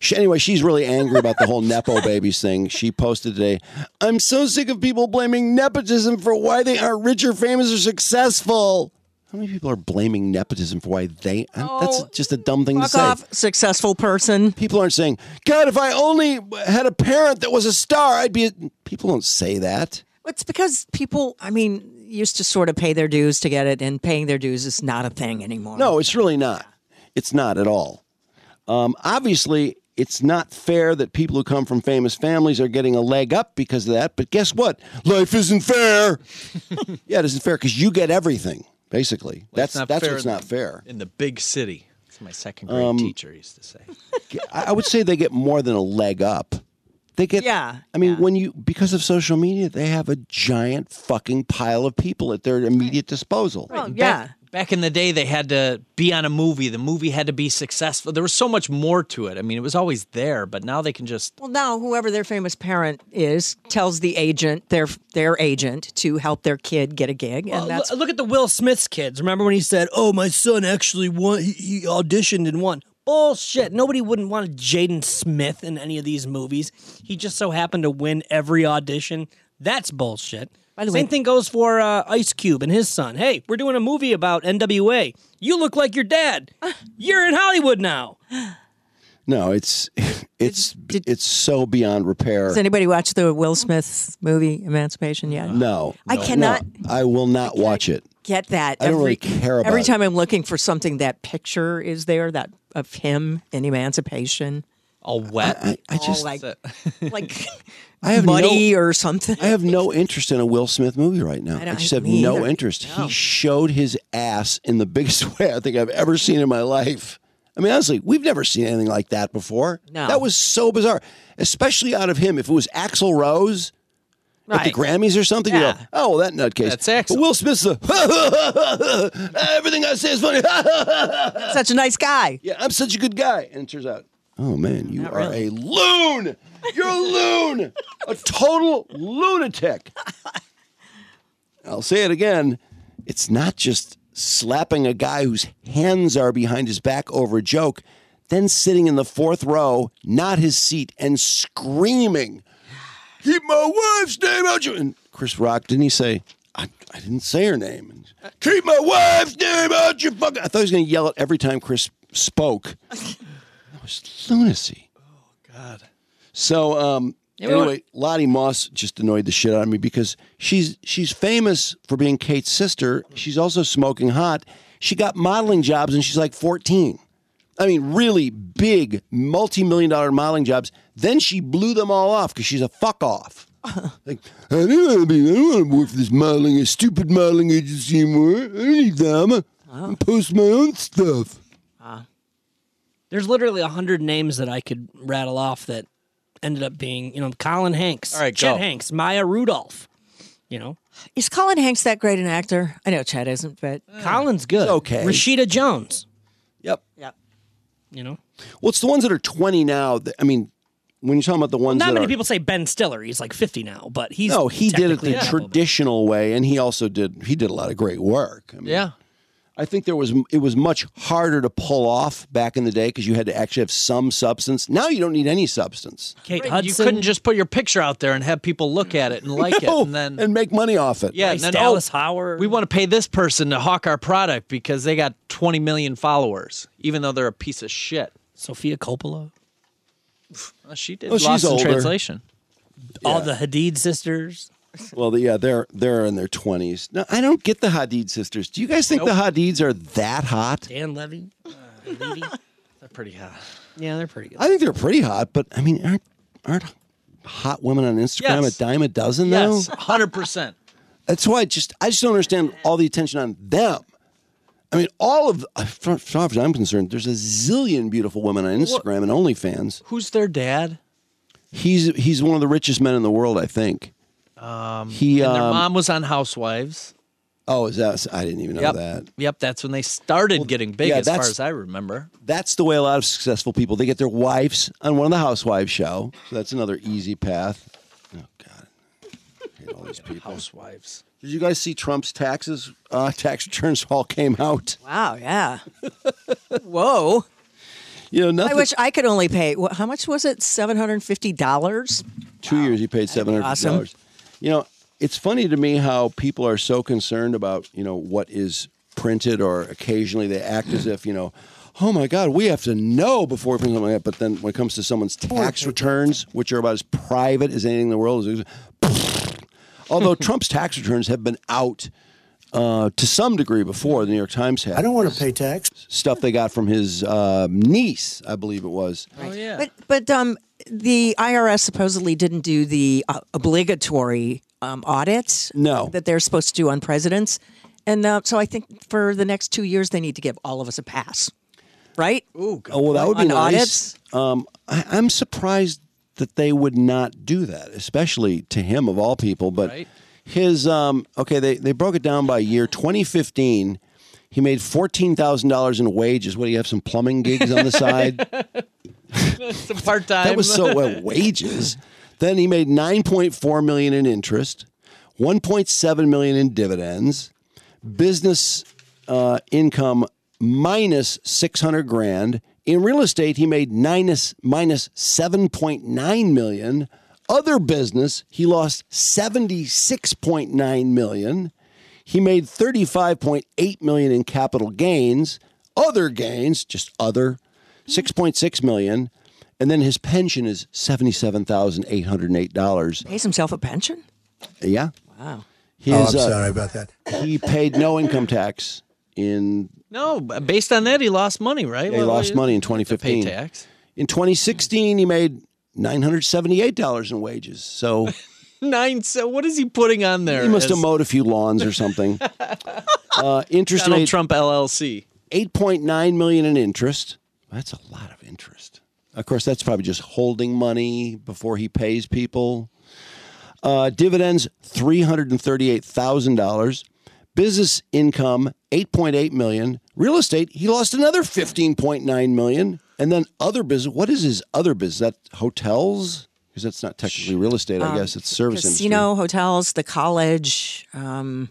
She, anyway, she's really angry about the whole Nepo babies thing. She posted today I'm so sick of people blaming nepotism for why they aren't rich or famous or successful. How many people are blaming nepotism for why they? I- that's just a dumb thing to
Oh, Fuck
say.
off, successful person.
People aren't saying, God, if I only had a parent that was a star, I'd be. A... People don't say that.
It's because people, I mean, used to sort of pay their dues to get it, and paying their dues is not a thing anymore.
No, it's really not. It's not at all. Um, obviously, it's not fair that people who come from famous families are getting a leg up because of that. But guess what? Life isn't fair. yeah, it isn't fair because you get everything basically. that's that's what's
in-
not fair.
in the big city. That's what my second grade
Um,
teacher used to say.
I I would say they get more than a leg up. They get
Yeah,
I mean, when you because of social media, they have a giant fucking pile of people at their immediate disposal.
Oh,
Well,
Back- Back in the day, they had to be on a movie. The movie had to be successful. There was so much more to it. I mean, it was always there, but now they can just.
Well, now whoever their famous parent is tells the agent, their their agent, to help their kid get a gig,
Well,
and that's
lo- look at the Will Smith's kids. Remember when he said, "Oh, my son actually won. He, he auditioned and won." Bullshit. Nobody wouldn't want Jaden Smith in any of these movies. He just so happened to win every audition. That's bullshit.
By the
Same
way-
thing goes for uh, Ice Cube and his son. Hey, we're doing a movie about NWA. You look like your dad. You're in Hollywood now.
No, it's it's it's so beyond repair.
Does anybody watch the Will Smith movie Emancipation yet?
No,
I
no,
cannot
no, I will not watch it.
get that.
I don't really care about
Every
it.
time I'm looking for something, that picture is there that of him in Emancipation, Oh,
all wet.
I, I just
like like
I have
muddy
no,
or something.
I have no interest in a Will Smith movie right now.
I
I,
don't-
just
I-
have
me
no
either.
interest.
No.
He showed his ass in the biggest way I think I've ever seen in my life. I mean, honestly, we've never seen anything like that before.
No.
That was so bizarre, especially out of him. If it was Axl Rose at the
Right.
Grammys or something, you
Yeah.
go, oh, well, that nutcase. That's Axl. But Will Smith's the, everything I say is funny.
such a nice guy.
Yeah, I'm such a good guy. And it turns out, oh man, you are a loon. You're a loon. a total lunatic. I'll say it again. It's not just slapping a guy whose hands are behind his back over a joke, then sitting in the fourth row, not his seat, and screaming, Keep my wife's name out your. And Chris Rock, didn't he say, I, I didn't say her name? And, Keep my wife's name out your fucking. I thought he was going to yell it every time Chris spoke. that was lunacy. Oh, God. So, um,
Yeah, we
anyway,
want-
Lottie Moss just annoyed the shit out of me because she's she's famous for being Kate's sister. She's also smoking hot. She got modeling jobs and she's like 14. I mean, really big multi-million dollar modeling jobs. Then she blew them all off because she's a fuck off. like, I don't want to be, I don't want to work for this modeling, stupid modeling agency anymore. I don't need them. I post my own stuff.
Uh, There's literally a hundred names that I could rattle off that ended up being, you know, Colin Hanks,
All right,
Chet
go.
Hanks, Maya Rudolph. You know,
Is Colin Hanks that great an actor? I know Chad isn't, but
Mm. Colin's good.
okay.
Rashida Jones.
Yep.
Yep.
You know,
Well, it's the ones that are 20 now. That, I mean, when you're talking about the ones
not
that
many
are,
people say Ben Stiller. He's like 50 now, but he's
no, he did it
technically
the
a couple.
traditional way, and he also did he did a lot of great work. I mean,
Yeah.
I think there was it was much harder to pull off back in the day because you had to actually have some substance. Now you don't need any substance.
Kate
Right, You
Hudson.
couldn't just put your picture out there and have people look at it and like
No,
it, and then
and make money off it.
yeah,
Bryce
and then,
Dallas
oh,
Howard.
we want to pay this person to hawk our product because they got 20 million followers, even though they're a piece of shit.
Sophia Coppola.
Well, she did.
Oh, she's
Lost in
older.
translation.
All the Hadid sisters.
Well, yeah, they're they're in their twenties. No, I don't get the Hadid sisters. Do you guys think the Hadids are that hot?
Dan Levy. Uh, Levy.
They're pretty hot.
yeah, they're pretty good.
I think they're pretty hot, but I mean, aren't aren't hot women on Instagram
Yes.
a dime a dozen
Yes,
though?
100%.
That's why I just I just don't understand all the attention on them. I mean, all of uh, as far as far as I'm concerned, there's a zillion beautiful women on Instagram and OnlyFans.
Who's their dad?
He's he's one of the richest men in the world, I think.
Um,
He,
and their
um,
mom was on Housewives.
Oh, is that? I didn't even know
Yep.
that.
Yep, that's when they started getting big,
yeah,
as far
that's-
as I remember.
That's the way a lot of successful people they get their wives on one of the housewives show. So that's another easy path. Oh God, I hate all these people.
Housewives.
Did you guys see Trump's taxes uh, tax returns all came out?
wow, yeah. Whoa.
You know, nothing.
I wish I could only pay. wh- How much was it? Seven hundred and fifty dollars.
two years he paid seven hundred dollars.
awesome.
You know, it's funny to me how people are so concerned about you know what is printed, or occasionally they act as if you know, oh my God, we have to know before we print something like that. But then when it comes to someone's tax returns, which are about as private as anything in the world, is although Trump's tax returns have been out. Uh, to some degree before the New York Times had. I don't want to pay tax. Stuff they got from his uh, niece, I believe it was.
Oh, yeah.
But but um, the IRS supposedly didn't do the uh, obligatory um, audit.
No.
that they're supposed to do on presidents, and uh, so I think for the next two years they need to give all of us a pass, right?
Oh well, that would be
On
nice.
audits?
Um, I, I'm surprised that they would not do that, especially to him of all people. But
Right.
his um, okay, they they broke it down by year 2015. He made fourteen thousand dollars in wages. What do you have? Some plumbing gigs on the side.
Some part time.
That was so uh, well, wages. Then he made 9.4 million in interest, 1.7 million in dividends, business uh, income minus 600 grand. In real estate, he made minus minus 7.9 million. Other business, he lost 76.9 million. He made 35.8 million in capital gains, other gains, just other 6.6 million, and then his pension is $77,808.
Pays himself a pension?
Yeah.
Wow.
His,
Oh, I'm
sorry about that. He paid no income tax in
No, b- based on that, he lost money, right?
yeah, he
What-
lost money in 2015.
To pay tax.
In 2016 he made $978 in wages. So
Nine. So what is he putting on there?
He must have
as
mowed a few lawns or something. uh, interest
Donald
rate,
Trump LLC.
Eight point nine million in interest. That's a lot of interest. Of course, that's probably just holding money before he pays people. Uh, dividends three hundred and thirty-eight thousand dollars. Business income eight point eight million. Real estate he lost another fifteen point nine million. And then other business. What is his other business? That hotels because that's not technically real estate. I
Um,
guess it's service industry.
Casino, hotels, the college, um,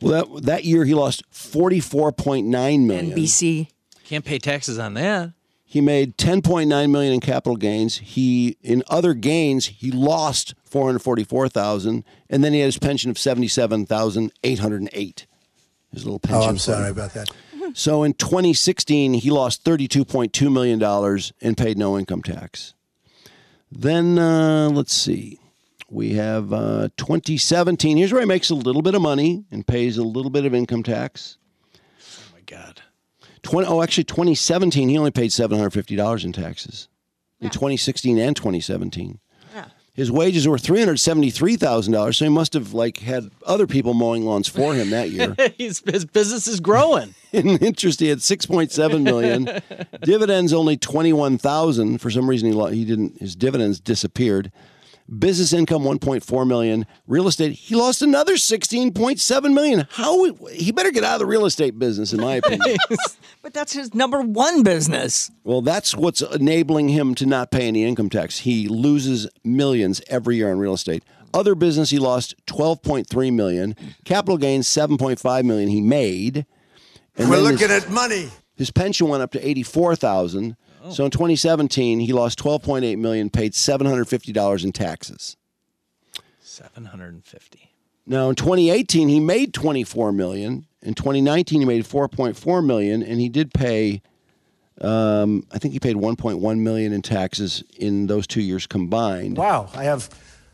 Well, that, that year he lost forty four point nine million.
NBC.
Can't pay taxes on that.
He made ten point nine million in capital gains. He in other gains he lost four hundred forty four thousand, and then he had his pension of seventy seven thousand eight hundred and eight. His little pension.
Oh, I'm
fund.
sorry about that.
So in 2016, he lost 32.2 million dollars and paid no income tax. Then uh, let's see, we have uh, 2017. Here's where he makes a little bit of money and pays a little bit of income tax. Oh my God. 20, oh, actually, 2017 he only paid 750 dollars in taxes. In 2016 and 2017. His wages were three hundred seventy-three thousand dollars, so he must have like had other people mowing lawns for him that year
His, his business is growing.
in interest he had 6.7 million dividends only 21,000 for some reason he lo- he didn't his dividends disappeared business income 1.4 million real estate he lost another 16.7 million how he better get out of the real estate business in my opinion
but that's his number one business
well that's what's enabling him to not pay any income tax he loses millions every year on real estate other business he lost 12.3 million capital gains 7.5 million he made And
We're
then his-
looking at money.
his pension went up to eighty-four thousand. So in 2017, he lost 12.8 million, paid 750 dollars in taxes.
Seven hundred and fifty.
Now in 2018, he made 24 million. In 2019, he made 4.4 million, and he did pay. Um, I think he paid 1.1 million in taxes in those two years combined.
Wow, I have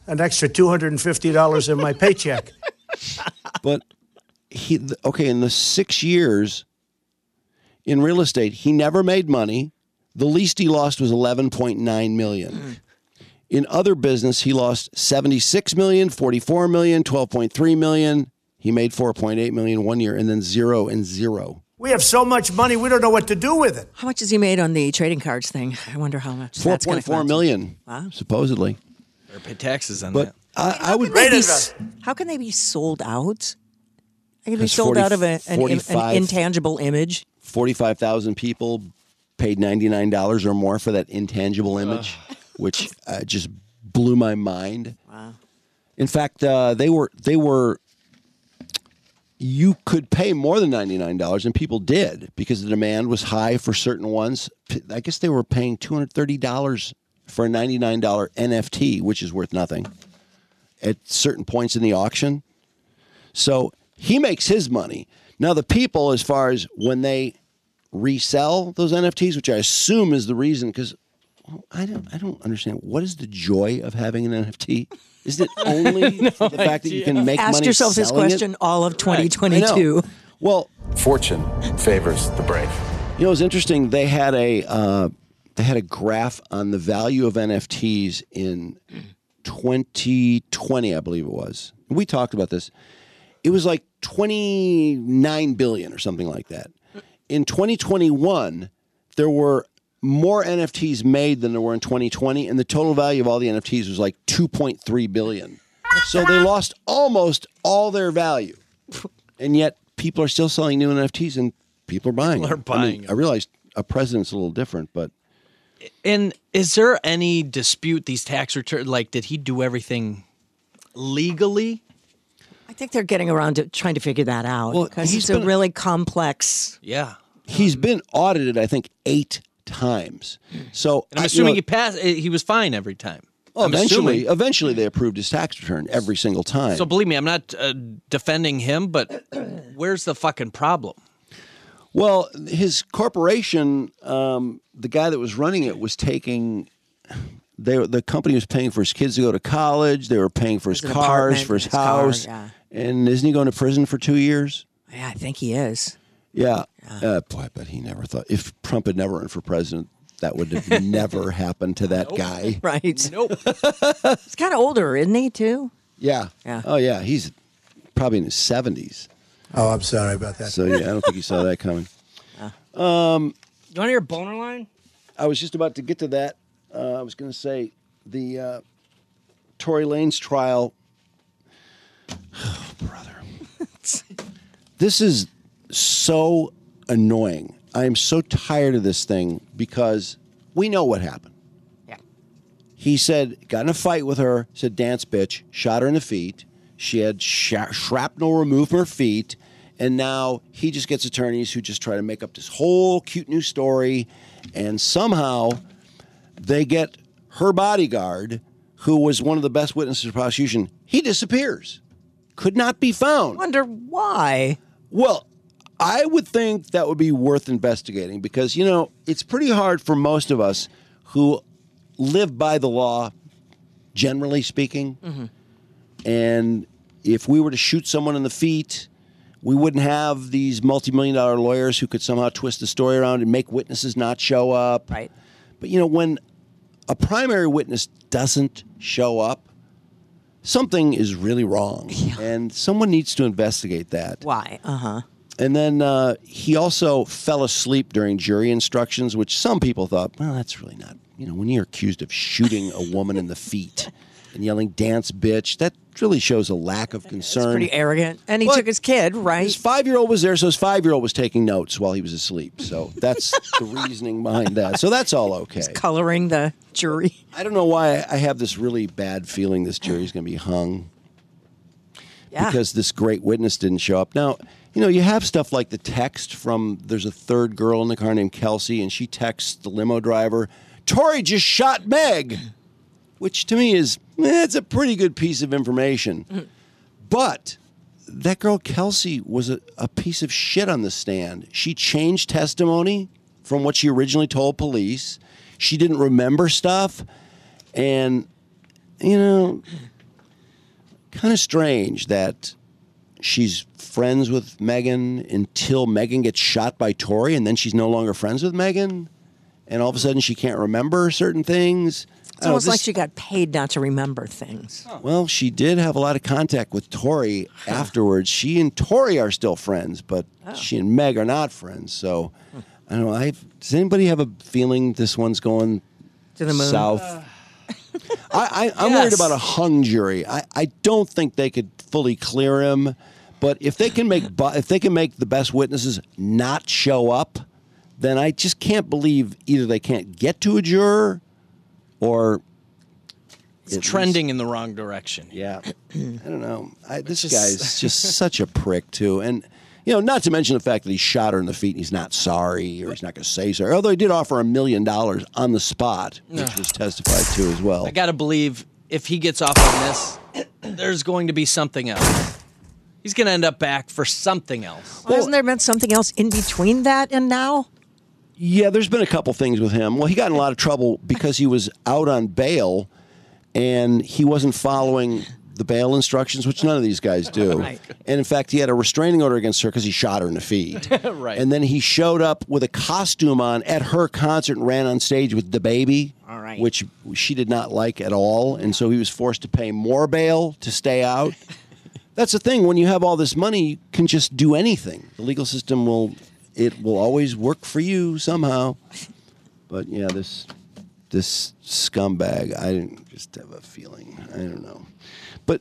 an extra $250 in my paycheck.
but he th- okay in the six years in real estate he never made money the least he lost was 11.9
Hmm.
million in other business he lost 76 million 44 million 12.3 million he made 4.8 million one year and then zero and zero
We have so much money, we don't know what to do with it.
How much has he made on the trading cards thing? I wonder how much. that's gonna
4.4
cost.
million
Wow.
supposedly
Or pay taxes on
but
that.
I, I would
They be s- How can they be sold out? They can be
That's
sold
40
out of a, an, im- an
45
intangible image.
45,000 people paid $99 or more for that intangible image, which uh, just blew my mind.
Wow.
In fact, uh, they were they were you could pay more than $99 and people did because the demand was high for certain ones. P- I guess they were paying $230 for a $99 NFT, which is worth nothing at certain points in the auction. So he makes his money. Now, the people, as far as when they resell those NFTs, which I assume is the reason, because I don't, I don't understand what is the joy of having an NFT? Is it only
No
the fact that you
idea.
can make
Ask
money?
yourself this
selling it?
question all of
Right. I know.
2022.
Well,
Fortune favors the brave.
You know, it's interesting. They had a uh, they had a graph on the value of NFTs in 2020, I believe it was. We talked about this. It was like 29 billion or something like that. In 2021, there were more NFTs made than there were in 2020, and the total value of all the NFTs was like 2.3 billion. So they lost almost all their value, and yet people are still selling new NFTs and people are buying.
People are
them. I mean,
buying
I realize a president's a little different, but
And is there any dispute these tax return? Like, did he do everything legally?
I think they're getting around to trying to figure that out
Well,
because
he's
it's
been-
a really complex.
Yeah.
he's been audited, I think, eight times. So
And
I-
I'm
you
assuming
know,
he passed. eh, He was fine every time.
Well,
I'm
eventually,
assuming.
eventually they approved his tax return every single time.
So believe me, I'm not uh, defending him, but where's the fucking problem?
well, his corporation, um, the guy that was running it was taking. They, the company was paying for his kids to go to college. They were paying for his
His
cars,
apartment,
for his,
his car,
house.
yeah.
And isn't he going to prison for two years?
Yeah, I think he is.
Yeah. Uh, boy, I bet he never thought. If Trump had never run for president, that would have never happened to that guy.
Right. Nope. he's kind of older, isn't he, too?
Yeah.
Yeah.
Oh, yeah. He's probably in his 70s.
Oh, I'm sorry about that.
So, yeah, I don't think he saw that coming. Um,
you want to hear boner line?
I was just about to get to that. Uh, I was going to say the uh, Tory Lane's trial. This is so annoying. I am so tired of this thing because we know what happened.
Yeah.
He said, got in a fight with her, said, dance bitch, shot her in the feet. She had sha shrapnel removed from her feet. And now he just gets attorneys who just try to make up this whole cute new story. And somehow they get her bodyguard, who was one of the best witnesses to prosecution, he disappears. Could not be found.
Wonder why.
Well, I would think that would be worth investigating because, you know, it's pretty hard for most of us who live by the law, generally speaking.
Mm-hmm.
And if we were to shoot someone in the feet, we wouldn't have these multi-million dollar lawyers who could somehow twist the story around and make witnesses not show up. Right. But you know, when a primary witness doesn't show up, something is really wrong, and someone needs to investigate that.
Why? Uh huh.
And then uh, he also fell asleep during jury instructions, which some people thought, well, that's really not. You know, when you're accused of shooting a woman in the feet and yelling "dance, bitch," that really shows a lack of concern.
Pretty arrogant. And he took his kid, right?
His five year old was there, so his five year old was taking notes while he was asleep. So that's the reasoning behind that. So that's all okay.
coloring the jury.
I don't know why I have this really bad feeling this jury's going to be hung
Yeah.
because this great witness didn't show up. Now, you know, you have stuff like the text from there's a third girl in the car named Kelsey, and she texts the limo driver, Tori just shot Meg, which to me is, eh, that's a pretty good piece of information.
Mm-hmm.
But that girl Kelsey was a, a piece of shit on the stand. She changed testimony from what she originally told police. She didn't remember stuff. And, you know, kind of strange that she's friends with Megan until Megan gets shot by Tori and then she's no longer friends with Megan. And all of a sudden she can't remember certain things.
It's
I don't know,
almost like
Oh, this- Oh.
she got paid not to remember things.
well, she did have a lot of contact with Tori afterwards. She and Tori are still friends, but
Oh.
she and Meg are not friends. So I don't know. i does anybody have a feeling this one's going
To the moon. Uh,
south?
Uh.
I, I, I'm worried
Yes.
about a hung jury. I, I don't think they could fully clear him, but if they can make bu- if they can make the best witnesses not show up, then I just can't believe either they can't get to a juror or
It's trending in the wrong direction.
Yeah. I don't know. I, this
is-
guy's just such a prick too, and you know, not to mention the fact that he shot her in the feet and he's not sorry or he's not going to say sorry. Although he did offer a million dollars on the spot, which was testified to as well.
I gotta believe if he gets off on this, there's going to be something else. He's gonna end up back for something else.
Well, hasn't there been something else in between that and now?
Yeah, there's been a couple things with him. Well, he got in a lot of trouble because he was out on bail and he wasn't following the bail instructions, which none of these guys do.
Right.
And in fact, he had a restraining order against her because he shot her in the feet.
Right.
And then he showed up with a costume on at her concert and ran on stage with the baby,
All right.
which she did not like at all. And so he was forced to pay more bail to stay out. That's the thing. When you have all this money, you can just do anything. The legal system will, it will always work for you somehow. But yeah, this this scumbag, I didn't just have a feeling. I don't know. But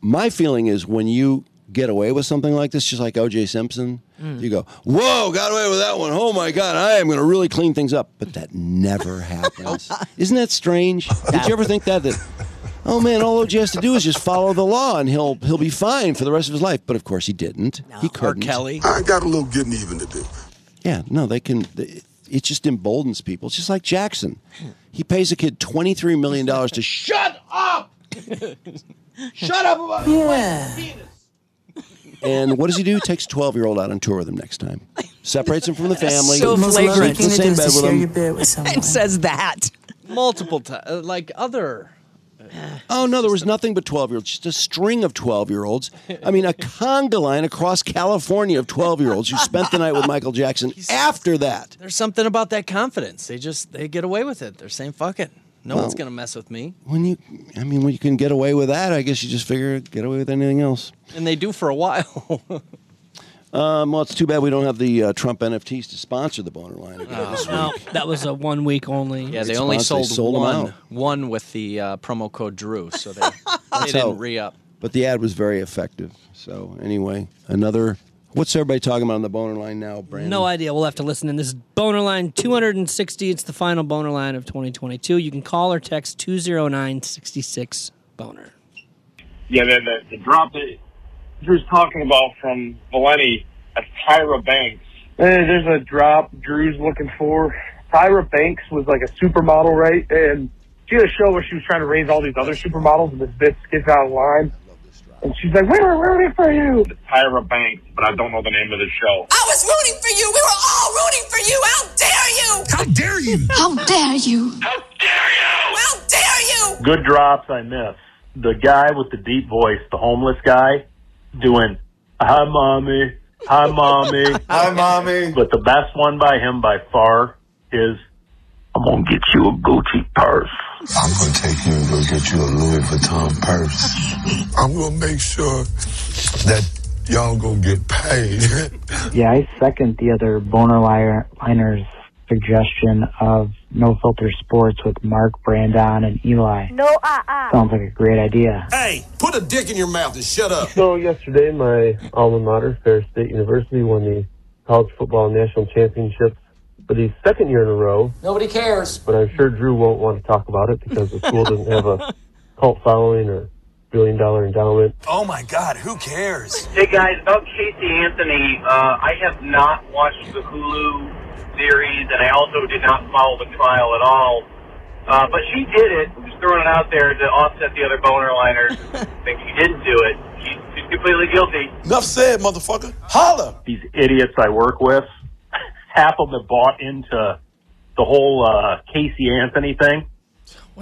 my feeling is when you get away with something like this, just like OJ Simpson, you go, Whoa, got away with that one. Oh my God, I am gonna really clean things up. But that never happens. Isn't that strange? Did you ever think that that Oh man, all OJ has to do is just follow the law and he'll he'll be fine for the rest of his life. But of course he didn't. He couldn't.
I got a little getting even to do.
Yeah, no, they can. They, it just emboldens people. It's just like Jackson. He pays a kid $23 million to shut up! Shut up about your wife's And what does he do? Takes 12 year old out on tour with him next time. Separates him from the family.
so
Sleeps
flagrant.
in the same bed with him.
and says that.
Multiple times, like other.
Oh, no, there was nothing but 12 year olds, just a string of 12 year olds. I mean, a conga line across California of 12 year olds who spent the night with Michael Jackson after that.
There's something about that confidence. They just they get away with it. They're saying fuck it. No
Well-
one's gonna mess with me,
When you, I mean, when you can get away with that, I guess you just figure get away with anything else.
and they do for a while.
Um, well, it's too bad we don't have the uh, Trump NFTs to sponsor the boner line again this
No,
week.
that was a one week only.
yeah, they
It's
only
sponsored.
sold,
They sold 'em
one
out.
one with the uh, promo code Drew, so they, they
how-
didn't re up.
But the ad was very effective. So anyway, another. What's everybody talking about on the boner line now, Brandon?
No idea. We'll have to listen in. This is Boner Line 260. It's the final Boner Line of 2022. You can call or text 209 66 Boner.
Yeah, the, the, the drop that Drew's talking about from Valenti, that's Tyra Banks.
Eh, there's a drop Drew's looking for. Tyra Banks was like a supermodel, right? And she had a show where she was trying to raise all these other supermodels, and this bitch gets out of line. And she's like, "We're rooting for you."
Tyra Banks, but I don't know the name of the show.
I was rooting for you. We were all rooting for you. How dare you? How dare you? How dare you? How dare you? How dare you?
Good drops I miss. The guy with the deep voice, the homeless guy, doing hi mommy, hi mommy, hi mommy. But the best one by him by far is I'm gonna get you a Gucci purse.
I'm gonna take you and go get you a Louis Vuitton purse. I'm gonna make sure that y'all gonna get paid.
Yeah, I second the other boner liar, liner's suggestion of no filter sports with Mark Brandon and Eli.
No, uh, uh.
Sounds like a great idea.
hey, put a dick in your mouth and shut up.
So yesterday, my alma mater, Ferris State University, won the college football national championship for the second year in a row.
Nobody cares.
uh,
But I'm sure Drew won't want to talk about it because the school doesn't have a cult following or billion dollar endowment.
Oh my God, who cares?
Hey guys, about Casey Anthony, uh, I have not watched the Hulu series, and I also did not follow the trial at all. Uh, but she did it. I'm just throwing it out there to offset the other boner liners. I think she didn't do it. She's, she's completely guilty.
Enough said, motherfucker. Holla. These idiots I work with, half of them have bought into the whole uh, Casey Anthony thing.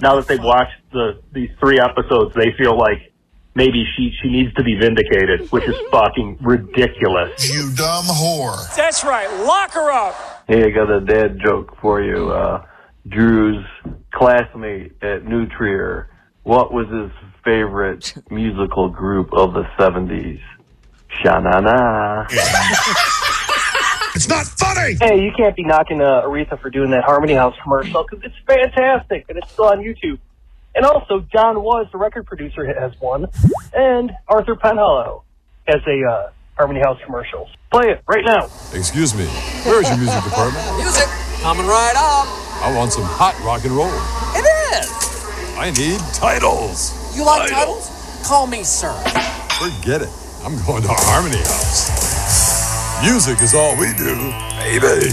now that they've watched the these three episodes, they feel like maybe she she needs to be vindicated, which is fucking ridiculous.
You dumb whore.
That's right. Lock her up.
Hey, I got
a dad joke for you. Uh, Drew's classmate at Nutrier, what was his favorite musical group of the 70s? Sha-na-na.
It's not funny.
Hey, you can't be knocking uh, Aretha for doing that Harmony House commercial because it's fantastic and it's still on YouTube. And also, John was the record producer has one, and Arthur Penhollow has a uh, Harmony House commercial. Play it right now.
Excuse me, where is your music department?
Music coming right up.
I want some hot rock and roll.
It is.
I need titles.
You like titles? Call me sir.
Forget it. I'm going to Harmony House. Music is all we do, baby.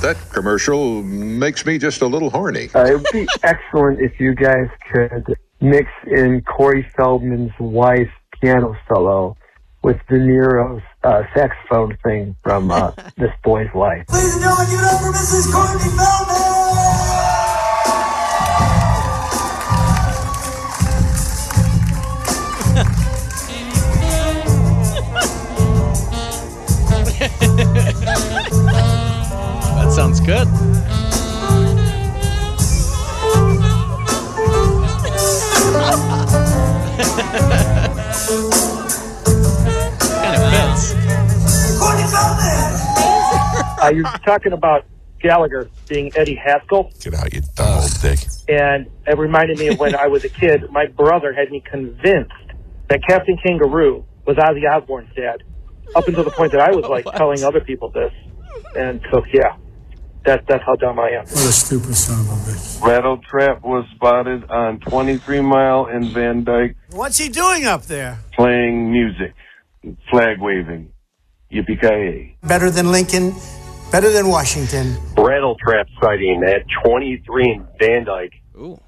That commercial makes me just a little horny.
Uh, it would be excellent if you guys could mix in Corey Feldman's wife piano solo with De Niro's uh, saxophone thing from uh, This Boy's Life.
Ladies and gentlemen, give it up for Mrs. Courtney Feldman!
That sounds good.
Courtney Feldman!
Uh, you're talking about
Gallagher being Eddie Haskell. Uh,
Get out, you dumb old dick.
and it reminded me of when I was a kid. My brother had me convinced that Captain Kangaroo was Ozzy Osbourne's dad, up until the point that I was like telling other people this. And so, yeah, that that's how dumb I am.
What a stupid son of a bitch.
Rattle Trap was spotted on 23 Mile and Van Dyke
What's he doing up there?
playing music, flag waving. Yippee ki
Better than Lincoln, better than Washington.
rattle trap sighting at 23 and Van Dyke.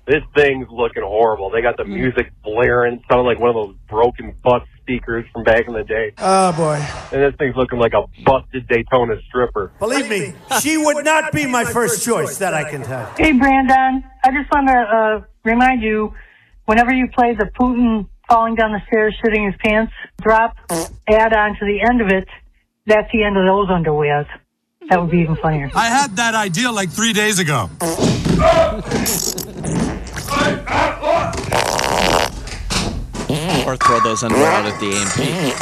This thing's looking horrible. They got the music blaring, sounding like one of those broken butt speakers from back in the day.
Oh, boy.
And this thing's looking like a busted Daytona stripper.
Believe me, she would not be my first choice, that I can tell.
Hey, Brandon. I just want to uh, remind you whenever you play the Putin falling down the stairs, shitting his pants, drop, add on to the end of it. That's the end of those underwears. That would be even funnier.
I had that idea like three days ago.
Or throw those under out at the AMP.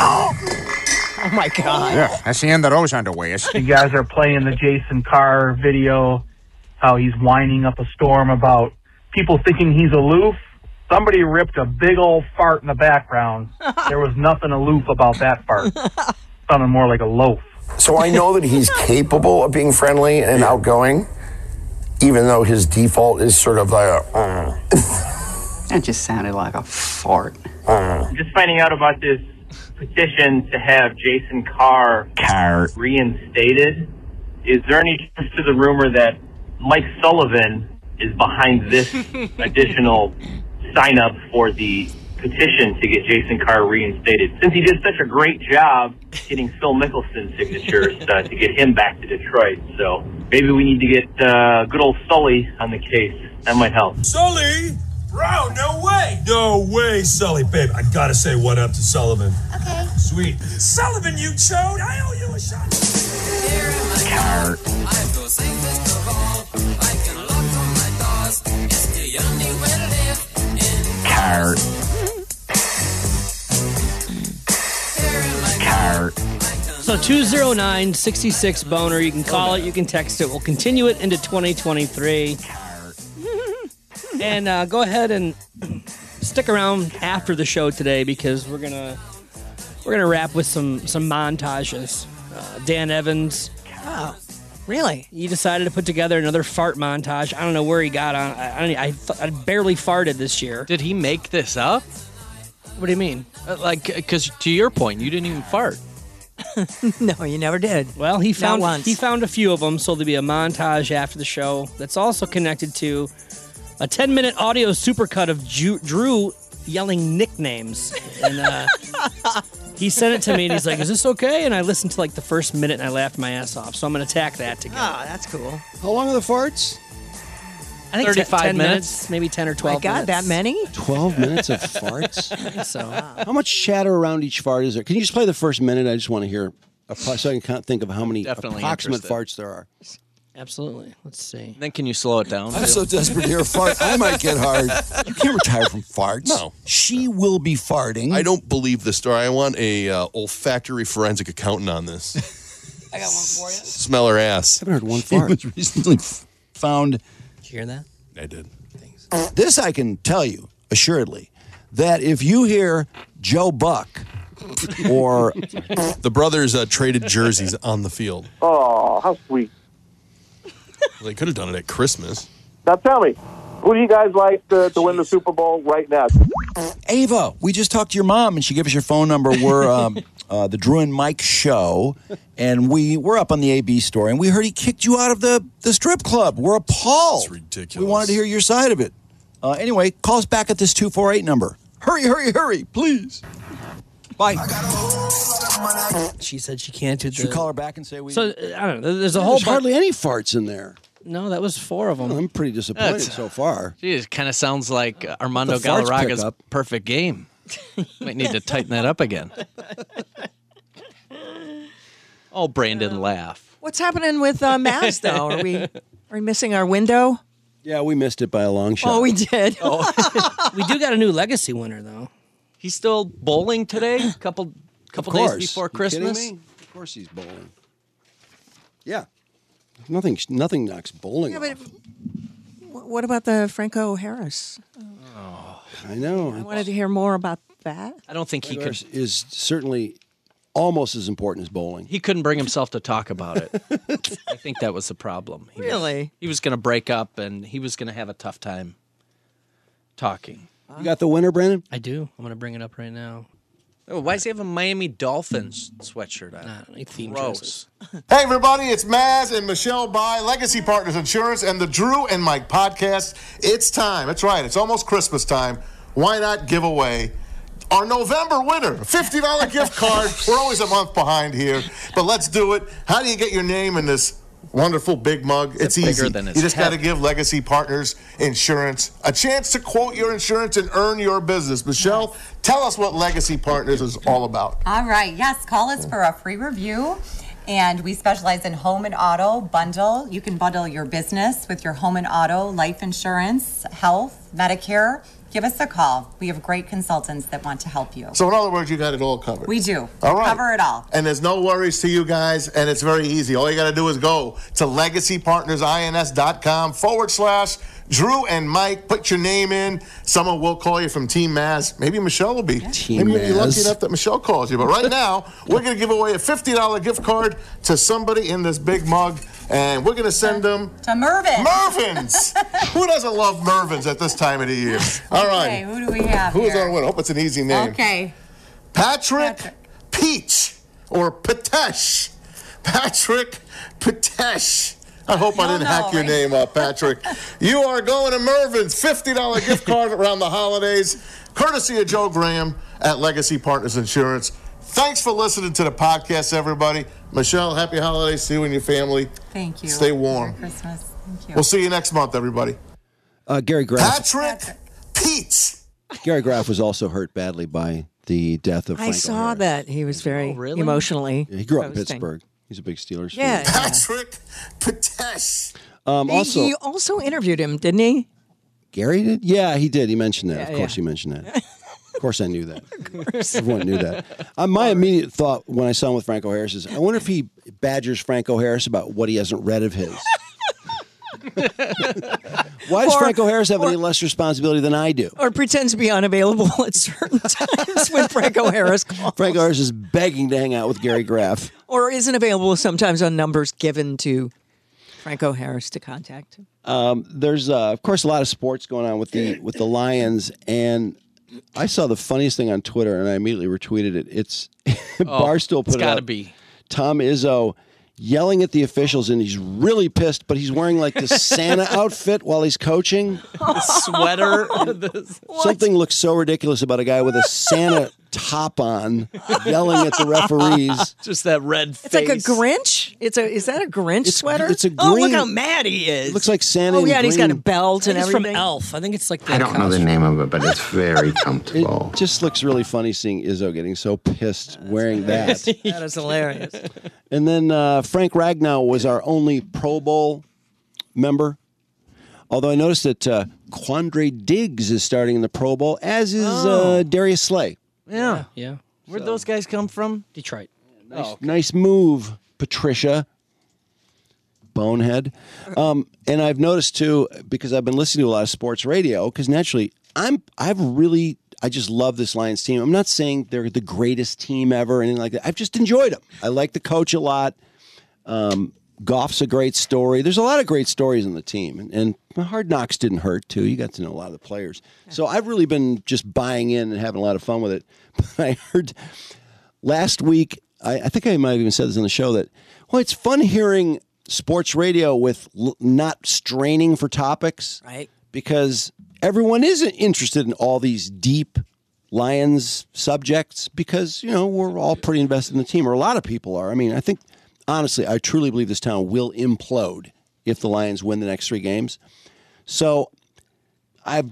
Oh my God.
Yeah, that's the end of those underwears.
You guys are playing the Jason Carr video, how he's winding up a storm about people thinking he's aloof. Somebody ripped a big old fart in the background. There was nothing aloof about that fart. Sounded more like a loaf.
So I know that he's capable of being friendly and outgoing, even though his default is sort of like a. Uh,
That just sounded like a fart.
uh.
I'm just finding out about this petition to have Jason Carr reinstated. Is there any truth to the rumor that Mike Sullivan is behind this additional sign up for the petition to get Jason Carr reinstated? Since he did such a great job getting Phil Mickelson's signatures uh, to get him back to Detroit, so maybe we need to get uh, good old Sully on the case. That might help.
Sully! Bro, no way! No way, Sully, babe. I gotta say what up to Sullivan. Okay. Sweet. Sullivan, you chode! I owe you a shot!
Car. Car.
So 209 66 Boner. You can call it, you can text it. We'll continue it into 2023. and uh, go ahead and stick around after the show today because we're gonna we're gonna wrap with some some montages. Uh, Dan Evans.
Oh, really?
He decided to put together another fart montage. I don't know where he got on. I I, don't, I, th- I barely farted this year.
Did he make this up?
What do you mean?
Uh, Like, because to your point, you didn't even fart.
no, you never did. Well, he found
once.
he found a few of them, so there'll be a montage after the show that's also connected to a 10 minute audio supercut of Ju- Drew yelling nicknames. And uh, he sent it to me, and he's like, "Is this okay?" And I listened to like the first minute, and I laughed my ass off. So I'm gonna tack that together. Ah,
Oh, that's cool.
How long are the farts?
I think
35
35 10 minutes.
minutes.
maybe 10 or 12.
My God, that many?
12 minutes of farts?
I think so.
How much chatter around each fart is there? Can you just play the first minute? I just want to hear, a, pro- so I can kind of think of how many
Definitely
approximate farts
interested.
there are.
Absolutely. Let's see.
Then can you slow it down?
I'm so desperate to hear a fart, I might get hard.
You
can't retire from farts.
No.
She will be farting.
I don't believe the story. I want a uh, olfactory forensic accountant on this.
I got one for you.
Smell her ass.
I haven't heard one
fart.
was recently f- found.
Did you hear that?
I did.
This I can tell you assuredly that if you hear Joe Buck or
The brothers uh, traded jerseys on the field.
Oh, how sweet.
They could have done it at Christmas.
Now tell me, who do you guys like to, to win the Super Bowl right now?
Ava, we just talked to your mom and she gave us your phone number. We're um, uh, the Drew and Mike show, and we we're up on the AB story, and we heard he kicked you out of the the strip club. We're appalled. It's ridiculous. We wanted to hear your side of it. Uh, anyway, call us back at this two four eight number. Hurry, hurry, hurry, please. Bye.
She said she can't do the.
Should we call her back and say we?
So, uh, I don't know. There's a
Yeah,
whole
There's
bunch.
hardly any farts in there. Oh,
No, that was four of them.
I'm pretty disappointed
That's-
so far.
Geez, kind of sounds like uh, Armando
The farts pick
Galarraga's
up.
perfect game. Might need to tighten that up again. Oh, Brandon, laugh.
What's happening with uh, Mavs, though? Are we, are we missing our window?
Yeah, we missed it by a long shot.
Oh, we did.
we do got a new legacy winner, though.
He's still bowling today. Couple couple
Of
days
course.
before
You kidding
Christmas.
me? Of course he's bowling. Yeah. Nothing. Nothing knocks bowling.
Yeah, but wh- what about the Franco Harris?
off. I know.
I wanted to hear more about that.
I don't think he could.
Is certainly almost as important as bowling.
He couldn't bring himself to talk about it. I think that was the problem. He was-
Really?
he was going to break up, and he was going to have a tough time talking.
You got the winner, Brandon.
I do. I'm going to bring it up right now.
Oh, why does he have a Miami Dolphins sweatshirt on? Gross.
Hey, everybody, it's Maz and Michelle by Legacy Partners Insurance and the Drew and Mike podcast. It's time. That's right. It's almost Christmas time. Why not give away our November winner? $50 gift card. We're always a month behind here, but let's do it. How do you get your name in this wonderful big mug? It's,
bigger
easy.
than his
you just got to
head.
give Legacy Partners Insurance a chance to quote your insurance and earn your business. Michelle, tell us what Legacy Partners is all about.
All right, yes, call us for a free review. And we specialize in home and auto bundle. You can bundle your business with your home and auto, life insurance, health, Medicare. Give us a call. We have great consultants that want to help you.
So, in other words, you got it all covered.
We do.
All right.
Cover it all.
And there's no worries to you guys, and it's very easy. All you got to do is go to legacypartnersins.com forward slash Drew and Mike. Put your name in. Someone will call you from Team Maz. Maybe Michelle will be.
Team
Maybe you'll be lucky
Maz.
enough that Michelle calls you. But right now, we're going to give away a $50 gift card to somebody in this big mug, and we're going to send them
to Mervin.
Mervins. Who doesn't love Mervins at this time of the year? All
Okay,
right.
who do we have
Who is
here?
our winner? I hope it's an easy name.
Okay.
Patrick, Peach or Patesh. Patrick Patesh. I hope I didn't hack your name up, Patrick. you are going to Mervin's $50 gift card around the holidays, courtesy of Joe Graham at Legacy Partners Insurance. Thanks for listening to the podcast, everybody. Michelle, happy holidays to you and your family.
Thank you.
Stay warm.
Merry Christmas. Thank you.
We'll see you next month, everybody.
Uh, Gary Graff.
Patrick, Peach.
Gary Graff was also hurt badly by the death of.
I
Franco
saw
Harris. Oh,
that he was very emotionally.
Yeah, he grew up in
posting.
Pittsburgh. He's a big Steelers
Yeah,
fan.
Patrick Patesh.
Um,
He-
also,
he also interviewed him, didn't he?
Gary did. Yeah, he did. He mentioned
Yeah,
that. of course,
yeah.
he mentioned that. of course, I knew that. Everyone knew that. Uh, my immediate thought when I saw him with Franco Harris is, I wonder if he badgers Franco Harris about what he hasn't read of his. Why does
Or-
Franco Harris have any less responsibility than I do?
Or pretends to be unavailable at certain times when Franco Harris calls.
Franco Harris is begging to hang out with Gary Graff.
Or isn't available sometimes on numbers given to Franco Harris to contact.
Um, there's, uh, of course, a lot of sports going on with the with the Lions, and I saw the funniest thing on Twitter, and I immediately retweeted it. It's Barstool
Oh,
put
it's
it
gotta
up.
be.
Tom Izzo yelling at the officials, and he's really pissed, but he's wearing like this Santa outfit while he's coaching.
The sweater. the-
Something looks so ridiculous about a guy with a Santa top on yelling at the referees.
Just that red face.
It's like a Grinch. It's a is that a Grinch sweater?
it's a
Oh, look
green-
how mad he is.
Looks like Santa.
Oh
in
yeah, and he's got a
green.
belt and
it's
everything.
from Elf. I think it's like the
I don't
costume.
name
of it, but it's very comfortable. It just looks really funny seeing Izzo getting so pissed wearing that.
that is hilarious.
And then uh, Frank Ragnow was our only Pro Bowl member. Although I noticed that uh, Quandre Diggs is starting in the Pro Bowl, as is uh, Darius Slay.
yeah.
Yeah.
Where'd those guys come from?
Detroit.
Nice, nice move, Patricia. Bonehead. Um, and I've noticed too, because I've been listening to a lot of sports radio, because naturally I'm I've really I just love this Lions team. I'm not saying they're the greatest team ever or anything like that. I've just enjoyed them. I like the coach a lot. Um, Goff's a great story. There's a lot of great stories in the team, and, and Hard Knocks didn't hurt too. You got to know a lot of the players, so I've really been just buying in and having a lot of fun with it. But I heard last week, I, I think I might have even said this on the show that, well, it's fun hearing sports radio with l- not straining for topics,
right?
Because everyone isn't interested in all these deep Lions subjects because you know we're all pretty invested in the team, or a lot of people are. I mean, I think honestly, I truly believe this town will implode if the Lions win the next three games. So I've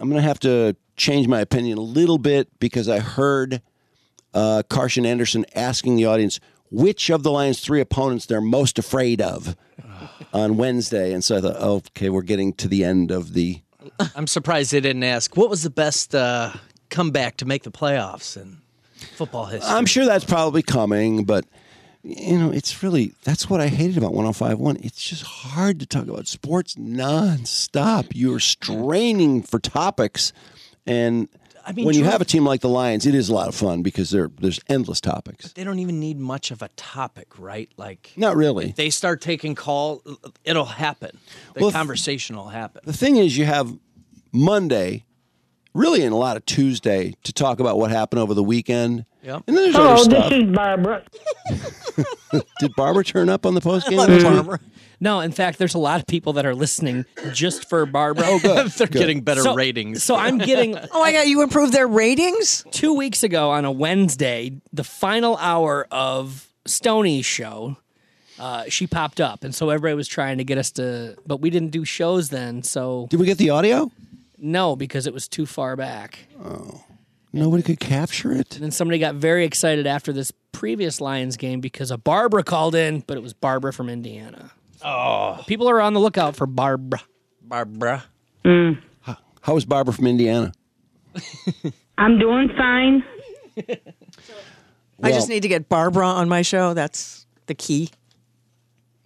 I'm going to have to change my opinion a little bit because I heard uh, Carson Anderson asking the audience which of the Lions' three opponents they're most afraid of on Wednesday, and so I thought, oh, okay, we're getting to the end of the.
I'm surprised they didn't ask what was the best uh, comeback to make the playoffs in football history.
I'm sure that's probably coming, but you know, it's really that's what I hated about 1051. It's just hard to talk about sports nonstop. You're straining for topics and
I mean,
when you
Drew-
have a team like the Lions, it is a lot of fun because there there's endless topics.
they don't even need much of a topic, right? Like
Not really.
if they start taking call, it'll happen. The
Well, if-
conversation will happen.
The thing is, you have Monday, really, and a lot of Tuesday to talk about what happened over the weekend.
Yep.
And then there's
Hello,
other
Oh, this
stuff.
is Barbara.
Did Barbara turn up on the post game?
No, in fact, there's a lot of people that are listening just for Barbara.
Oh, good. They're Good.
getting better ratings.
So I'm getting.
Oh my god, you improved their ratings?
Two weeks ago on a Wednesday, the final hour of Stoney's show, uh, she popped up, and so everybody was trying to get us to, but we didn't do shows then. So
Did we get the audio?
no, because it was too far back.
Oh, nobody could capture it.
And then somebody got very excited after this previous Lions game because a Barbara called in, but it was Barbara from Indiana.
Oh,
People are on the lookout for Barbara.
Barbara.
How, how is Barbara from Indiana?
I'm doing fine.
I just
Well-
need to get Barbara on my show. That's the key.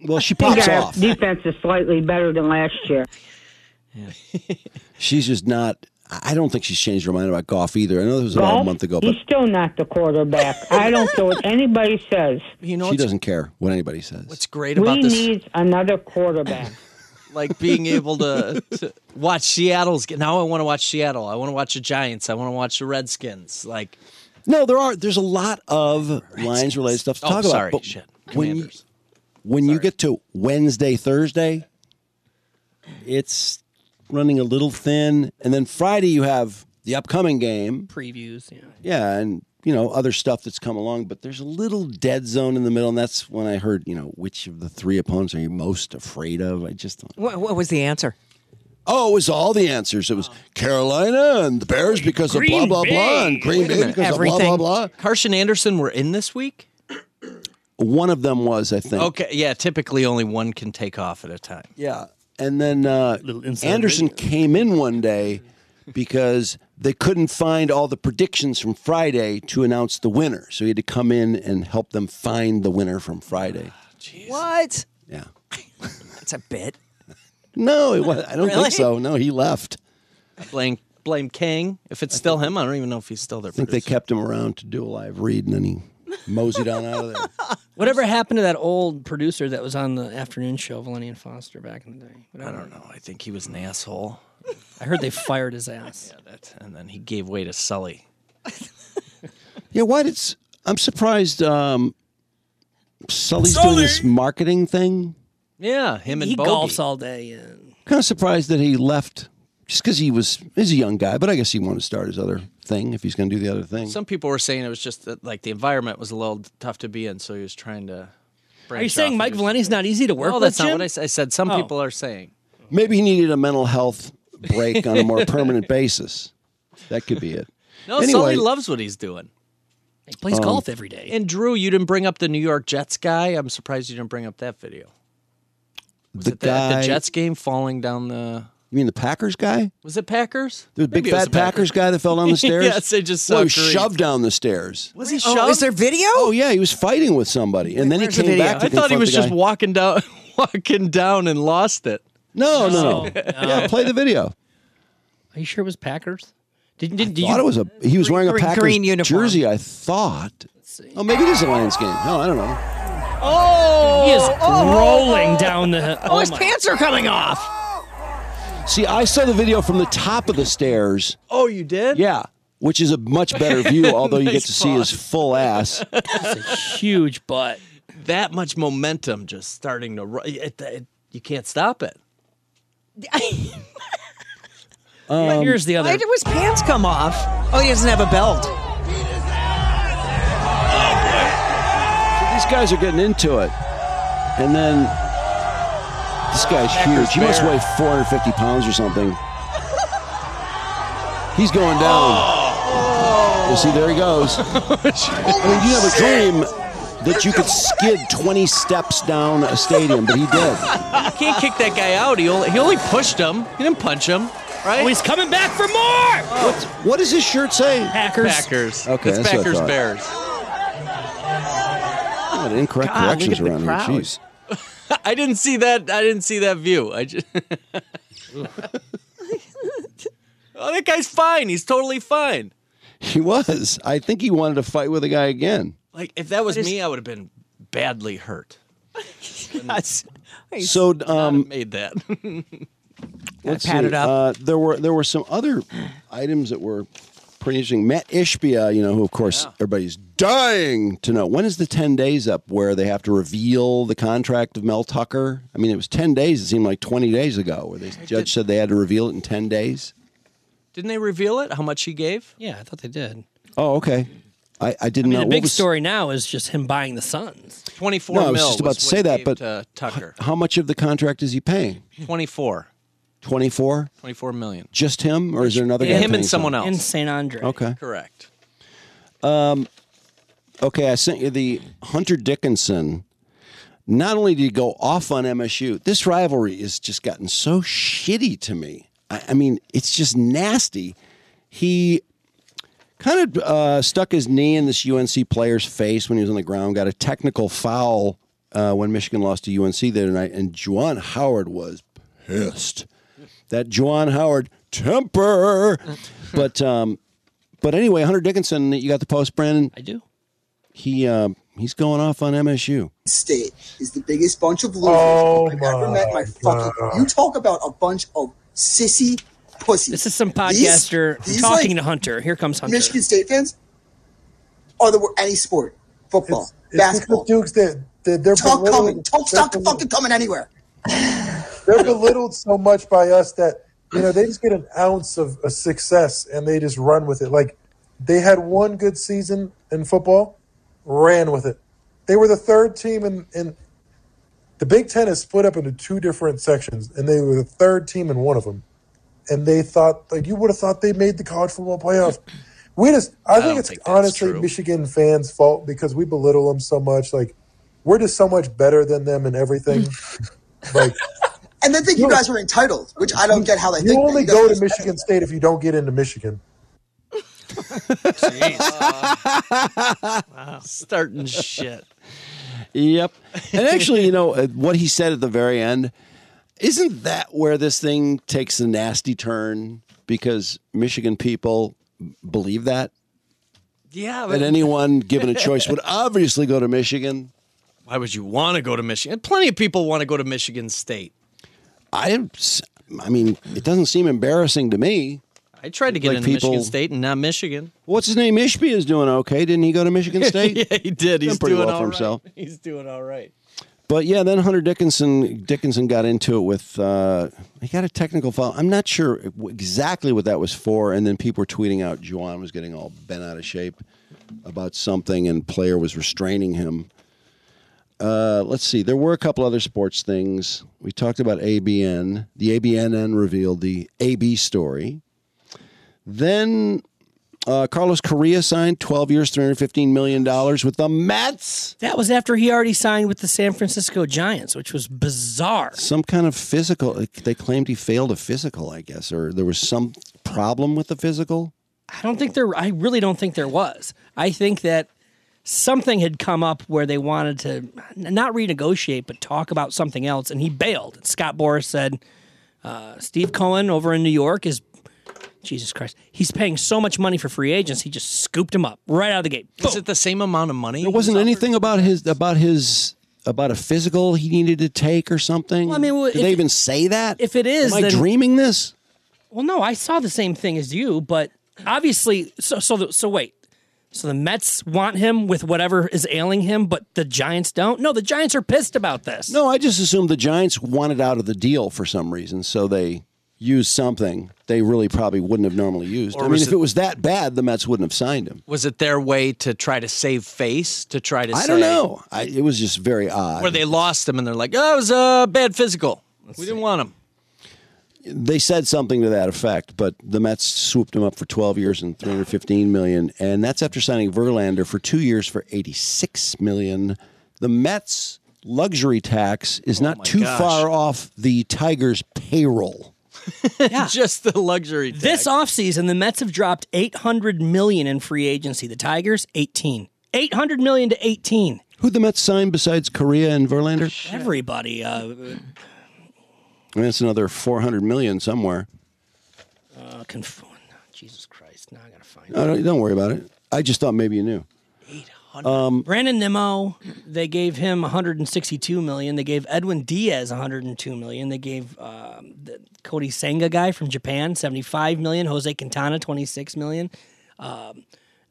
Well, she
I
pops
think our
off.
defense is slightly better than last year.
She's just not. I I don't think she's changed her mind about golf either. I know this was about a
Golf,
month ago, but
he's still not the quarterback. I don't care what anybody says.
You
she doesn't care what anybody says.
What's great
we
about this,
need another quarterback.
like being able to, to watch Seattle's. ge- Now I want to watch Seattle. I want to watch the Giants. I want to watch the Redskins. Like
No, there are. There's a lot of lines related stuff to
Oh,
talk about.
sorry,
but
shit.
When you, when you get to Wednesday, Thursday, it's running a little thin, and then Friday you have the upcoming game.
Previews. Yeah.
Yeah, and you know other stuff that's come along, but there's a little dead zone in the middle, and that's when I heard you know which of the three opponents are you most afraid of? I just thought,
What, what was the answer?
oh, it was all the answers. It was Carolina and the Bears because
Green
of blah blah blah,
Bay.
and Green
Wait a
Bay
minute.
because of blah
Everything.
blah blah.
Carson Anderson were in this week.
One of them was, I think.
Okay, yeah. Typically, only one can take off at a time.
Yeah. And then uh, Anderson came in one day because they couldn't find all the predictions from Friday to announce the winner. So he had to come in and help them find the winner from Friday.
What?
Yeah.
That's a bit.
No, it was, I don't
Really?
think so. No, he left.
Blame blame Kang. If it's still him, I don't even know if he's still there.
I think they kept him around to do a live read and then he moseyed on out of there.
Whatever happened to that old producer that was on the afternoon show, Valenian Foster, back in the day? I don't
know. I think he was an asshole.
I heard they fired his ass.
Yeah, that, and then he gave way to Sully.
Yeah, why did. S- I'm surprised um, Sully's doing this marketing thing.
Yeah, him and
he
Bogey.
golfs all day. And
Kind of surprised that he left just because he was he's a young guy, but I guess he wanted to start his other thing if he's going to do the other thing.
Some people were saying it was just that like the environment was a little tough to be in, so he was trying to.
are you saying Mike Valeni's not easy to work
Well,
with?
that's not
Jim?
what I, s- I said. Some
Oh.
people are saying.
Maybe he needed a mental health break on a more permanent basis. That could be it.
No,
Anyway-
Sully loves what he's doing.
He plays
Um,
golf every day.
And Drew, you didn't bring up the New York Jets guy. I'm surprised you didn't bring up that video. Was
The
it the, at
guy-
the Jets game falling down the?
You mean the Packers guy?
Was it Packers?
The big
Maybe it was
fat Packers guy that fell down the stairs?
yes, they just
well, he
sucked.
was shoved down the stairs.
Was he
Oh, is there video?
Oh yeah, he was fighting with somebody, and then he
Where's the
came
video?
back. To
I thought he
confront
was
the
just
guy.
walking down, walking down, and lost it.
No, no, no. Yeah, play the video.
Are you sure it was Packers? Did, did, did
I thought
you,
it was a. He was wearing a
green-
Packers
green uniform.
jersey. I thought. Oh, maybe it is a Lions game. No, I don't know.
Oh, he is rolling down the.
Oh, his pants are coming off.
See, I saw the video from the top of the stairs.
Oh, you did?
Yeah, which is a much better view, although you get
Nice
to see his full ass.
huge butt.
That much momentum just starting to. ru- It, it, you can't stop it.
Um,
here's the
Why
other.
did his pants come off? Oh, he doesn't have a belt.
These guys are getting into it. And then this guy's huge. He must
bear.
weigh 450 pounds or something. He's going down.
Oh.
You see, there he goes. I mean, you have a dream that you could skid 20 steps down a stadium, but he did.
You can't kick that guy out. He only, he only pushed him. He didn't punch him. Right? Oh,
Oh, he's coming back for more.
What's, what does his shirt say?
Packers.
Packers.
Okay,
it's
that's what I
Packers
thought.
Bears.
God, incorrect
God, look
directions
at the
around here.
crowd.
Jeez.
I didn't see that. I didn't see that view. I just. oh, that guy's fine. He's totally fine.
He was. I think he wanted to fight with the guy again.
Like if that was
That is-
me, I would have been badly hurt.
yes.
So um,
made that.
let's see.
patted up.
Uh, there were there were some other items that were pretty interesting. Matt Ishbia, you know, who of course everybody's dying to know when is the ten days up where they have to reveal the contract of Mel Tucker. I mean, it was ten days. It seemed like twenty days ago where the judge said they had to reveal it in ten days.
Didn't they reveal it? How much he gave?
Yeah, I thought they did.
Oh, okay. I, I
I
didn't
mean,
know.
the
What
big
was-
story now is just him buying the Suns.
Twenty-four.
No, I was
mil
just about to
what
say
he
that,
gave
but
to Tucker,
how much of the contract is he paying?
24.
Twenty four.
24 million.
Just him, or is there another guy?
him
paying
and someone
something?
else.
And St. Andre.
Okay.
Correct.
Um, okay, I sent you the Hunter Dickinson. Not only did he go off on MSU, this rivalry has just gotten so shitty to me. I, I mean, it's just nasty. He kind of uh, stuck his knee in this UNC player's face when he was on the ground, got a technical foul uh, when Michigan lost to UNC the other night, and Juwan Howard was pissed. That Juwan Howard temper. but um, but anyway, Hunter Dickinson, you got the post, Brandon. I
do.
He um, he's going off on MSU.
State is the biggest bunch of losers I've ever met in my fucking. You talk about a bunch of sissy pussies.
This is some
These-
podcaster
these,
talking
like,
to Hunter. Here comes Hunter.
Michigan State fans are the wor- any sport, football, basketball. Dukes
that they're, they're
talk
belittling-
coming, talk talk fucking coming anywhere.
They're belittled so much by us that you know they just get an ounce of a success and they just run with it. Like they had one good season in football, ran with it. They were the third team in, in the Big Ten is split up into two different sections, and they were the third team in one of them. And they thought like you would have thought they made the college football playoff. We just
I
I, think
don't
it's
think that's
honestly
true.
Michigan fans' fault because we belittle them so much. Like we're just so much better than them and everything. like
And they think you guys are entitled, which I don't get how they
you
think. that.
only
guys
go
are
to Michigan State if you don't get into Michigan.
Starting shit.
Yep. And actually, you know uh, what he said at the very end. Isn't that where this thing takes a nasty turn? Because Michigan people believe that
Yeah.
that anyone given a choice would obviously go to Michigan.
Why would you want to go to Michigan? Plenty of people want to go to Michigan State.
I am. I mean, it doesn't seem embarrassing to me.
I tried to get
Like
into Michigan
people-
State and not Michigan.
What's his name? Ishby is doing okay. Didn't he go to Michigan State?
yeah, he did.
Done
He's
pretty
doing
well
all
for
right.
himself.
He's doing all right.
But yeah, then Hunter Dickinson Dickinson got into it with uh, he got a technical foul. I'm not sure exactly what that was for. And then people were tweeting out Juwan was getting all bent out of shape about something, and player was restraining him. Uh, let's see. There were a couple other sports things. We talked about ABN. The ABNN revealed the AB story. Then uh, Carlos Correa signed 12 years, $315 million with the Mets.
That was after he already signed with the San Francisco Giants, which was bizarre.
Some kind of physical. like, They claimed he failed a physical, I guess, or there was some problem with the physical.
I don't think there. I really don't think there was. I think that something had come up where they wanted to n- not renegotiate, but talk about something else, and he bailed. Scott Boris said, uh, "Steve Cohen over in New York is." Jesus Christ. He's paying so much money for free agents, he just scooped him up right out of the gate. Is it
the same amount of money?
There wasn't anything about his about his about a physical he needed to take or something.
Well, I mean, well,
did
if-
they even say that?
if it is,
am I
then-
dreaming this?
Well, no, I saw the same thing as you, but obviously, so so the, so wait. So the Mets want him with whatever is ailing him, but the Giants don't. No, the Giants are pissed about this.
No, I just assumed the Giants wanted out of the deal for some reason, so they used something they really probably wouldn't have normally used.
Or
I mean,
was
if
it-
it was that bad, the Mets wouldn't have signed him.
Was it their way to try to save face? To try to
I
say,
don't know. I, it was just very odd.
Where they lost him and they're like, oh, it was a bad physical. we didn't want him.
they said something to that effect, but the Mets swooped him up for 12 years and 315 million, and that's after signing Verlander for two years for 86 million. The Mets luxury tax is not too
gosh.
far off the Tigers' payroll.
Just the luxury tax.
This offseason, the Mets have dropped 800 million in free agency. The Tigers, 18. 800 million to 18.
Who the Mets signed besides Korea and Verlander?
Everybody. Uh,
I mean, that's another four hundred million somewhere.
uh, conf- Jesus Christ. Now I got to find
No, don't, don't worry about it. I just thought maybe you knew. Um,
Brandon Nimmo, they gave him 162 million. They gave Edwin Diaz 102 million. They gave um, the Cody Senga guy from Japan 75 million. Jose Quintana 26 million. Um,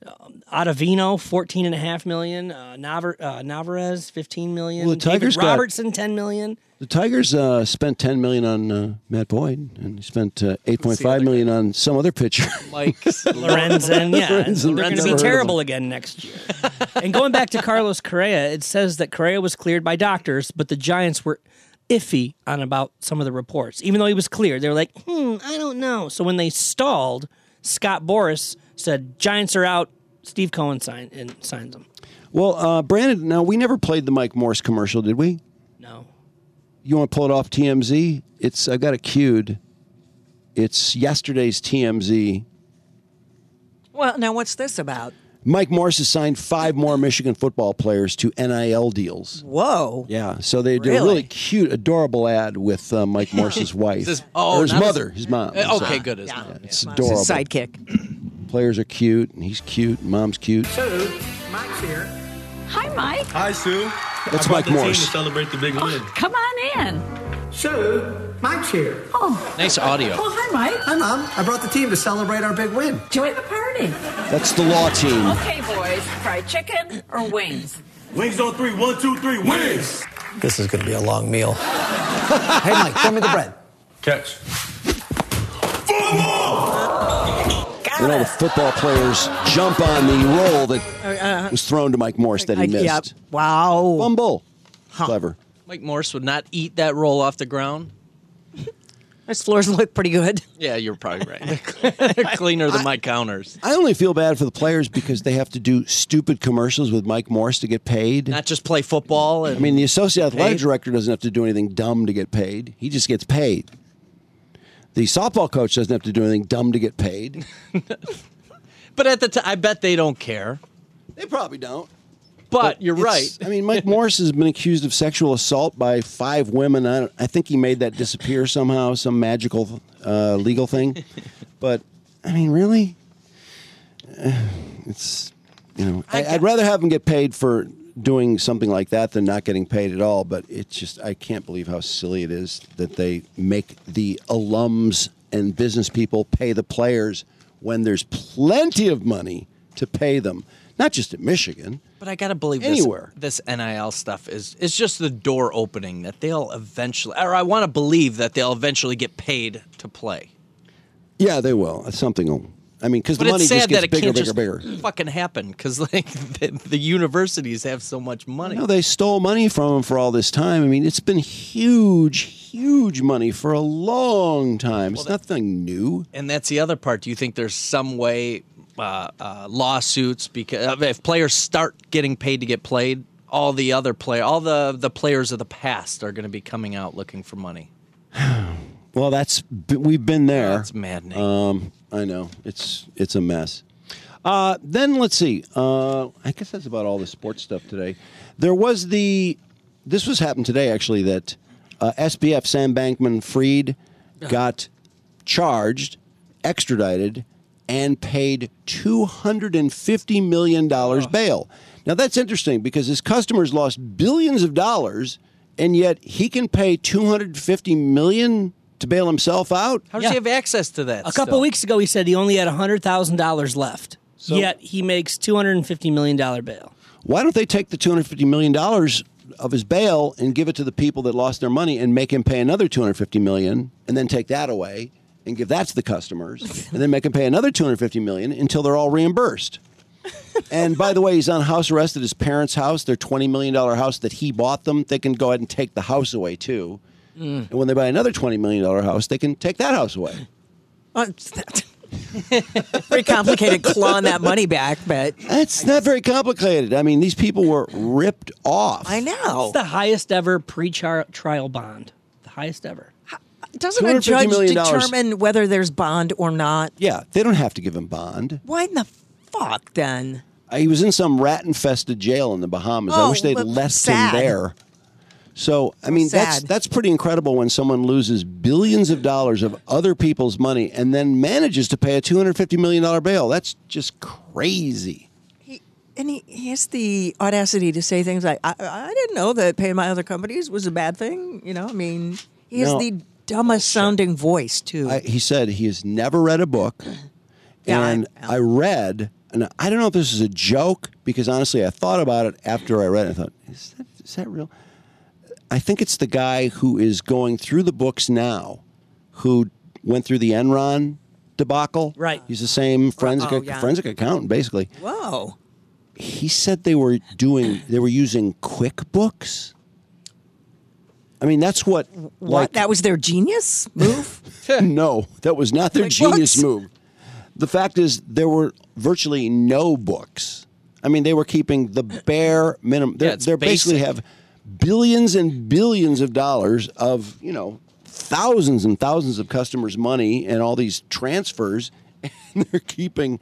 um, Ottavino 14 and a half million. Uh, Navar- uh, Navarez 15 million.
Well, the
David
Tigers got-
Robertson 10 million.
the Tigers uh, spent ten million on uh, Matt Boyd, and they spent uh, eight point five million on some other pitcher.
Mike
Lorenzen, yeah,
Lorenzen,
they're going to
never heard
be
of
terrible again next year. and going back to Carlos Correa, it says that Correa was cleared by doctors, but the Giants were iffy on about some of the reports. Even though he was cleared, they were like, "Hmm, I don't know." So when they stalled, Scott Boris said, "Giants are out." Steve Cohen sign and signs them.
Well, uh, Brandon, now we never played the Mike Morse commercial, did we?
No.
You want to pull it off TMZ? It's I've got it queued. It's yesterday's TMZ.
Well, now what's this about?
Mike Morse has signed five more Michigan football players to NIL deals.
Whoa.
Yeah, so they did a
Really?
really cute, adorable ad with uh, Mike Morse's wife.
His- oh,
or his
not his-
mother, his, mom.
Uh,
I'm
okay,
sorry.
good, his
yeah,
mom,
It's
yeah.
adorable.
His sidekick.
Players are cute, and he's cute, and mom's cute.
So, Mike's here. Hi, Mike.
Hi, Sue. That's
I brought
Mike
the team
Morse.
to celebrate the big win.
Come on in.
So, Mike's here.
Oh,
Nice audio.
Oh, hi, Mike. Hi, Mom. I brought the team to celebrate our big win.
join the party.
That's the law team.
Okay, boys, fried chicken or wings?
Wings on oh, three. One, two, three. Wings.
This is going to be a long meal. hey, Mike, throw me the bread.
Catch.
And all the football players jump on the roll
Uh,
that was thrown to Mike Morse that he
I-
missed.
yep. Wow.
Fumble. Clever.
Mike Morse would not eat that roll off the ground.
His floors look pretty good.
Yeah, you're probably right. They're cleaner than my counters.
I only feel bad for the players because they have to do stupid commercials with Mike Morse to get paid.
Not just play football.
I
And
mean, the associate athletic
Paid?
director doesn't have to do anything dumb to get paid. He just gets paid. The softball coach doesn't have to do anything dumb to get paid.
but at the time, I bet they don't care.
They probably don't.
But, you're
It's-
right.
I mean, Mike Morris has been accused of sexual assault by five women. I, don't, I think he made that disappear somehow, some magical uh, legal thing. But I mean, really, Uh, it's you know, I, I'd rather have him get paid for doing something like that than not getting paid at all. But it's just I can't believe how silly it is that they make the alums and business people pay the players when there's plenty of money to pay them. Not just at Michigan.
But I gotta believe
Anywhere.
This, this NIL stuff is it's just the door opening that they'll eventually, or I want to believe that they'll eventually get paid to play.
Yeah, they will. Something will. I mean, because the
but
money
it's sad
just gets
that it
bigger,
can't
bigger,
just
bigger.
fucking happen because like the, the universities have so much money.
No, they stole money from him for all this time. I mean, it's been huge, huge money for a long time. It's nothing new.
and that's the other part. Do you think there's some way uh, uh, lawsuits because if players start getting paid to get played, all the other play, all the the players of the past are going to be coming out looking for money.
Well, that's b- we've been there. That's
maddening.
Um, I know it's it's a mess. Uh, then let's see. Uh, I guess that's about all the sports stuff today. There was the this was happened today actually that uh, SBF Sam Bankman Freed got charged, extradited, and paid two hundred and fifty million dollars bail. Now that's interesting because his customers lost billions of dollars, and yet he can pay two hundred fifty million to bail himself out.
How does he have access to that?
A couple
still?
weeks ago, he said he only had hundred thousand dollars left.
So-
yet he makes two hundred and fifty million dollar bail.
Why don't they take the two hundred fifty million dollars of his bail and give it to the people that lost their money and make him pay another two hundred fifty million, and then take that away and give that to the customers, and then make him pay another two hundred fifty million until they're all reimbursed. and by the way, he's on house arrest at his parents' house, their twenty million dollar house that he bought them. They can go ahead and take the house away too.
Mm.
And when they buy another twenty million dollar house, they can take that house away.
Uh, it's that- Pretty complicated clawing that money back, but
it's not very complicated. I mean, these people were ripped off.
It's the highest ever pre-trial bond. The highest ever.
Doesn't a judge
$250 million
determine whether there's bond or not?
Yeah, they don't have to give him bond.
Why in the fuck then?
Uh, He was in some rat infested jail in the Bahamas. I
Oh,
wish they'd
but
left
sad.
him there. So I mean that's
sad.
that's pretty incredible when someone loses billions of dollars of other people's money and then manages to pay a two hundred fifty million dollar bail. That's just crazy.
And he, he has the audacity to say things like, I, I didn't know that paying my other companies was a bad thing. You know, I mean, he has
No.
the dumbest sounding voice, too.
I, he said he has never read a book,
Yeah, I-
and I, read, and I don't know if this is a joke because honestly, I thought about it after I read it. I thought, is that is that real? I think it's the guy who is going through the books now, who went through the Enron debacle. Right. He's the same forensic
Oh, yeah.
forensic accountant basically.
Whoa.
He said they were doing they were using QuickBooks. I mean, that's what
What?
like
that was their genius move?
no, that was not their
Like,
genius
what?
move. The fact is, there were virtually no books. I mean, they were keeping the bare minimum. They
Yeah, it's
they basically
basic.
have billions and billions of dollars of you know thousands and thousands of customers' money and all these transfers, and they're keeping.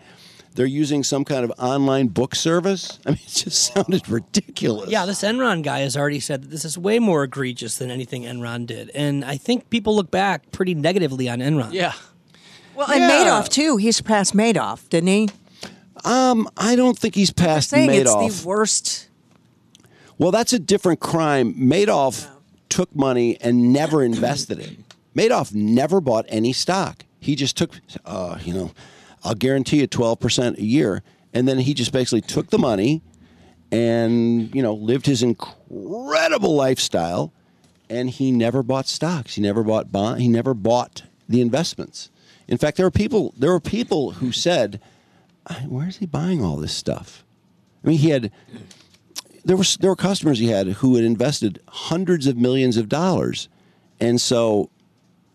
They're using some kind of online book service. I mean, it just sounded ridiculous.
Yeah, this Enron guy has already said that this is way more egregious than anything Enron did, and I think people look back pretty negatively on Enron.
Yeah.
Well, and
Yeah.
Madoff, too. He surpassed Madoff, didn't he?
Um, I don't think he's passed
saying It's
Madoff.
the worst.
Well, that's a different crime. Madoff took money and never invested it. Madoff never bought any stock. He just took, uh, you know, I'll guarantee you 12% a year. And then he just basically took the money and, you know, lived his incredible lifestyle. And he never bought stocks. He never bought bond. He never bought the investments. In fact, there are people, there are people who said, "I- where is he buying all this stuff? I mean, he had there were there were customers he had who had invested hundreds of millions of dollars, and so,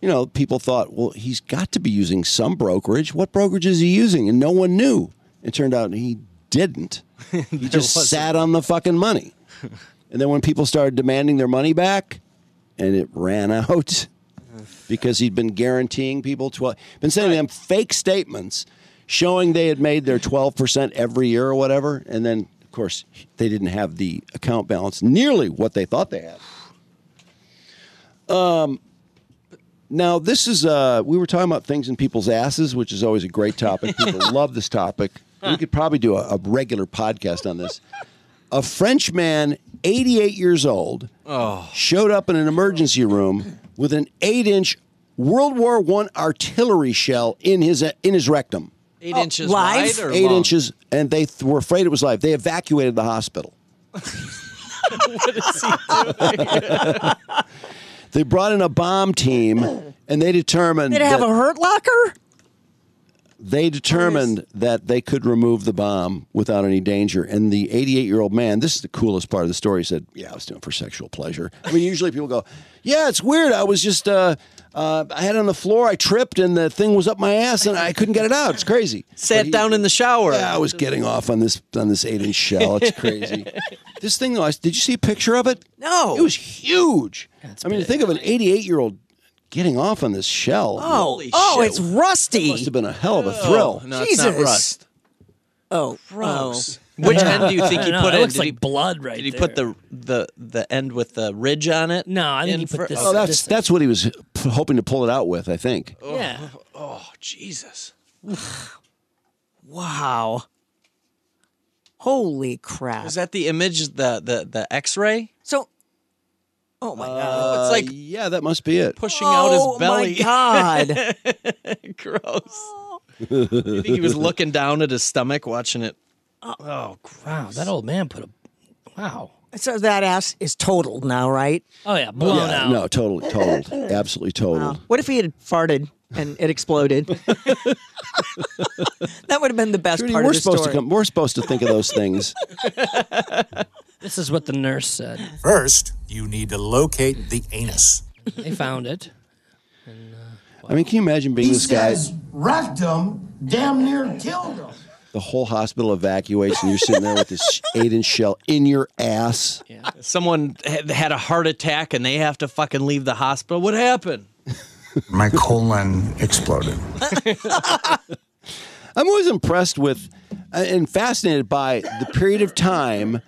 you know, people thought, well, he's got to be using some brokerage. What brokerage is he using? And no one knew. It turned out he didn't. he just
wasn't.
sat on the fucking money. and then when people started demanding their money back, and it ran out because he'd been guaranteeing people twelve, been sending them fake statements showing they had made their twelve percent every year or whatever, and then of course they didn't have the account balance nearly what they thought they had. Um. Now this is uh we were talking about things in people's asses, which is always a great topic. People love this topic. We could probably do a, a regular podcast on this. A French man, 88 years old,
Oh.
showed up in an emergency room with an eight-inch World War One artillery shell in his in his rectum.
Eight
Oh,
inches
live?
wide or
Eight
long?
inches, and they th- were afraid it was live. They evacuated the hospital.
what is he doing?
They brought in a bomb team, and they determined
Did it have
that-
a hurt locker?
they determined that they could remove the bomb without any danger. And the 88 year old man, this is the coolest part of the story, said, Yeah, I was doing it for sexual pleasure. I mean, usually people go, Yeah, it's weird. I was just, uh, uh, I had it on the floor, I tripped, and the thing was up my ass, and I couldn't get it out. It's crazy.
Sat down in the shower.
Yeah, I was getting off on this on this eight inch shell. Oh, It's crazy. this thing though, I, did you see a picture of it?
No,
it was huge. I mean, think of an eighty eight year old getting off on this shell.
Oh, oh, it's rusty.
Must have been a hell of a thrill.
Oh, no, it's not Jesus. rust.
Oh,
Gross.
oh.
Which end do you think
I
he
know,
put
it
in?
looks
Did
like
he-
blood right
Did he put the the the end with the ridge on it?
No, I think he put this-
Oh, that's that's what he was p- hoping to pull it out with. I think.
Yeah.
Oh, Jesus.
Wow. Holy crap.
Was that the image, the the, the x ray?
So, oh my
it's
Uh,
like
yeah, that must be it.
pushing out
Oh, my
his belly.
God.
Gross.
you
You think he was looking down at his stomach watching it?
Oh, wow, that old man put a wow.
So that ass is totaled now, right?
Oh yeah, blown
yeah,
out.
No, totally, totaled, absolutely totaled.
What if he had farted and it exploded? that would have been the best
Trudy,
part
we're
of the
supposed
story.
to come. We're supposed to think of those things.
This is what the nurse said.
First, you need to locate the anus.
They found it.
I mean, can you imagine being
He
this guy?
says-
Rectum damn near killed him.
The whole hospital evacuates, and you're sitting there with this eight inch shell in your ass.
Someone had, had a heart attack and they have to fucking leave the hospital. What happened?
My colon exploded. I'm always impressed with uh, and fascinated by the period of time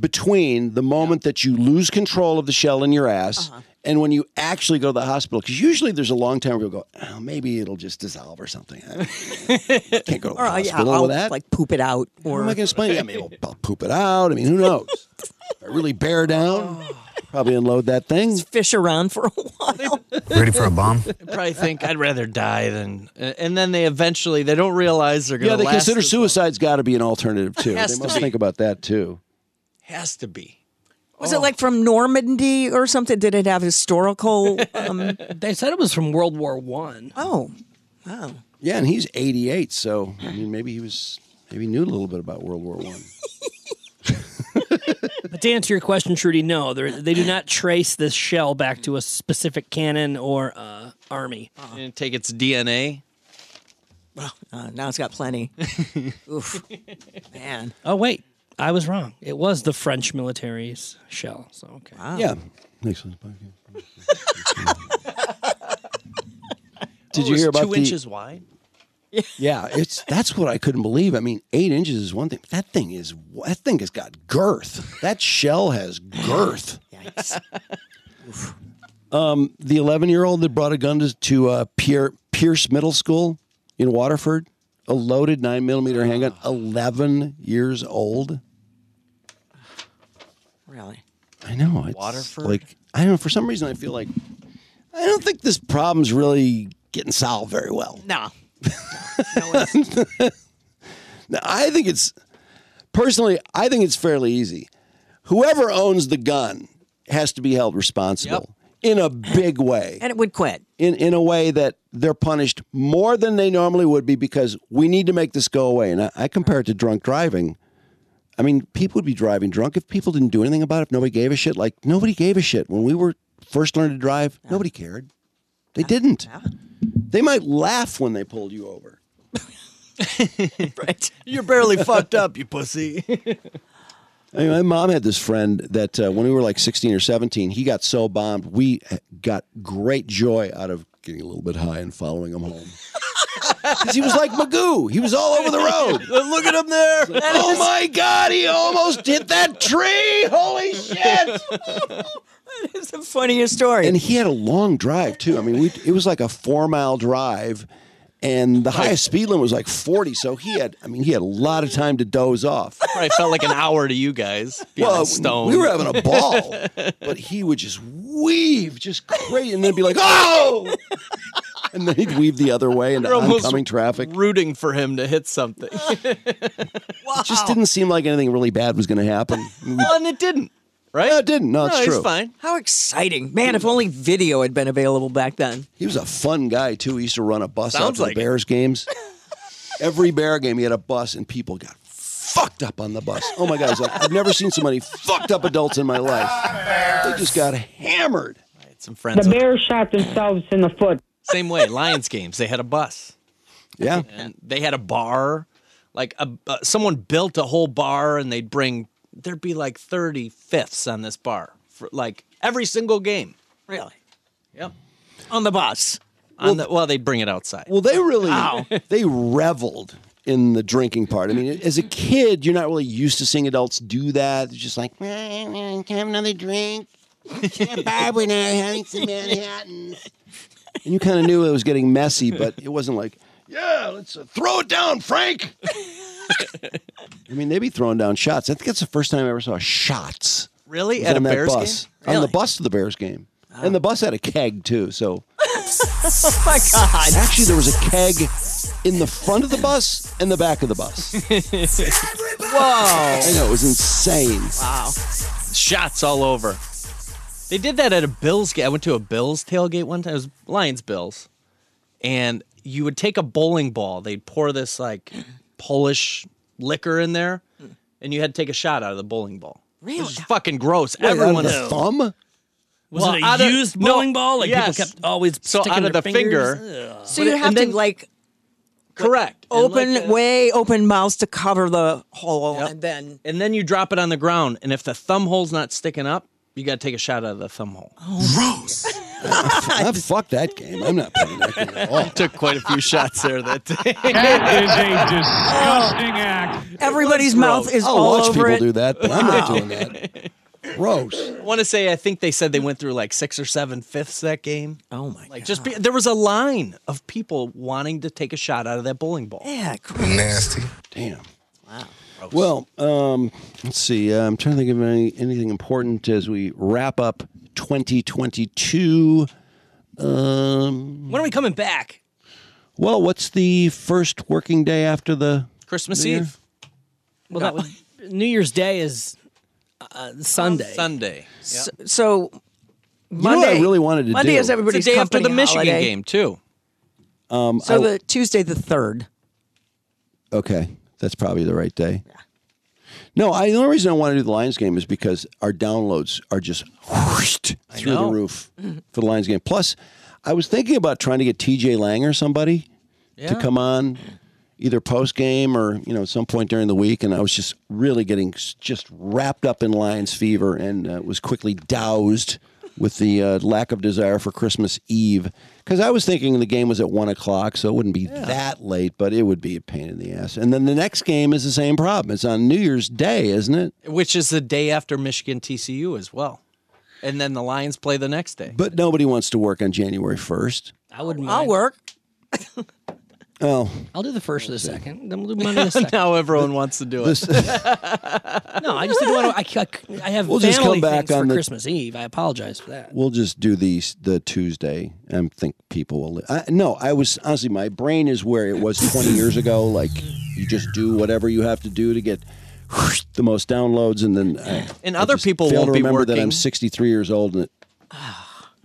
between the moment that you lose control of the shell in your ass
Uh-huh.
and when you actually go to the hospital. Because usually there's a long time where you go, oh, maybe it'll just dissolve or something. Can't go to the
Or, uh, yeah,
hospital
I'll,
with that.
like poop it out. Or
How am I going to explain it? I mean, I'll, I'll poop it out. I mean, who knows? If I really bear down. Probably unload that thing.
Oh. fish around for a while.
Ready for a
bomb?
They probably think I'd rather die than, and then they eventually they don't realize they're gonna.
Yeah, they
last
consider suicide's got to be an alternative too. They
Has to
must
be.
think about that too.
has to be.
Was it like from Normandy or something? Did it have historical? Um...
they said it was from World War One.
Oh, wow.
Yeah, and he's 88, so I mean, maybe he was maybe he knew a little bit about World War One.
But to answer your question, Trudy, no, they're- they do not trace this shell back to a specific cannon or uh, army.
Uh-huh. And take its DNA.
Uh, now it's got plenty. Oof, man.
Oh wait, I was wrong. It was the French military's shell. So okay.
Yeah. Next one's Did you hear about
Oh, two
the-
inches wide?
Yeah, it's that's what I couldn't believe. I mean, eight inches is one thing. but That thing is that thing has got girth. That shell has girth. Um, the 11 year old that brought a gun to, to uh, Pier, Pierce Middle School in Waterford, a loaded nine millimeter handgun, 11 years old.
Really?
I know. It's
Waterford?
Like, I don't know. For some reason, I feel like I don't think this problem's really getting solved very well.
No.
Now, I think it's personally, I think it's fairly easy. Whoever owns the gun has to be held responsible in a big way.
And it would quit.
In in a way that they're punished more than they normally would be because we need to make this go away. And I, I compare it to drunk driving. I mean, people would be driving drunk if people didn't do anything about it, if nobody gave a shit. Like nobody gave a shit. When we were first learning to drive, nobody cared. They didn't. They might laugh when they pulled you over.
right.
You're barely fucked up, you pussy.
I mean, my mom had this friend that uh, when we were like 16 or 17, he got so bombed. We got great joy out of getting a little bit high and following him home. 'Cause he was like Magoo. He was all over the road.
Look at him there.
oh my God, he almost hit that tree. Holy shit.
It's the funniest story.
And he had a long drive, too. I mean, we, it was like a four mile drive, and the highest speed limit was like 40. So he had, I mean, he had a lot of time to doze off.
Probably felt like an hour to you guys. being
Well,
stoned.
we were having a ball, but he would just weave, just crazy, and then be like, "Oh!" and then he'd weave the other way into
You're almost
oncoming traffic.
rooting for him to hit something.
It just didn't seem like anything really bad was going to happen.
well, and it didn't, right?
No, it didn't. No, it's
no,
true.
He's fine.
How exciting. Man, if only video had been available back then.
He was a fun guy too. He used to run a bus out
Sounds
to
like it.
the Bears games. Every Bear game, he had a bus, and people got fucked up on the bus. Oh my God! He's like, I've never seen so many fucked up adults in my life. They just got hammered.
Some friends.
the Bears shot themselves in the foot.
Same way, Lions games. They had a bus.
Yeah.
And they had a bar. Like a, uh, someone built a whole bar and they'd bring, there'd be like 30 fifths on this bar for like every single game.
Really?
Yep.
On the bus.
On the, well, they'd bring it outside.
Well, they really they reveled in the drinking part. I mean, as a kid, you're not really used to seeing adults do that. It's just like, Can I have another drink? Barb and I are having some Manhattan. and you kind of knew it was getting messy, but it wasn't like, yeah, let's uh, throw it down, Frank.
Oh
I mean, they'd be throwing down shots. I think that's the first time I ever saw shots.
Really?
Was
At a
on that
Bears
bus,
game?
on the bus to the Bears game, and the bus had a keg too. So
oh my God.
Actually, there was a keg in the front of the bus and the back of the bus.
Whoa.
I know it was insane.
Wow.
Shots all over. They did that at a Bills game. I went to a Bills tailgate one time. It was Lions Bills. And you would take a bowling ball, they'd pour this like Polish liquor in there, and you had to take a shot out of the bowling ball. Really? It was fucking gross.
Wait, out of
Everyone
the thumb? Was
Was
Well,
it
out
a
of-
used
no,
bowling ball? Like
yes.
people kept always
So
sticking
out of
their
the
fingers?
finger-
Ugh.
So you have to like
Correct.
open way open mouths to cover the hole
Yep.
and then
And then you drop
Oh.
it on the ground, and if the thumb hole's not sticking up, you got to take a shot out of the thumb hole.
gross.
I Ah, fuck that game. I'm not playing that game at all.
Took quite a few shots there that day.
That is a
disgusting act.
Oh. Everybody's mouth is
I'll
all
watch
over
Oh, people
it.
do that, but I'm not
Wow.
doing that. Gross.
I want to say I think they said they went through like six or seven fifths that game.
Oh my!
Like just be, there was a line of people wanting to take a shot out of that bowling ball.
Yeah,
Nasty. Damn. Wow. Well, um, let's see. Uh, I'm trying to think of any, anything important as we wrap up 2022. Um,
When are we coming back?
well, what's the first working day after the
Christmas
New Year?
Eve? Well, that would, New Year's Day is uh, Sunday.
Sunday.
So, so
You know what
Monday.
I really wanted to
Monday
do?
is everybody's
It's the day after
company
the Michigan
holiday.
game, too.
Um,
So
I-
the Tuesday the third.
Okay, that's probably the right day. No, I, the only reason I want to do the Lions game is because our downloads are just whooshed through the
know.
roof for the Lions game. Plus, I was thinking about trying to get TJ Lang or somebody
Yeah.
to come on either post game or you know at some point during the week, and I was just really getting s- just wrapped up in Lions fever and uh, was quickly doused with the uh, lack of desire for Christmas Eve because I was thinking the game was at one o'clock, so it wouldn't be that late, but it would be a pain in the ass. And then the next game is the same problem. It's on New Year's Day, isn't it?
Which is the day after Michigan TCU as well. And then the Lions play the next day.
But nobody wants to work on January first.
I wouldn't.
I'll work.
Oh,
I'll do the first or the second. Then we'll do Monday the second.
now everyone wants to do it.
No, I just didn't want to. I, I- I have
We'll
family
just come back
things for
on the-
Christmas Eve. I apologize for that.
We'll just do these the Tuesday and think people will. I, no, I was honestly, my brain is where it was 20 years ago. Like, you just do whatever you have to do to get the most downloads, and then uh, I,
And other people
fail
won't
to
be
remember that
working.
I'm 63 years old. And it,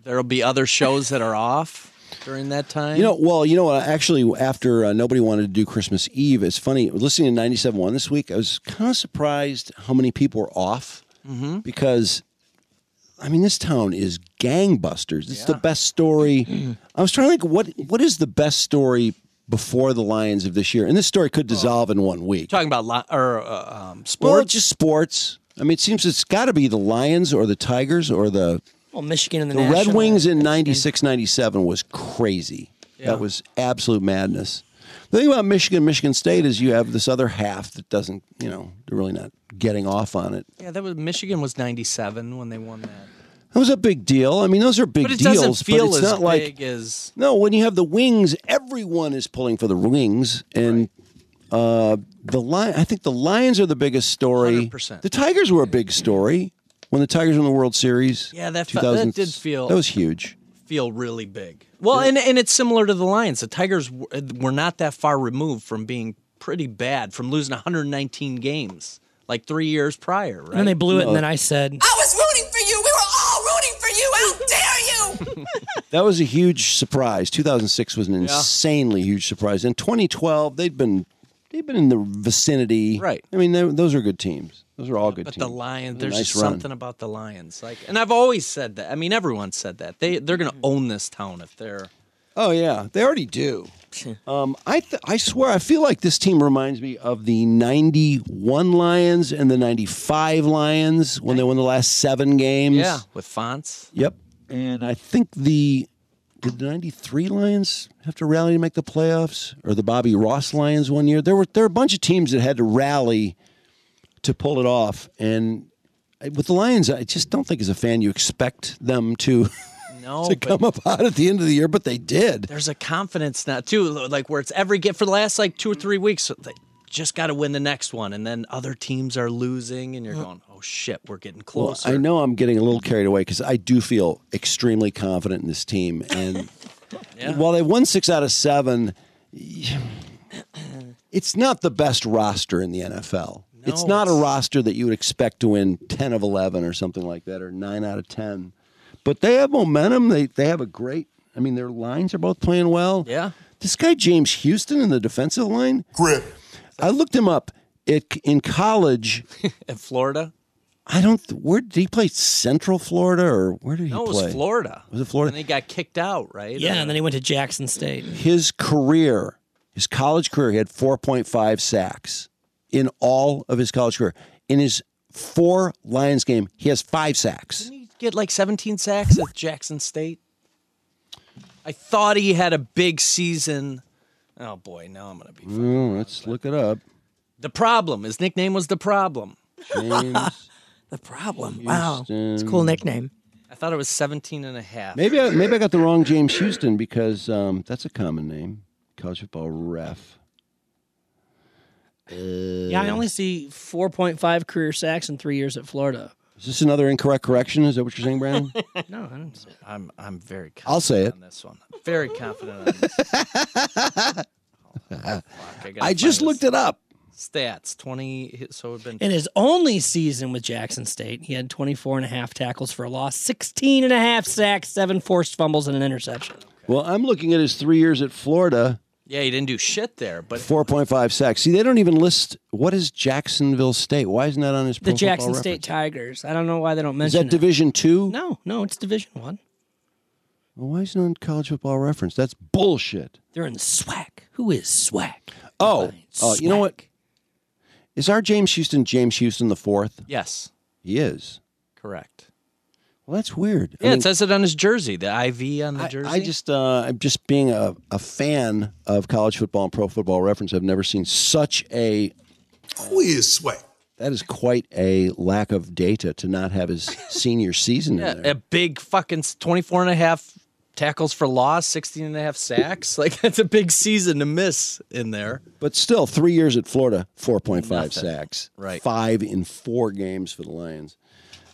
There'll be other shows that are off during that time.
you know, well, you know what? Actually, after uh, nobody wanted to do Christmas Eve, it's funny listening to 97.1 this week. I was kind of surprised how many people were off.
hmm
because I mean this town is gangbusters. It's the best story. I was trying to think what what is the best story before the Lions of this year, and this story could dissolve in one week.
talking about li- or uh, um,
Or
sports.
just sports. I mean, it seems it's got to be the Lions or the Tigers or the
Well, Michigan and
the,
the,
Red
National.
Wings in 96 97 was crazy.
Yeah.
That was absolute madness. The thing about Michigan, Michigan State is you have this other half that doesn't, you know, they're really not getting off on it.
Yeah, that was Michigan was '97 when they won that.
That was a big deal. I mean, those are big
but it
deals,
doesn't feel
but it's
as
not like
big as
No, when you have the wings, everyone is pulling for the wings, and uh, the lion. I think the Lions are the biggest story.
100%.
The Tigers were a big story when the Tigers won the World Series.
Yeah, that fe-
2000
that did feel-
that was huge.
feel really big. Well, and and it's similar to the Lions. The Tigers w- were not that far removed from being pretty bad from losing 119 games like three years prior. Right?
And then they blew it, and then I said,
I was rooting for you. We were all rooting for you. How dare you?
That was a huge surprise. 2006 was an
Yeah.
insanely huge surprise. In 2012, they'd been they'd been in the vicinity.
Right.
I mean, they- those are good teams. Those are all good
But
teams.
the Lions,
It was a
there's
nice
just
run.
something about the Lions. Like, and I've always said that. I mean, everyone said that they they're
Mm-hmm.
going to own this town if they're.
Oh yeah, they already do. um, I th- I swear I feel like this team reminds me of the '91 Lions and the '95 Lions when they won the last seven games.
Yeah, with fonts.
Yep. And I think the did the '93 Lions have to rally to make the playoffs, or the Bobby Ross Lions one year? There were there were a bunch of teams that had to rally to pull it off, and I- with the Lions, I just don't think as a fan you expect them to.
No,
to
but-
come up hot at the end of the year, but they did.
There's a confidence now too, like where it's every get for the last like two or three weeks. They just got to win the next one, and then other teams are losing, and you're going, oh shit, we're getting
Uh, Well,
closer.
I know I'm getting a little carried away because I do feel extremely confident in this team. And while they won six out of seven, it's not the best roster in the NFL. it's
No,
not a roster that you would expect to win 10 of 11 or something like that, or nine out of 10. But they have momentum. They, they have a great, I mean, their lines are both playing well.
Yeah.
This guy, James Houston, in the defensive line. Grip. I looked him up. It, in college,
At Florida,
I don't. th- Where did he play? Central Florida or where did he
no, it
play?
was Florida.
Was it
And
Florida?
he got kicked out, right? Uh,
Yeah, and
Or-
then he went to Jackson State.
His career, his college career, he had 4.5 sacks in all of his college career. In his four Lions game, he has five sacks.
get like 17 sacks at Jackson State. I thought he had a big season. Oh boy, now I'm gonna be.
Mm, let's look it up.
The problem. His nickname was the problem.
James
the problem.
Wow.
It's a cool nickname.
I thought it was 17 and a half.
Maybe I, maybe I got the wrong James Houston because um, that's a common name. College football ref. Uh,
Yeah, I only see 4.5 career sacks in three years at Florida.
Is this another incorrect correction? Is that what you're saying, Brandon?
no, I don't.
I'm I'm very confident
I'll say it.
on this one. I'm very confident on this. I gotta
Uh-huh. I just
find
looked it up.
Stats 20. So it'd been
In his only season with Jackson State, he had 24 and a half tackles for a loss, 16 and a half sacks, seven forced fumbles, and an interception.
Well, I'm looking at his three years at Florida,
yeah, he didn't do shit there, but
4.5 sacks. See, they don't even list what is Jacksonville State. Why isn't that on his
The
Pro Football
Jackson
Reference?
State Tigers. I don't know why they don't
Is
mention
that Division Two?
it. No, no, it's Division One.
Well, why is it on College Football Reference? That's bullshit.
They're in the SWAC. Who is SWAC?
Oh, oh, you know what? Is our James Houston James Houston the fourth?
yes,
He is.
correct.
Well, that's weird.
Yeah,
I mean,
it says it on his jersey, the IV on the jersey.
I just, uh, I'm just being a, a fan of college football and pro football reference. I've never seen such a.
Who is sway?
That is quite a lack of data to not have his senior season in there.
yeah, a big fucking s- 24 and a half tackles for loss, 16 and a half sacks. Like, that's a big season to miss in there.
But still, three years at Florida, 4.5
Nothing.
sacks.
Right.
Five in four games for the Lions.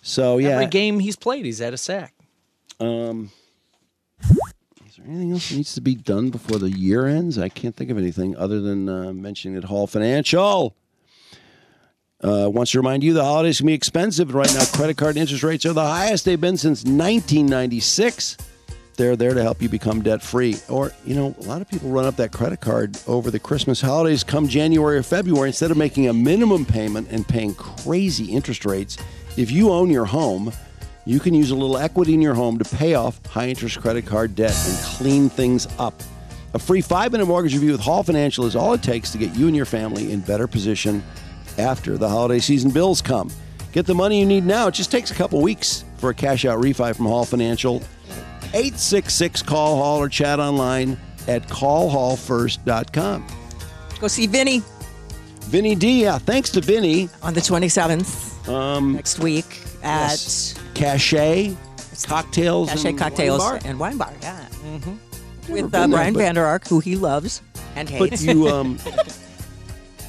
So, yeah.
Every game he's played, he's had a sack.
Um, is there anything else that needs to be done before the year ends? I can't think of anything other than uh, mentioning that Hall Financial uh, wants to remind you the holidays can be expensive. Right now, credit card interest rates are the highest they've been since 1996. They're there to help you become debt free. Or, you know, a lot of people run up that credit card over the Christmas holidays come January or February. Instead of making a minimum payment and paying crazy interest rates, if you own your home, you can use a little equity in your home to pay off high interest credit card debt and clean things up. A free five minute mortgage review with Hall Financial is all it takes to get you and your family in better position after the holiday season bills come. Get the money you need now. It just takes a couple weeks for a cash out refi from Hall Financial. 866 Call Hall or chat online at callhallfirst.com.
Go see Vinny.
Vinny D, yeah, thanks to Vinny.
On the 27th.
Um,
Next week at
Cachet, cocktails.
Cachet
and
Cocktails
wine bar.
and Wine Bar, yeah.
Never
With uh,
been there,
Brian
but-
Vander Ark, who he loves and
But
hates.
you, um,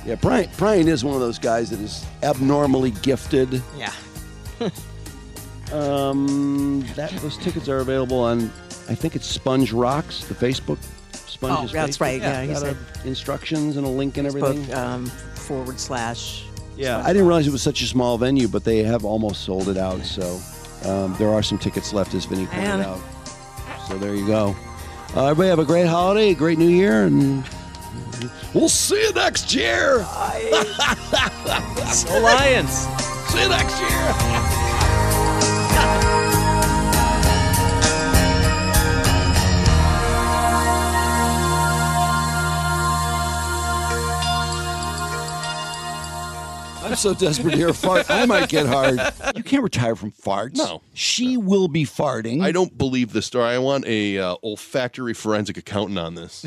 yeah, Brian. Brian is one of those guys that is abnormally gifted.
Yeah.
Um, that those tickets are available on, I think it's Sponge Rocks, the Facebook. Sponge's
Oh, that's
Facebook.
right, yeah, he
got
said-
a- instructions and a link and
Facebook,
everything.
um, forward slash.
Yeah, I didn't realize it was such a small venue, but they have almost sold it out. So um, there are some tickets left, as Vinny pointed
Man.
out. So there you go. Uh, everybody have a great holiday, a great new year, and we'll see you next year.
Go Lions.
see you next year. I'm so desperate to hear a fart. I might get hard. You can't retire from farts.
No.
She will be farting.
I don't believe this story. I want a uh, olfactory forensic accountant on this.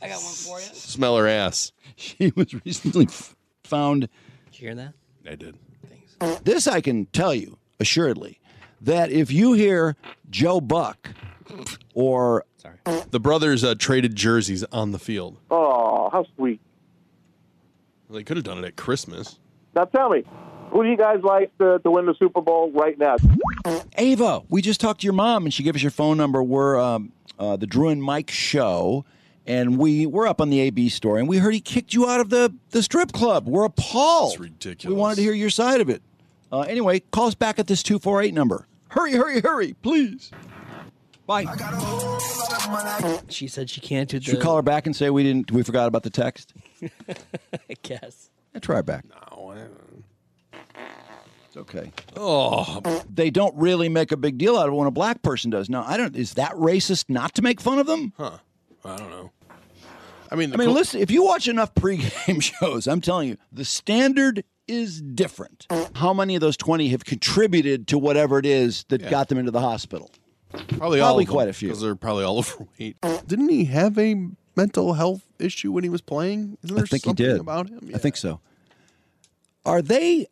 I got one for you. Smell her ass.
She was recently f- found.
Did you hear that?
I did.
This I can tell you assuredly that if you hear Joe Buck or
The brothers uh, traded jerseys on the field.
Oh, how sweet.
They could have done it at Christmas.
Now tell me, who do you guys like to, to win the Super Bowl right now?
Ava, we just talked to your mom, and she gave us your phone number. We're um, uh, the Drew and Mike show, and we we're up on the AB story, and we heard he kicked you out of the the strip club. We're appalled. It's ridiculous. We wanted to hear your side of it. Uh, anyway, call us back at this two four eight number. Hurry, hurry, hurry, please. Bye.
She said she can't do the.
Should we call her back and say we didn't we forgot about the text?
I guess.
Yeah, try her back. No. It's okay.
Oh.
They don't really make a big deal out of it when a black person does. Now, I don't is that racist not to make fun of them?
Huh. I don't know. I mean,
I
the
mean,
co-
listen, if you watch enough pregame shows, I'm telling you, the standard is different. How many of those 20 have contributed to whatever it is that
Yeah.
got them into the hospital?
Probably, all
Probably
of
quite a few.
because they're probably all overweight. Didn't he have a mental health issue when he was playing? Isn't there
I think he
something
did.
about him?
I think so. Are they?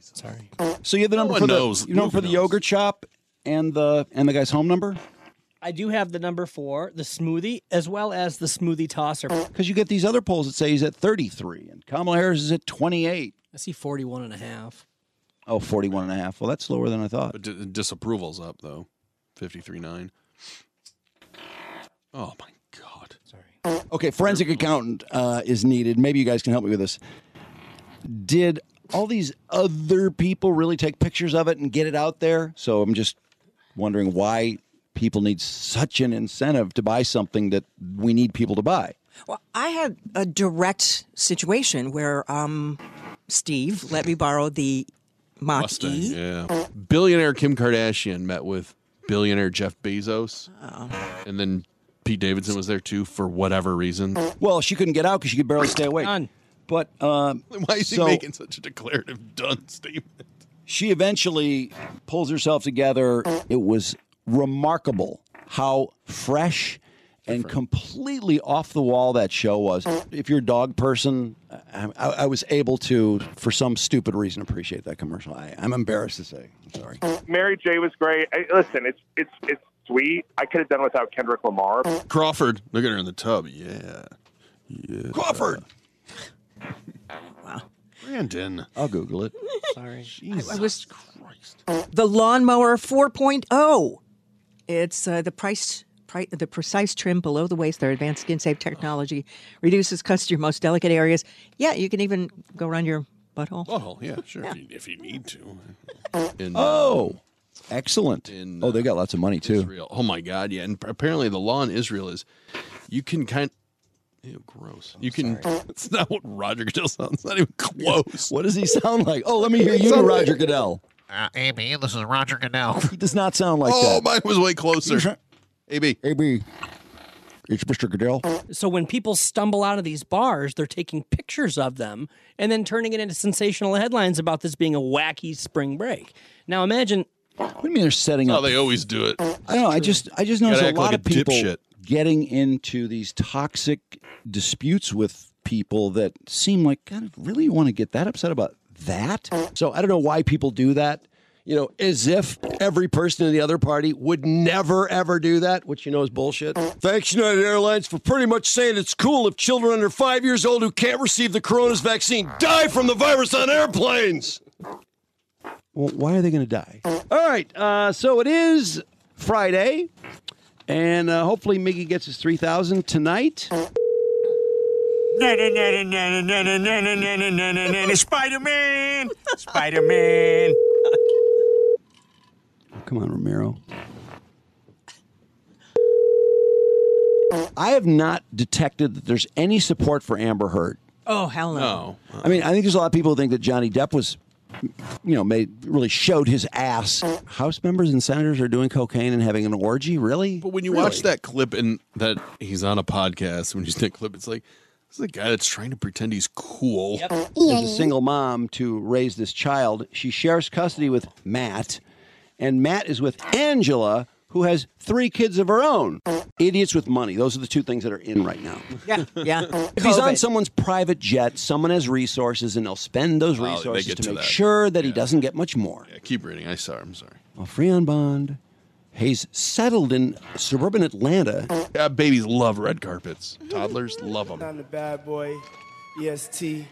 Sorry.
So you have the
No
number
one
for the
knows.
you know
Luke
for the yogurt shop and the and the guy's home number
I do have the number for the smoothie as well as the smoothie tosser. I
because you get these other polls that say he's at 33 and Kamala Harris is at 28.
see 41 and a half.
Oh, 41 and a half. Well, that's lower than I thought.
But d- disapproval's up though, fifty three nine. Oh my god!
Okay, forensic accountant uh, is needed. Maybe you guys can help me with this. Did all these other people really take pictures of it and get it out there? So I'm just wondering why people need such an incentive to buy something that we need people to buy.
Well, I had a direct situation where um, Steve let me borrow the Mach
Mustang,
E.
yeah. Billionaire Kim Kardashian met with billionaire Jeff Bezos,
Oh.
and then Pete Davidson was there too for whatever reason.
Well, she couldn't get out because she could barely stay awake. But um,
Why is he
so-
making such a declarative done statement?
she eventually pulls herself together. It was remarkable how fresh and completely off the wall that show was. If you're a dog person, I, I, I was able to, for some stupid reason, appreciate that commercial. I, I'm embarrassed to say. I'm sorry.
Mary J was great. I, listen, it's it's it's sweet. I could have done without Kendrick Lamar.
Uh,
Crawford, look at her in the tub. Yeah, yeah. Crawford.
wow.
Brandon,
I'll Google it.
Sorry.
I was the lawnmower 4.0. It's uh, the price, pri- the precise trim below the waist. Their advanced skin safe technology reduces cuts to your most delicate areas. Yeah, you can even go around your butthole.
Butthole, yeah, sure. If, you, if you need to. In,
Oh, excellent. oh, they got lots of money too.
Israel. Oh my God, yeah. And apparently the law in Israel is you can kind ew, gross. you can. It's not what Roger Goodell sounds. It's not even close.
What does he sound like? Oh, let me hear you,
Sound like-
Roger Goodell.
Uh, AB, this is Roger Goodell.
He does not sound like
oh,
that.
mine was way closer. AB.
AB. It's Mr. Goodell.
So when people stumble out of these bars, they're taking pictures of them and then turning it into sensational headlines about this being a wacky spring break. Now imagine
What do you mean they're setting
Oh,
up?
they always do it.
I don't know. I just I just
You
noticed
gotta
a
act
lot
like
of
a
people
dipshit.
getting into these toxic disputes with people that seem like God, I really want to get that upset about that. So I don't know why people do that. You know, as if every person in the other party would never ever do that, which you know is bullshit. Thanks, United Airlines, for pretty much saying it's cool if children under five years old who can't receive the coronavirus vaccine die from the virus on airplanes. Well, why are they going to die? All right. Uh, so it is Friday, and uh, hopefully Miggy gets his three thousand tonight.
Spider Man! Spider Man!
Come on, Romero. I have not detected that there's any support for Amber Heard.
Oh, hell no.
I mean, I think there's a lot of people who think that Johnny Depp was, you know, made really showed his ass. House members and senators are doing cocaine and having an orgy. Really? But
when you watch that clip and that he's on a podcast, when you see that clip, it's like this is a guy that's trying to pretend he's cool.
is a single mom to raise this child. She shares custody with Matt, and Matt is with Angela, who has three kids of her own. Idiots with money. Those are the two things that are in right now.
Yeah, yeah.
If he's on
COVID.
someone's private jet, someone has resources, and they'll spend those
Oh, they
resources
get
to,
to
make
that.
sure that he doesn't get much more.
Yeah, keep reading. I saw. I'm sorry.
Well, free on bond. Hayes settled in suburban Atlanta.
Yeah, babies love red carpets. Toddlers love them.
I'm the bad boy, EST.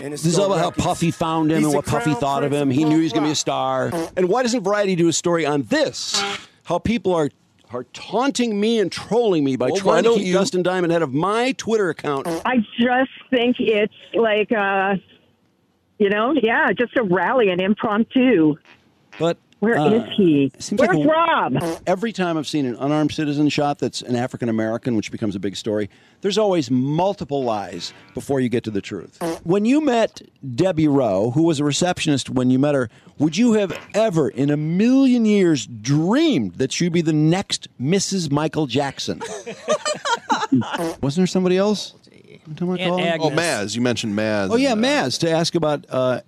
And it's
This is all about how
records.
Puffy found him
He's
and
a
what Puffy
crown
thought of
prince
him. He
punk
knew he was going to be a
rock.
star. And why doesn't Variety do a story on this? How people are are taunting me and trolling me by
Well, why
trying to
don't
keep
you-
Dustin Diamond out of my Twitter account.
I just think it's like, uh, you know, yeah, just a rally, an impromptu.
But
Where
uh,
is he?
seems
Where's
like a-
Rob?
Every time I've seen an unarmed citizen shot that's an African American, which becomes a big story, there's always multiple lies before you get to the truth. When you met Debbie Rowe, who was a receptionist when you met her, would you have ever in a million years dreamed that she'd be the next Mrs. Michael Jackson? Wasn't there somebody else? What am I
Aunt
calling?
Oh, Maz. You mentioned Maz.
uh,
Mm-hmm.
Oh yeah, Maz to ask about uh,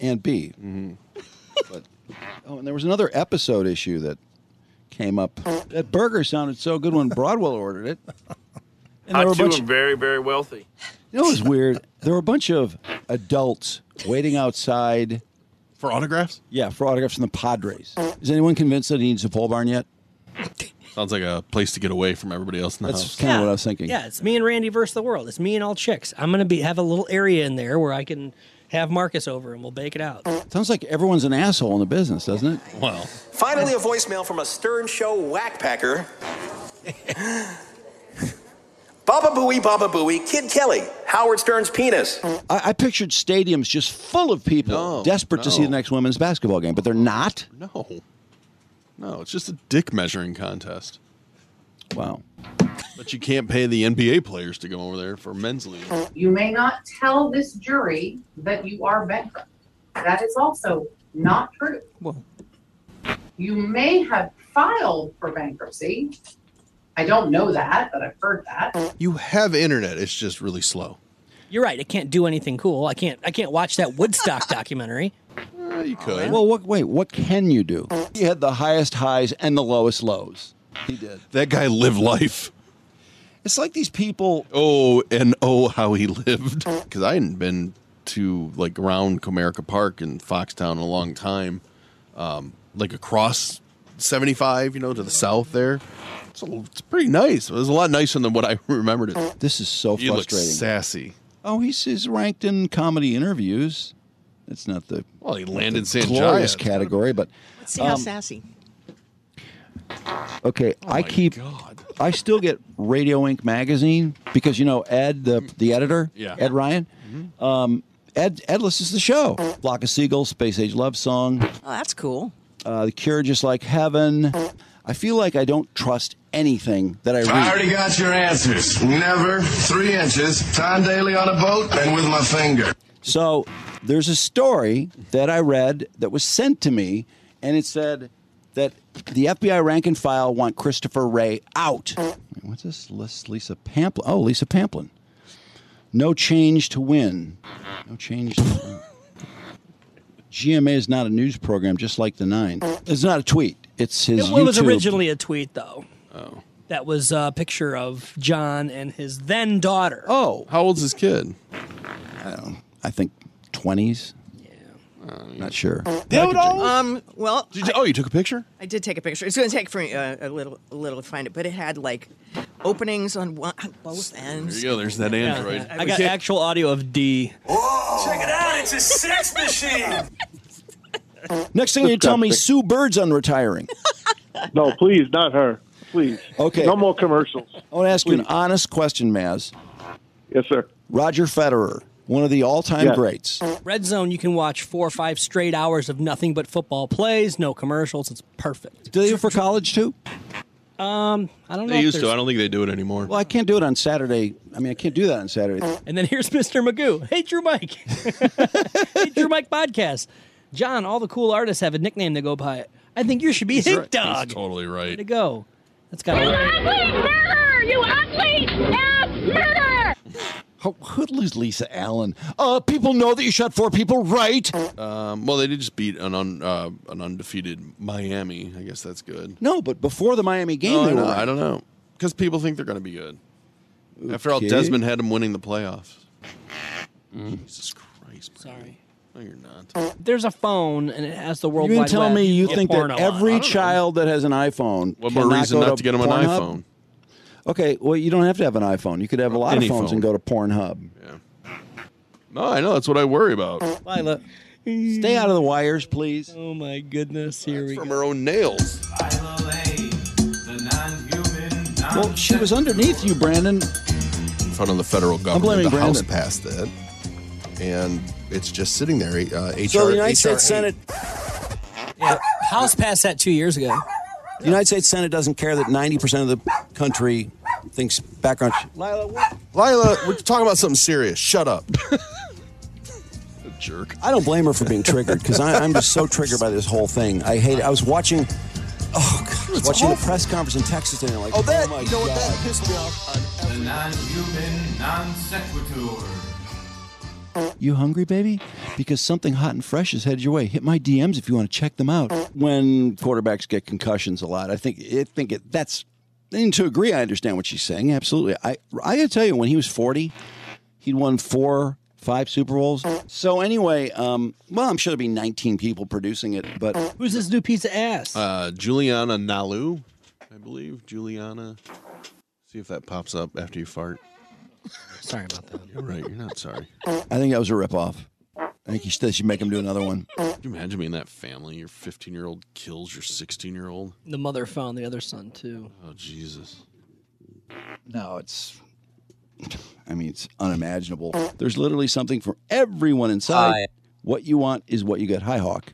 Aunt B.
Mhm. But
Oh, and there was another episode issue that came up. That burger sounded so good when Broadwell ordered it. And
I
there were a
too
bunch-
am very, very wealthy.
You know what was weird? There were a bunch of adults waiting outside
for autographs.
Yeah, for autographs from the Padres. Is anyone convinced that he needs a pole barn yet?
Sounds like a place to get away from everybody else in the
That's
house.
kinda what I was thinking.
Yeah, it's me and Randy versus the world. It's me and all chicks. I'm gonna be have a little area in there where I can have Marcus over and we'll bake it out.
Sounds like everyone's an asshole in the business, doesn't it?
Well,
Finally, a voicemail from a Stern Show whackpacker. Baba Booey, Baba Booey, Kid Kelly, Howard Stern's penis.
I, I pictured stadiums just full of people desperate to see
no.
the next women's basketball game, but they're not.
No. No, it's just a dick measuring contest.
Wow.
But you can't pay the NBA players to go over there for men's league.
You may not tell this jury that you are bankrupt. That is also not true. You may have filed for bankruptcy. I don't know that, but I've heard that.
You have internet, it's just really slow.
You're right. I can't do anything cool. I can't. I can't watch that Woodstock documentary.
you could.
Well, what, wait, what can you do? He had the highest highs and the lowest lows. He did.
That guy lived life.
It's like these people.
Oh, and oh, how he lived. Because I hadn't been to like around Comerica Park in Foxtown in a long time. Um, like across 75, you know, to the south there. So it's pretty nice. It was a lot nicer than what I remembered it.
This is so
you
frustrating.
Look sassy.
Oh, he's, he's ranked in comedy interviews. That's not the
well, he
not
landed
the
Sanjaya.
glorious
It's not
category, but
Let's see how
um,
sassy.
Okay,
Oh
I keep. I still get Radio Inc. magazine because you know Ed, the
Mm.
the editor,
Yeah.
Ed Ryan.
Mm-hmm.
Um, Ed Ed listens to the show. Flock of Seagulls, Space Age Love Song.
Oh, that's cool.
Uh, the Cure, just like heaven. I feel like I don't trust anything that I read.
I already got your answers. Never, three inches, Tom Daly on a boat, and with my finger.
So there's a story that I read that was sent to me, and it said that the FBI rank and file want Christopher Ray out. What's this? Lis- Lisa Pamplin. Oh, Lisa Pamplin. No change to win. No change to win. GMA is not a news program, just like the Nine. It's not a tweet. It's his
It was
YouTube.
originally a tweet though. Oh. That was a picture of John and his then daughter.
Oh,
how old's his kid?
I don't know. I think 20s. Yeah. Not sure.
Um. Well,
Did you- oh, you took a picture?
I did take a picture. It's going to take for me
uh,
a, a little, a little to find it, but it had like openings on one, on both ends.
There you go. There's that Android.
I got actual audio of D.
Check it out, it's a sex machine.
Next thing you tell me, Sue Bird's unretiring.
No, please, not her. Please.
Okay.
No more commercials.
I want to ask you an honest question, Maz.
Yes, sir.
Roger Federer, one of the all-time
Yes.
greats.
Red Zone, you can watch four or five straight hours of nothing but football plays, no commercials. It's perfect.
Do they do it for college too?
Um, I don't know.
They
if
used to.
there's-
I don't think they do it anymore.
Well, I can't do it on Saturday. I mean, I can't do that on Saturday.
And then here's Mr. Magoo. Hey, Drew Mike. hey, Drew Mike podcast. John, all the cool artists have a nickname to go by. I think you should be Hink
right.
Dog.
He's totally right.
Way to go. That's got to
You ugly ass murderer!
Who who'd lose Lisa Allen? Uh, people know that you shot four people, right?
Um, well, they did just beat an un, uh, an undefeated Miami. I guess that's good.
No, but before the Miami game,
No, I
they
know,
were.
I don't know because people think they're going to be good. After all,
Okay.
Desmond had them winning the playoffs. Jesus Christ! Sorry, no, you're not.
There's a phone and it has the world
You mean
Wide
tell
Web
me you
with
think that
porno on it. I
every
don't know.
child that has an iPhone?
What more
cannot
reason
go
not to get 'em an
Pornhub?
iPhone?
Okay, well, you don't have to have an iPhone. You could have a lot
Any
of phones
phone.
and go to Pornhub.
No, I know that's what I worry about.
Lila,
stay out of the wires, please.
Oh my goodness, here we
From her own nails.
Well, she was underneath you, Brandon.
in front of the federal government. the
blaming
House
Brandon.
passed it, and it's just sitting there. Uh, HR,
So the United States
HR8.
Senate
Yeah, House passed that two years ago.
The United States Senate doesn't care that 90% of the country thinks background. Lila, what?
Lila, we're talking about something serious. Shut up.
jerk.
I don't blame her for being triggered because I'm just so triggered by this whole thing. I hate it. I was watching. Oh, God. I was
It's
watching the
awful.
press conference in Texas today. and I'm Like,
Oh, that,
my
you know what,
God.
that pissed me off.
The non-human non-sequitur.
You hungry, baby? because something hot and fresh is headed your way. Hit my DMs if you want to check them out. When quarterbacks get concussions a lot, I think I think it, that's and to agree. I understand what she's saying. Absolutely. I I gotta tell you, when he was forty, he'd won four, five Super Bowls. So anyway, um, well, I'm sure there'll be 19 people producing it, but
Who's this new piece of ass?
Uh, Juliana Nalu, I believe. Juliana. See if that pops up after you fart.
Sorry about that.
You're right. You're not sorry.
I think that was a ripoff. I think you should, should make him do another one.
Could you imagine being that family? Your 15 year old kills your 16 year old.
The mother found the other son too.
Oh Jesus.
No, it's. I mean, it's unimaginable. There's literally something for everyone inside. What you want is what you get. Hi, Hawk.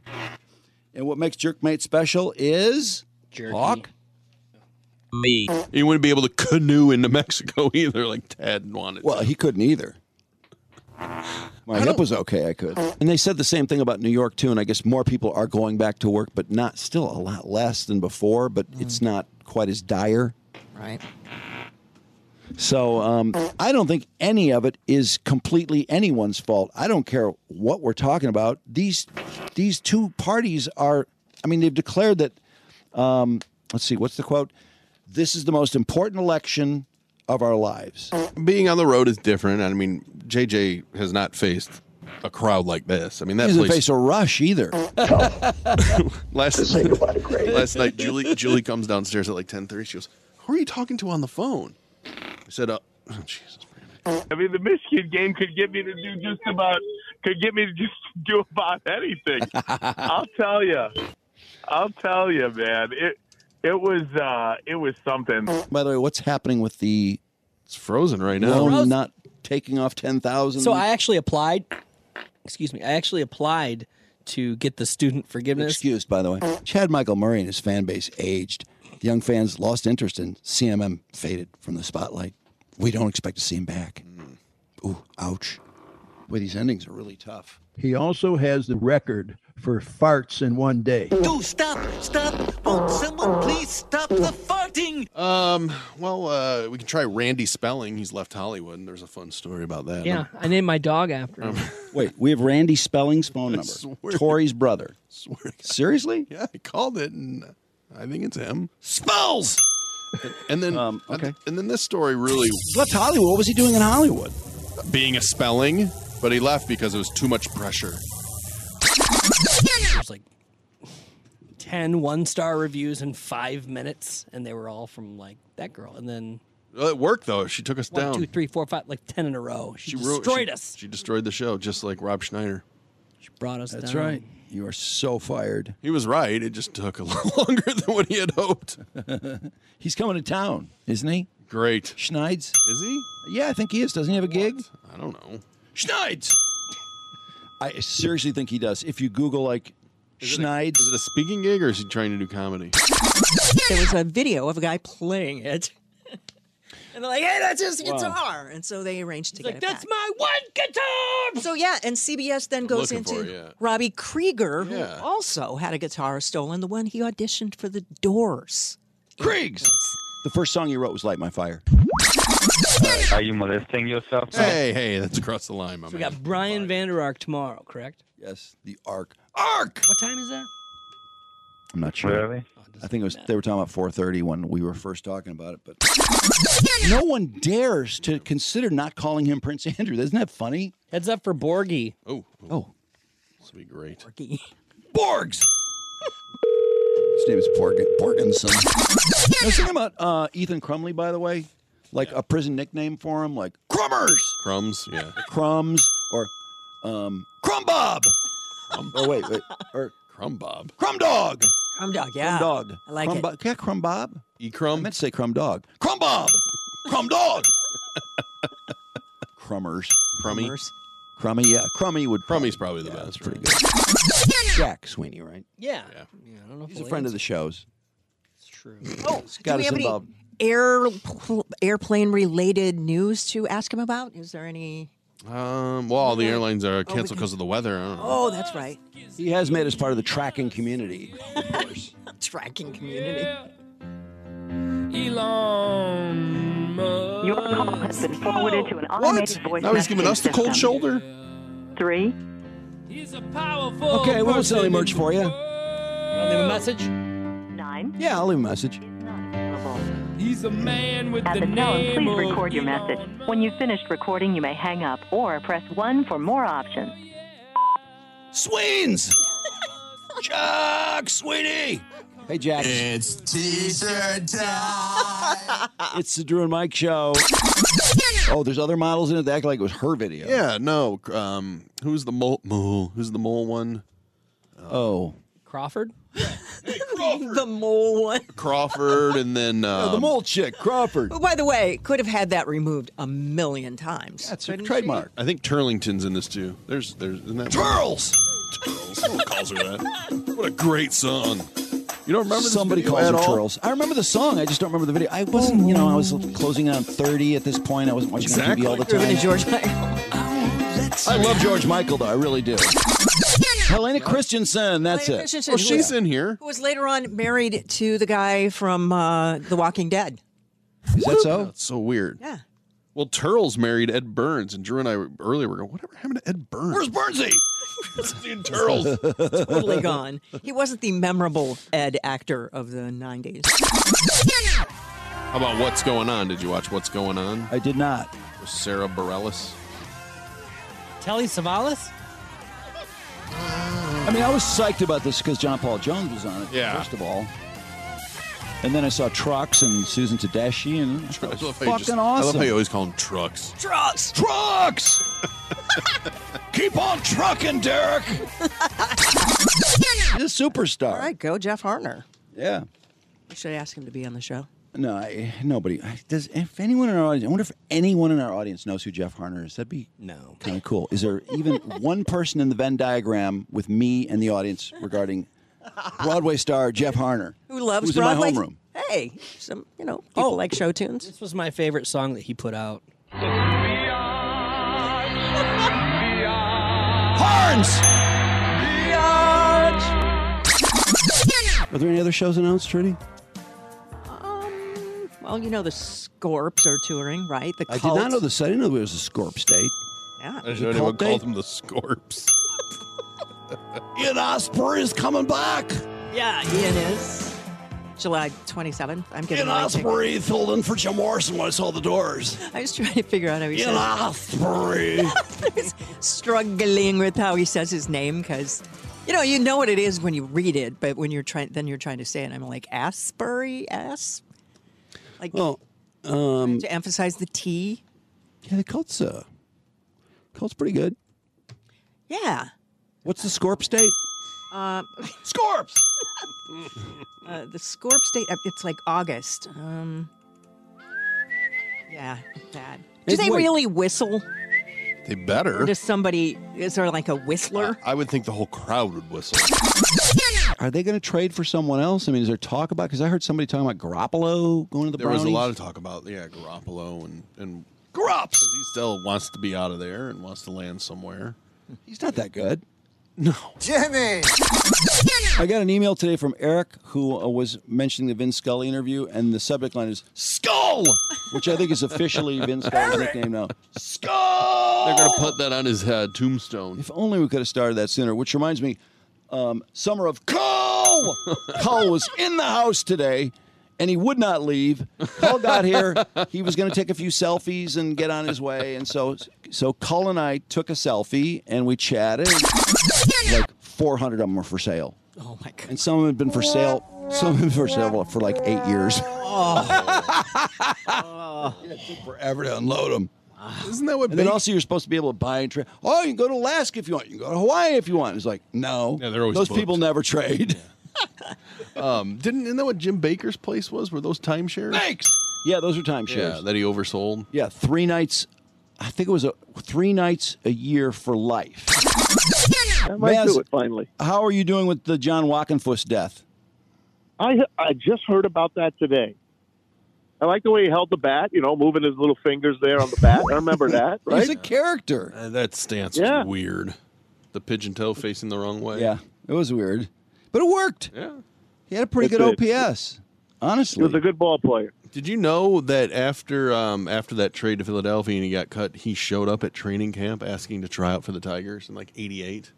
And what makes Jerkmate special is Hawk.
Me. You wouldn't be able to canoe into Mexico either, like Tad wanted.
Well, he couldn't either. My hip was okay. I could. And they said the same thing about New York too. And I guess more people are going back to work, but not still a lot less than before. But it's not quite as dire.
Right.
So um, I don't think any of it is completely anyone's fault. I don't care what we're talking about. These these two parties are. I mean, they've declared that. Um, let's see. What's the quote? This is the most important election of our lives.
Being on the road is different. I mean, JJ has not faced a crowd like this. I mean,
He
that
doesn't
place.
face a rush either.
last, last night, Julie Julie comes downstairs at like ten thirty. She goes, "Who are you talking to on the phone?" I said, uh, oh, "Jesus."
I mean, the Michigan game could get me to do just about could get me to just do about anything. I'll tell you, I'll tell you, man. It it was uh, it was something.
By the way, what's happening with the?
It's frozen right
now. Frozen.
not taking off ten thousand.
So I actually applied. Excuse me. I actually applied to get the student forgiveness.
excused, by the way. Chad Michael Murray and his fan base aged. The young fans lost interest in CMM, faded from the spotlight. We don't expect to see him back.
Mm.
Ooh, ouch. Boy, these endings are really tough.
He also has the record for farts in one day.
Dude, stop! Stop!
Oh,
Won't someone please stop the farting?
Um. Well, uh, we can try Randy Spelling. He's left Hollywood, and there's a fun story about that.
Yeah, I named my dog after him.
Wait, we have Randy Spelling's phone number.
swear-
Tori's brother. Seriously?
Yeah, I called it, and I think it's him. Spells. And then,
Um,
okay. And then this story really
Left Hollywood. What was he doing in Hollywood?
being a spelling, but he left because it was too much pressure.
It was like 10 one star reviews in five minutes, and they were all from like that girl. And then
Well, it worked though. She took us
one,
down.
two, three, four, five, like 10 in a row. She,
ru-
destroyed
she-
us.
She destroyed the show, just like Rob Schneider.
She brought us
That's
down.
right. You are so fired.
He was right. It just took a little longer than what he had hoped.
He's coming to town, isn't he?
Great.
Schneids.
Is he?
Yeah, I think he is. Doesn't he have a gig?
I don't know.
Schneids. I seriously think he does. If you Google like Schneids,
Is it a speaking gig or is he trying to do comedy?
There was a video of a guy playing it. And they're like, hey, that's his
Wow.
guitar. And so they arranged to
like,
get it
"That's
my one guitar. So yeah, and CBS then goes
looking
into
for it, yeah.
Robbie Krieger,
Yeah.
who also had a guitar stolen, the one he auditioned for the Doors.
Kriegs. The first song he wrote was "Light My Fire."
Are you molesting yourself?
Hey, hey, that's across the line, my
So we
Oh, man.
got Brian Vander Ark tomorrow, correct?
Yes, the Ark. Ark!
What time is that?
I'm not sure.
Really?
I think it was they were talking about 4:30 when we were first talking about it, but no one dares to consider not calling him Prince Andrew. Isn't that funny?
Heads up for Borgie.
Oh,
oh,
This would be great.
Borgs. His name is Borg- Borgenson. I was thinking about uh, Ethan Crumley, by the way, like a prison nickname for him, like Crummers,
Crumbs, yeah.
Crumbs, or um, Crumb Bob. Oh wait, wait, or
Crumb Bob,
Crumb Dog.
Crumb Dog, yeah.
Crumb Dog.
I like
crumb
it.
Bob. Yeah, Crumb Bob.
E Crumb.
I meant to say Crumb Dog. Crumb Bob. Crumb Dog. Crummers.
Crummy.
Crummy, yeah. Crummy would.
Crummy's probably the best.
Pretty good. Jack Sweeney, right?
Yeah. yeah. I don't know if
He's a friend of the shows.
Oh,
got
do we
us
have any
involved.
air, airplane related news to ask him about? Is there any?
Um, well, all the airlines
Oh,
are canceled because of the weather. I don't know.
Oh, that's right.
He has made us part of the tracking community.
Tracking community.
Elon Musk. Your call has been forwarded to an
automated
voice
Now he's giving us the cold shoulder.
Three He's a powerful.
Okay, we'll sell
person.
merch for you.
leave a message?
Nine.
Yeah, I'll leave a message.
He's a man with
At
the
the tone,
name
please
of
record your
Elon
message. When you've finished recording, you may hang up or press 1 for more options.
Sweens! Chuck, sweetie!
Hey, Jack.
It's t-shirt time.
It's the Drew and Mike show. Oh, there's other models in it that act like it was her video.
Yeah, no. Um, who's the mole? mole who's the mole one?
oh,
Crawford?
the mole one.
Crawford, and then um,
the mole
chick, Crawford.
Who, by the way, could have had that removed a million times. That's
a
I think Turlington's in this too. There's, there's, isn't that
Turles?
Turles. Who calls her that? What a great song. You don't remember this
Somebody
video
calls
at
her
all?
Charles. I remember the song. I just don't remember the video. I wasn't, you know, I was closing in on 30 at this point. I wasn't watching
Exactly.
TV all the
Grooving
time.
to George I love George Michael though. I really do. Helena Christensen. That's
Helena
it.
Christensen, Well, who she's is- in
here.
Who was later on married to the guy from uh, The Walking Dead.
Is that so?
That's so weird.
Yeah.
Well, Turles married Ed Burns, and Drew and I were- earlier were going, whatever happened to Ed Burns? Where's Burnsy? Turles.
totally gone. He wasn't the memorable Ed actor of the 90s.
How about What's Going On? Did you watch What's Going On?
I did not.
Sarah Bareilles.
Telly Savalas?
I mean, I was psyched about this because John Paul Jones was on it,
Yeah.
first of all. And then I saw Trucks and Susan Tedeschi, and I thought
I
it was
love how
fucking
you just- I love
awesome.
how you always call them trucks.
Trucks!
Trucks! Keep on trucking, Derek! He's a superstar.
All right, go Jeff Hartner.
Yeah.
We should ask him to be on the show.
No, I, nobody. I- Does if anyone in our audience? I wonder if anyone in our audience knows who Jeff Harner is. That'd be
no
kind of cool. Is there even one person in the Venn diagram with me and the audience regarding Broadway star Jeff Harner,
Who loves
who's
Broadway?
in my homeroom?
Hey, some you know people like show tunes.
Oh! This was my favorite song that he put out.
Horns! Are there any other shows announced, Trudy?
Well, you know the Scorps are touring, right? The
I did
cult.
not know this. I didn't know there was a Scorp State.
Yeah.
I didn't know anyone called them the Scorps.
Ian Osper is coming back.
Yeah, Ian is. July 27th. I'm getting
Ian
my ticket.
Osprey filled in for Jim Morrison when I saw the doors.
I was trying to figure out how he
Ian
says.
Osprey.
struggling with how he says his name because you know you know what it is when you read it, but when you're trying, then you're trying to say it. I'm like Asbury S, like
well, um,
to emphasize the T.
yeah, the Colts, uh, Colts pretty good.
Yeah.
What's the Scorp State?
Um,
Scorps.
uh, the Scorps date. uh, It's like August. Um, yeah, bad. Do
Hey,
they
wait.
really whistle?
They
Or
better.
does somebody? Is there like a whistler?
I would think the whole crowd would whistle.
Are they going to trade for someone else? I mean, is there talk about? Because I heard somebody talking about Garoppolo going to the
there
Brownies.
was a lot of talk about yeah Garoppolo and and Garops because he still wants to be out of there and wants to land somewhere.
He's not that good.
Jimmy!
I got an email today from Eric who uh, was mentioning the Vin Scully interview, and the subject line is "Skull," which I think is officially Vin Scully's nickname now.
They're gonna put that on his head tombstone.
If only we could have started that sooner. Which reminds me, um, Summer of Cole. Cole was in the house today, and he would not leave. Cole got here. He was going to take a few selfies and get on his way, and so so Cole and I took a selfie and we chatted. Like 400 of them were for sale.
Oh my god!
And some of them had been for sale. Some of them for sale for like eight years.
Oh,
Forever to unload them.
Isn't that what?
And then
big-
also you're supposed to be able to buy and trade. Oh, you can go to Alaska if you want. You can go to Hawaii if you want. It's like no,
Yeah, they're always
those
booked.
people never trade.
um, didn't isn't that what Jim Baker's place was? Were those timeshares?
Thanks. Yeah, those are timeshares.
Yeah, that he oversold.
Yeah, three nights. I think it was a three nights a year for life.
I might
Maz,
do it finally.
How are you doing with the John Walkenfuss death?
I I just heard about that today. I like the way he held the bat, you know, moving his little fingers there on the bat. I remember that, right?
He's a character.
Uh, that stance
Yeah.
was weird. The pigeon toe facing the wrong way.
Yeah, it was weird, but it worked.
Yeah.
He had a pretty
It
good
did.
OPS. Honestly,
He was a
good ball player.
Did you know that after um, after that trade to Philadelphia and he got cut, he showed up at training camp asking to try out for the Tigers in like '88.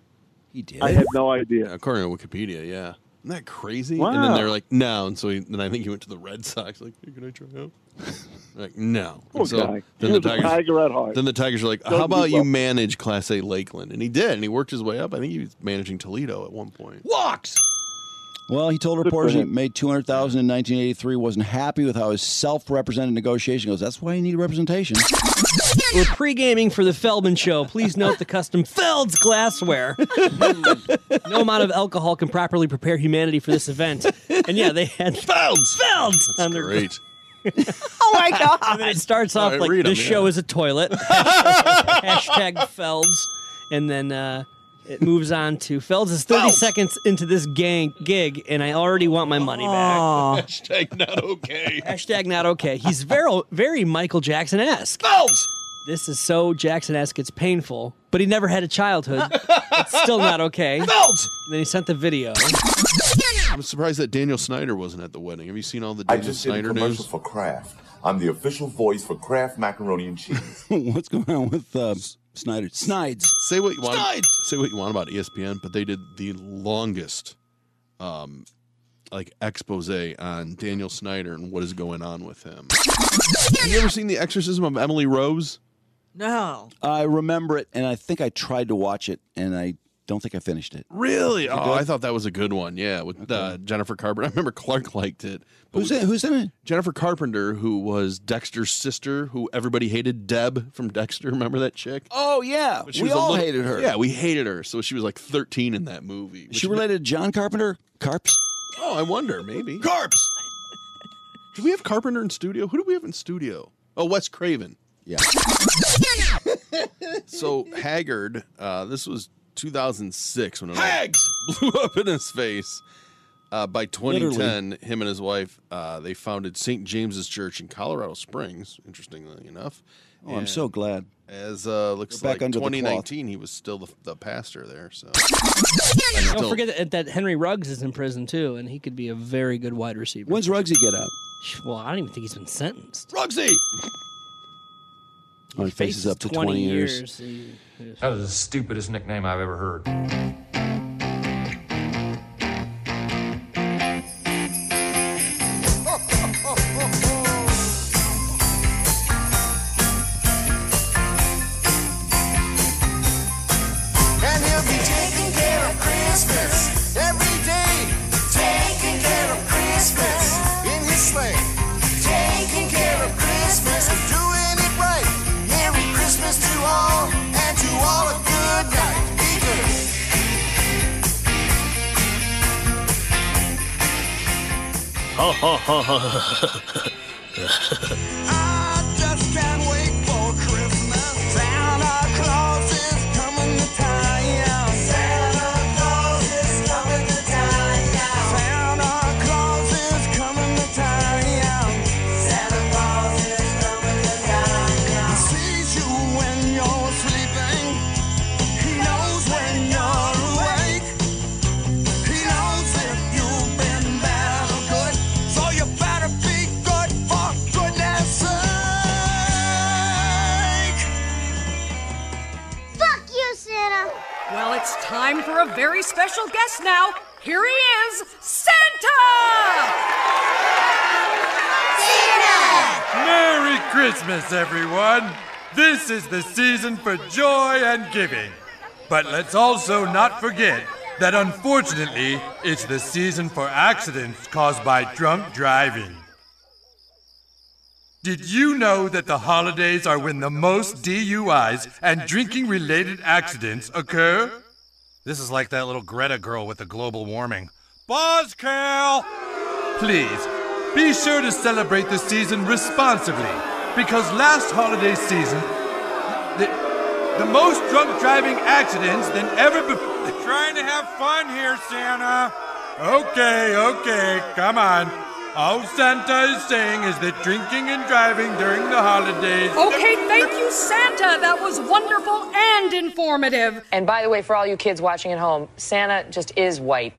He did.
I have no idea.
according to Wikipedia, yeah. Isn't that crazy?
Wow.
And then they're like, no. And so he, then I think he went to the Red Sox. Like, hey, can I try out? like, no. And
Poor
so
guy.
Then
He was
the
a
Tigers,
tiger at heart.
Then the Tigers are like,
Don't
how about
give
you
up."
manage Class A Lakeland? And he did, and he worked his way up. I think he was managing Toledo at one point.
Walks. Well, he told
Good for
reporters he
him.
made two hundred thousand in nineteen eighty three. Wasn't happy with how his self represented negotiation goes. That's why you need representation.
We're pre gaming for the Feldman Show. Please note the custom Felds glassware. no amount of alcohol can properly prepare humanity for this event. And yeah, they had Felds! Felds! on their
great.
oh my God. And then it starts
All
off
right,
like
read 'em,
this
yeah.
show is a toilet. Hashtag Felds. And then uh, it moves on to Felds is 30 seconds into this gang gig, and I already want my money back.
Hashtag not okay.
Hashtag not okay. He's very, very Michael Jackson esque.
Felds!
This is so Jackson esque, it's painful, but he never had a childhood. it's still not okay. Felds! then he sent the video.
I'm surprised that Daniel Snyder wasn't at the wedding. Have you seen all the
I
Daniel
just did a
Snyder
commercial
news?
for Kraft. I'm the official voice for Kraft macaroni and cheese.
What's going on with uh, Snyder? Snides.
Say what you want. Say what you want about E ESPN, but they did the longest, um, like expose on Daniel Snyder and what is going on with him. Have you ever seen The Exorcism of Emily Rose?
No.
I remember it, and I think I tried to watch it, and I don't think I finished it.
Really?
Is it
Oh, I
good?
thought that was a good one. Yeah, with uh, Jennifer Carpenter. I remember Clark liked it. But
Who's
we-
in, who's in it?
Jennifer Carpenter, who was Dexter's sister, who everybody hated, Deb from Dexter. Remember that chick?
Oh yeah,
But she
we
was a
all
little-
hated her.
Yeah, we hated her. So she was like 13 in that movie.
Is she related to John Carpenter? Carps.
Oh, I wonder, maybe. Carps! Do we have Carpenter in studio? Who do we have in studio? Oh, Wes Craven.
Yeah.
so Haggard, uh, this was 2006 when it Hags! blew up in his face. Uh, by 2010, him and his wife, uh, they founded St. James's Church in Colorado Springs, interestingly enough.
Oh, I'm so glad.
As uh, looks
We're back
like
under the cloth.
2019, he was still the, the pastor there. So
Don't forget that, that Henry Ruggs is in prison too, and he could be a very good wide receiver.
When's Ruggsy get out?
Well, I don't even think he's been sentenced.
Ruggsy!
On faces up to 20, years.
That was the stupidest nickname I've ever heard.
And he'll be taking care of Christmas every day. Taking care of Christmas in his sleigh. Taking care of Christmas and doing it right. Merry Christmas to all and to all a good night. Be good.
Ha ha ha ha ha.
I just can't wait for Christmas. Santa Claus is coming to town. Santa Claus is coming to town. Santa Claus is coming to town. Santa Claus is coming to town. He sees you when you're sleeping. He knows when you're awake. He knows if you've been bad or good. So you better be good for goodness sake.
Fuck you, Santa!
Well, it's time for a very special guest now. Here he is, Santa!
Merry Christmas, everyone! This is the season for joy and giving. But let's also not forget that unfortunately, it's the season for accidents caused by drunk driving. Did you know that the holidays are when the most DUIs and drinking related accidents occur?
This is like that little Greta girl with the global warming.
Buzzkill! Please, be sure to celebrate the season responsibly, because last holiday season, the, the most drunk driving accidents than ever before. Trying to have fun here, Santa. Okay, okay, come on. All Santa is saying is that drinking and driving during the holidays.
Okay, thank you, Santa. That was wonderful and informative.
And by the way, for all you kids watching at home, Santa just is white.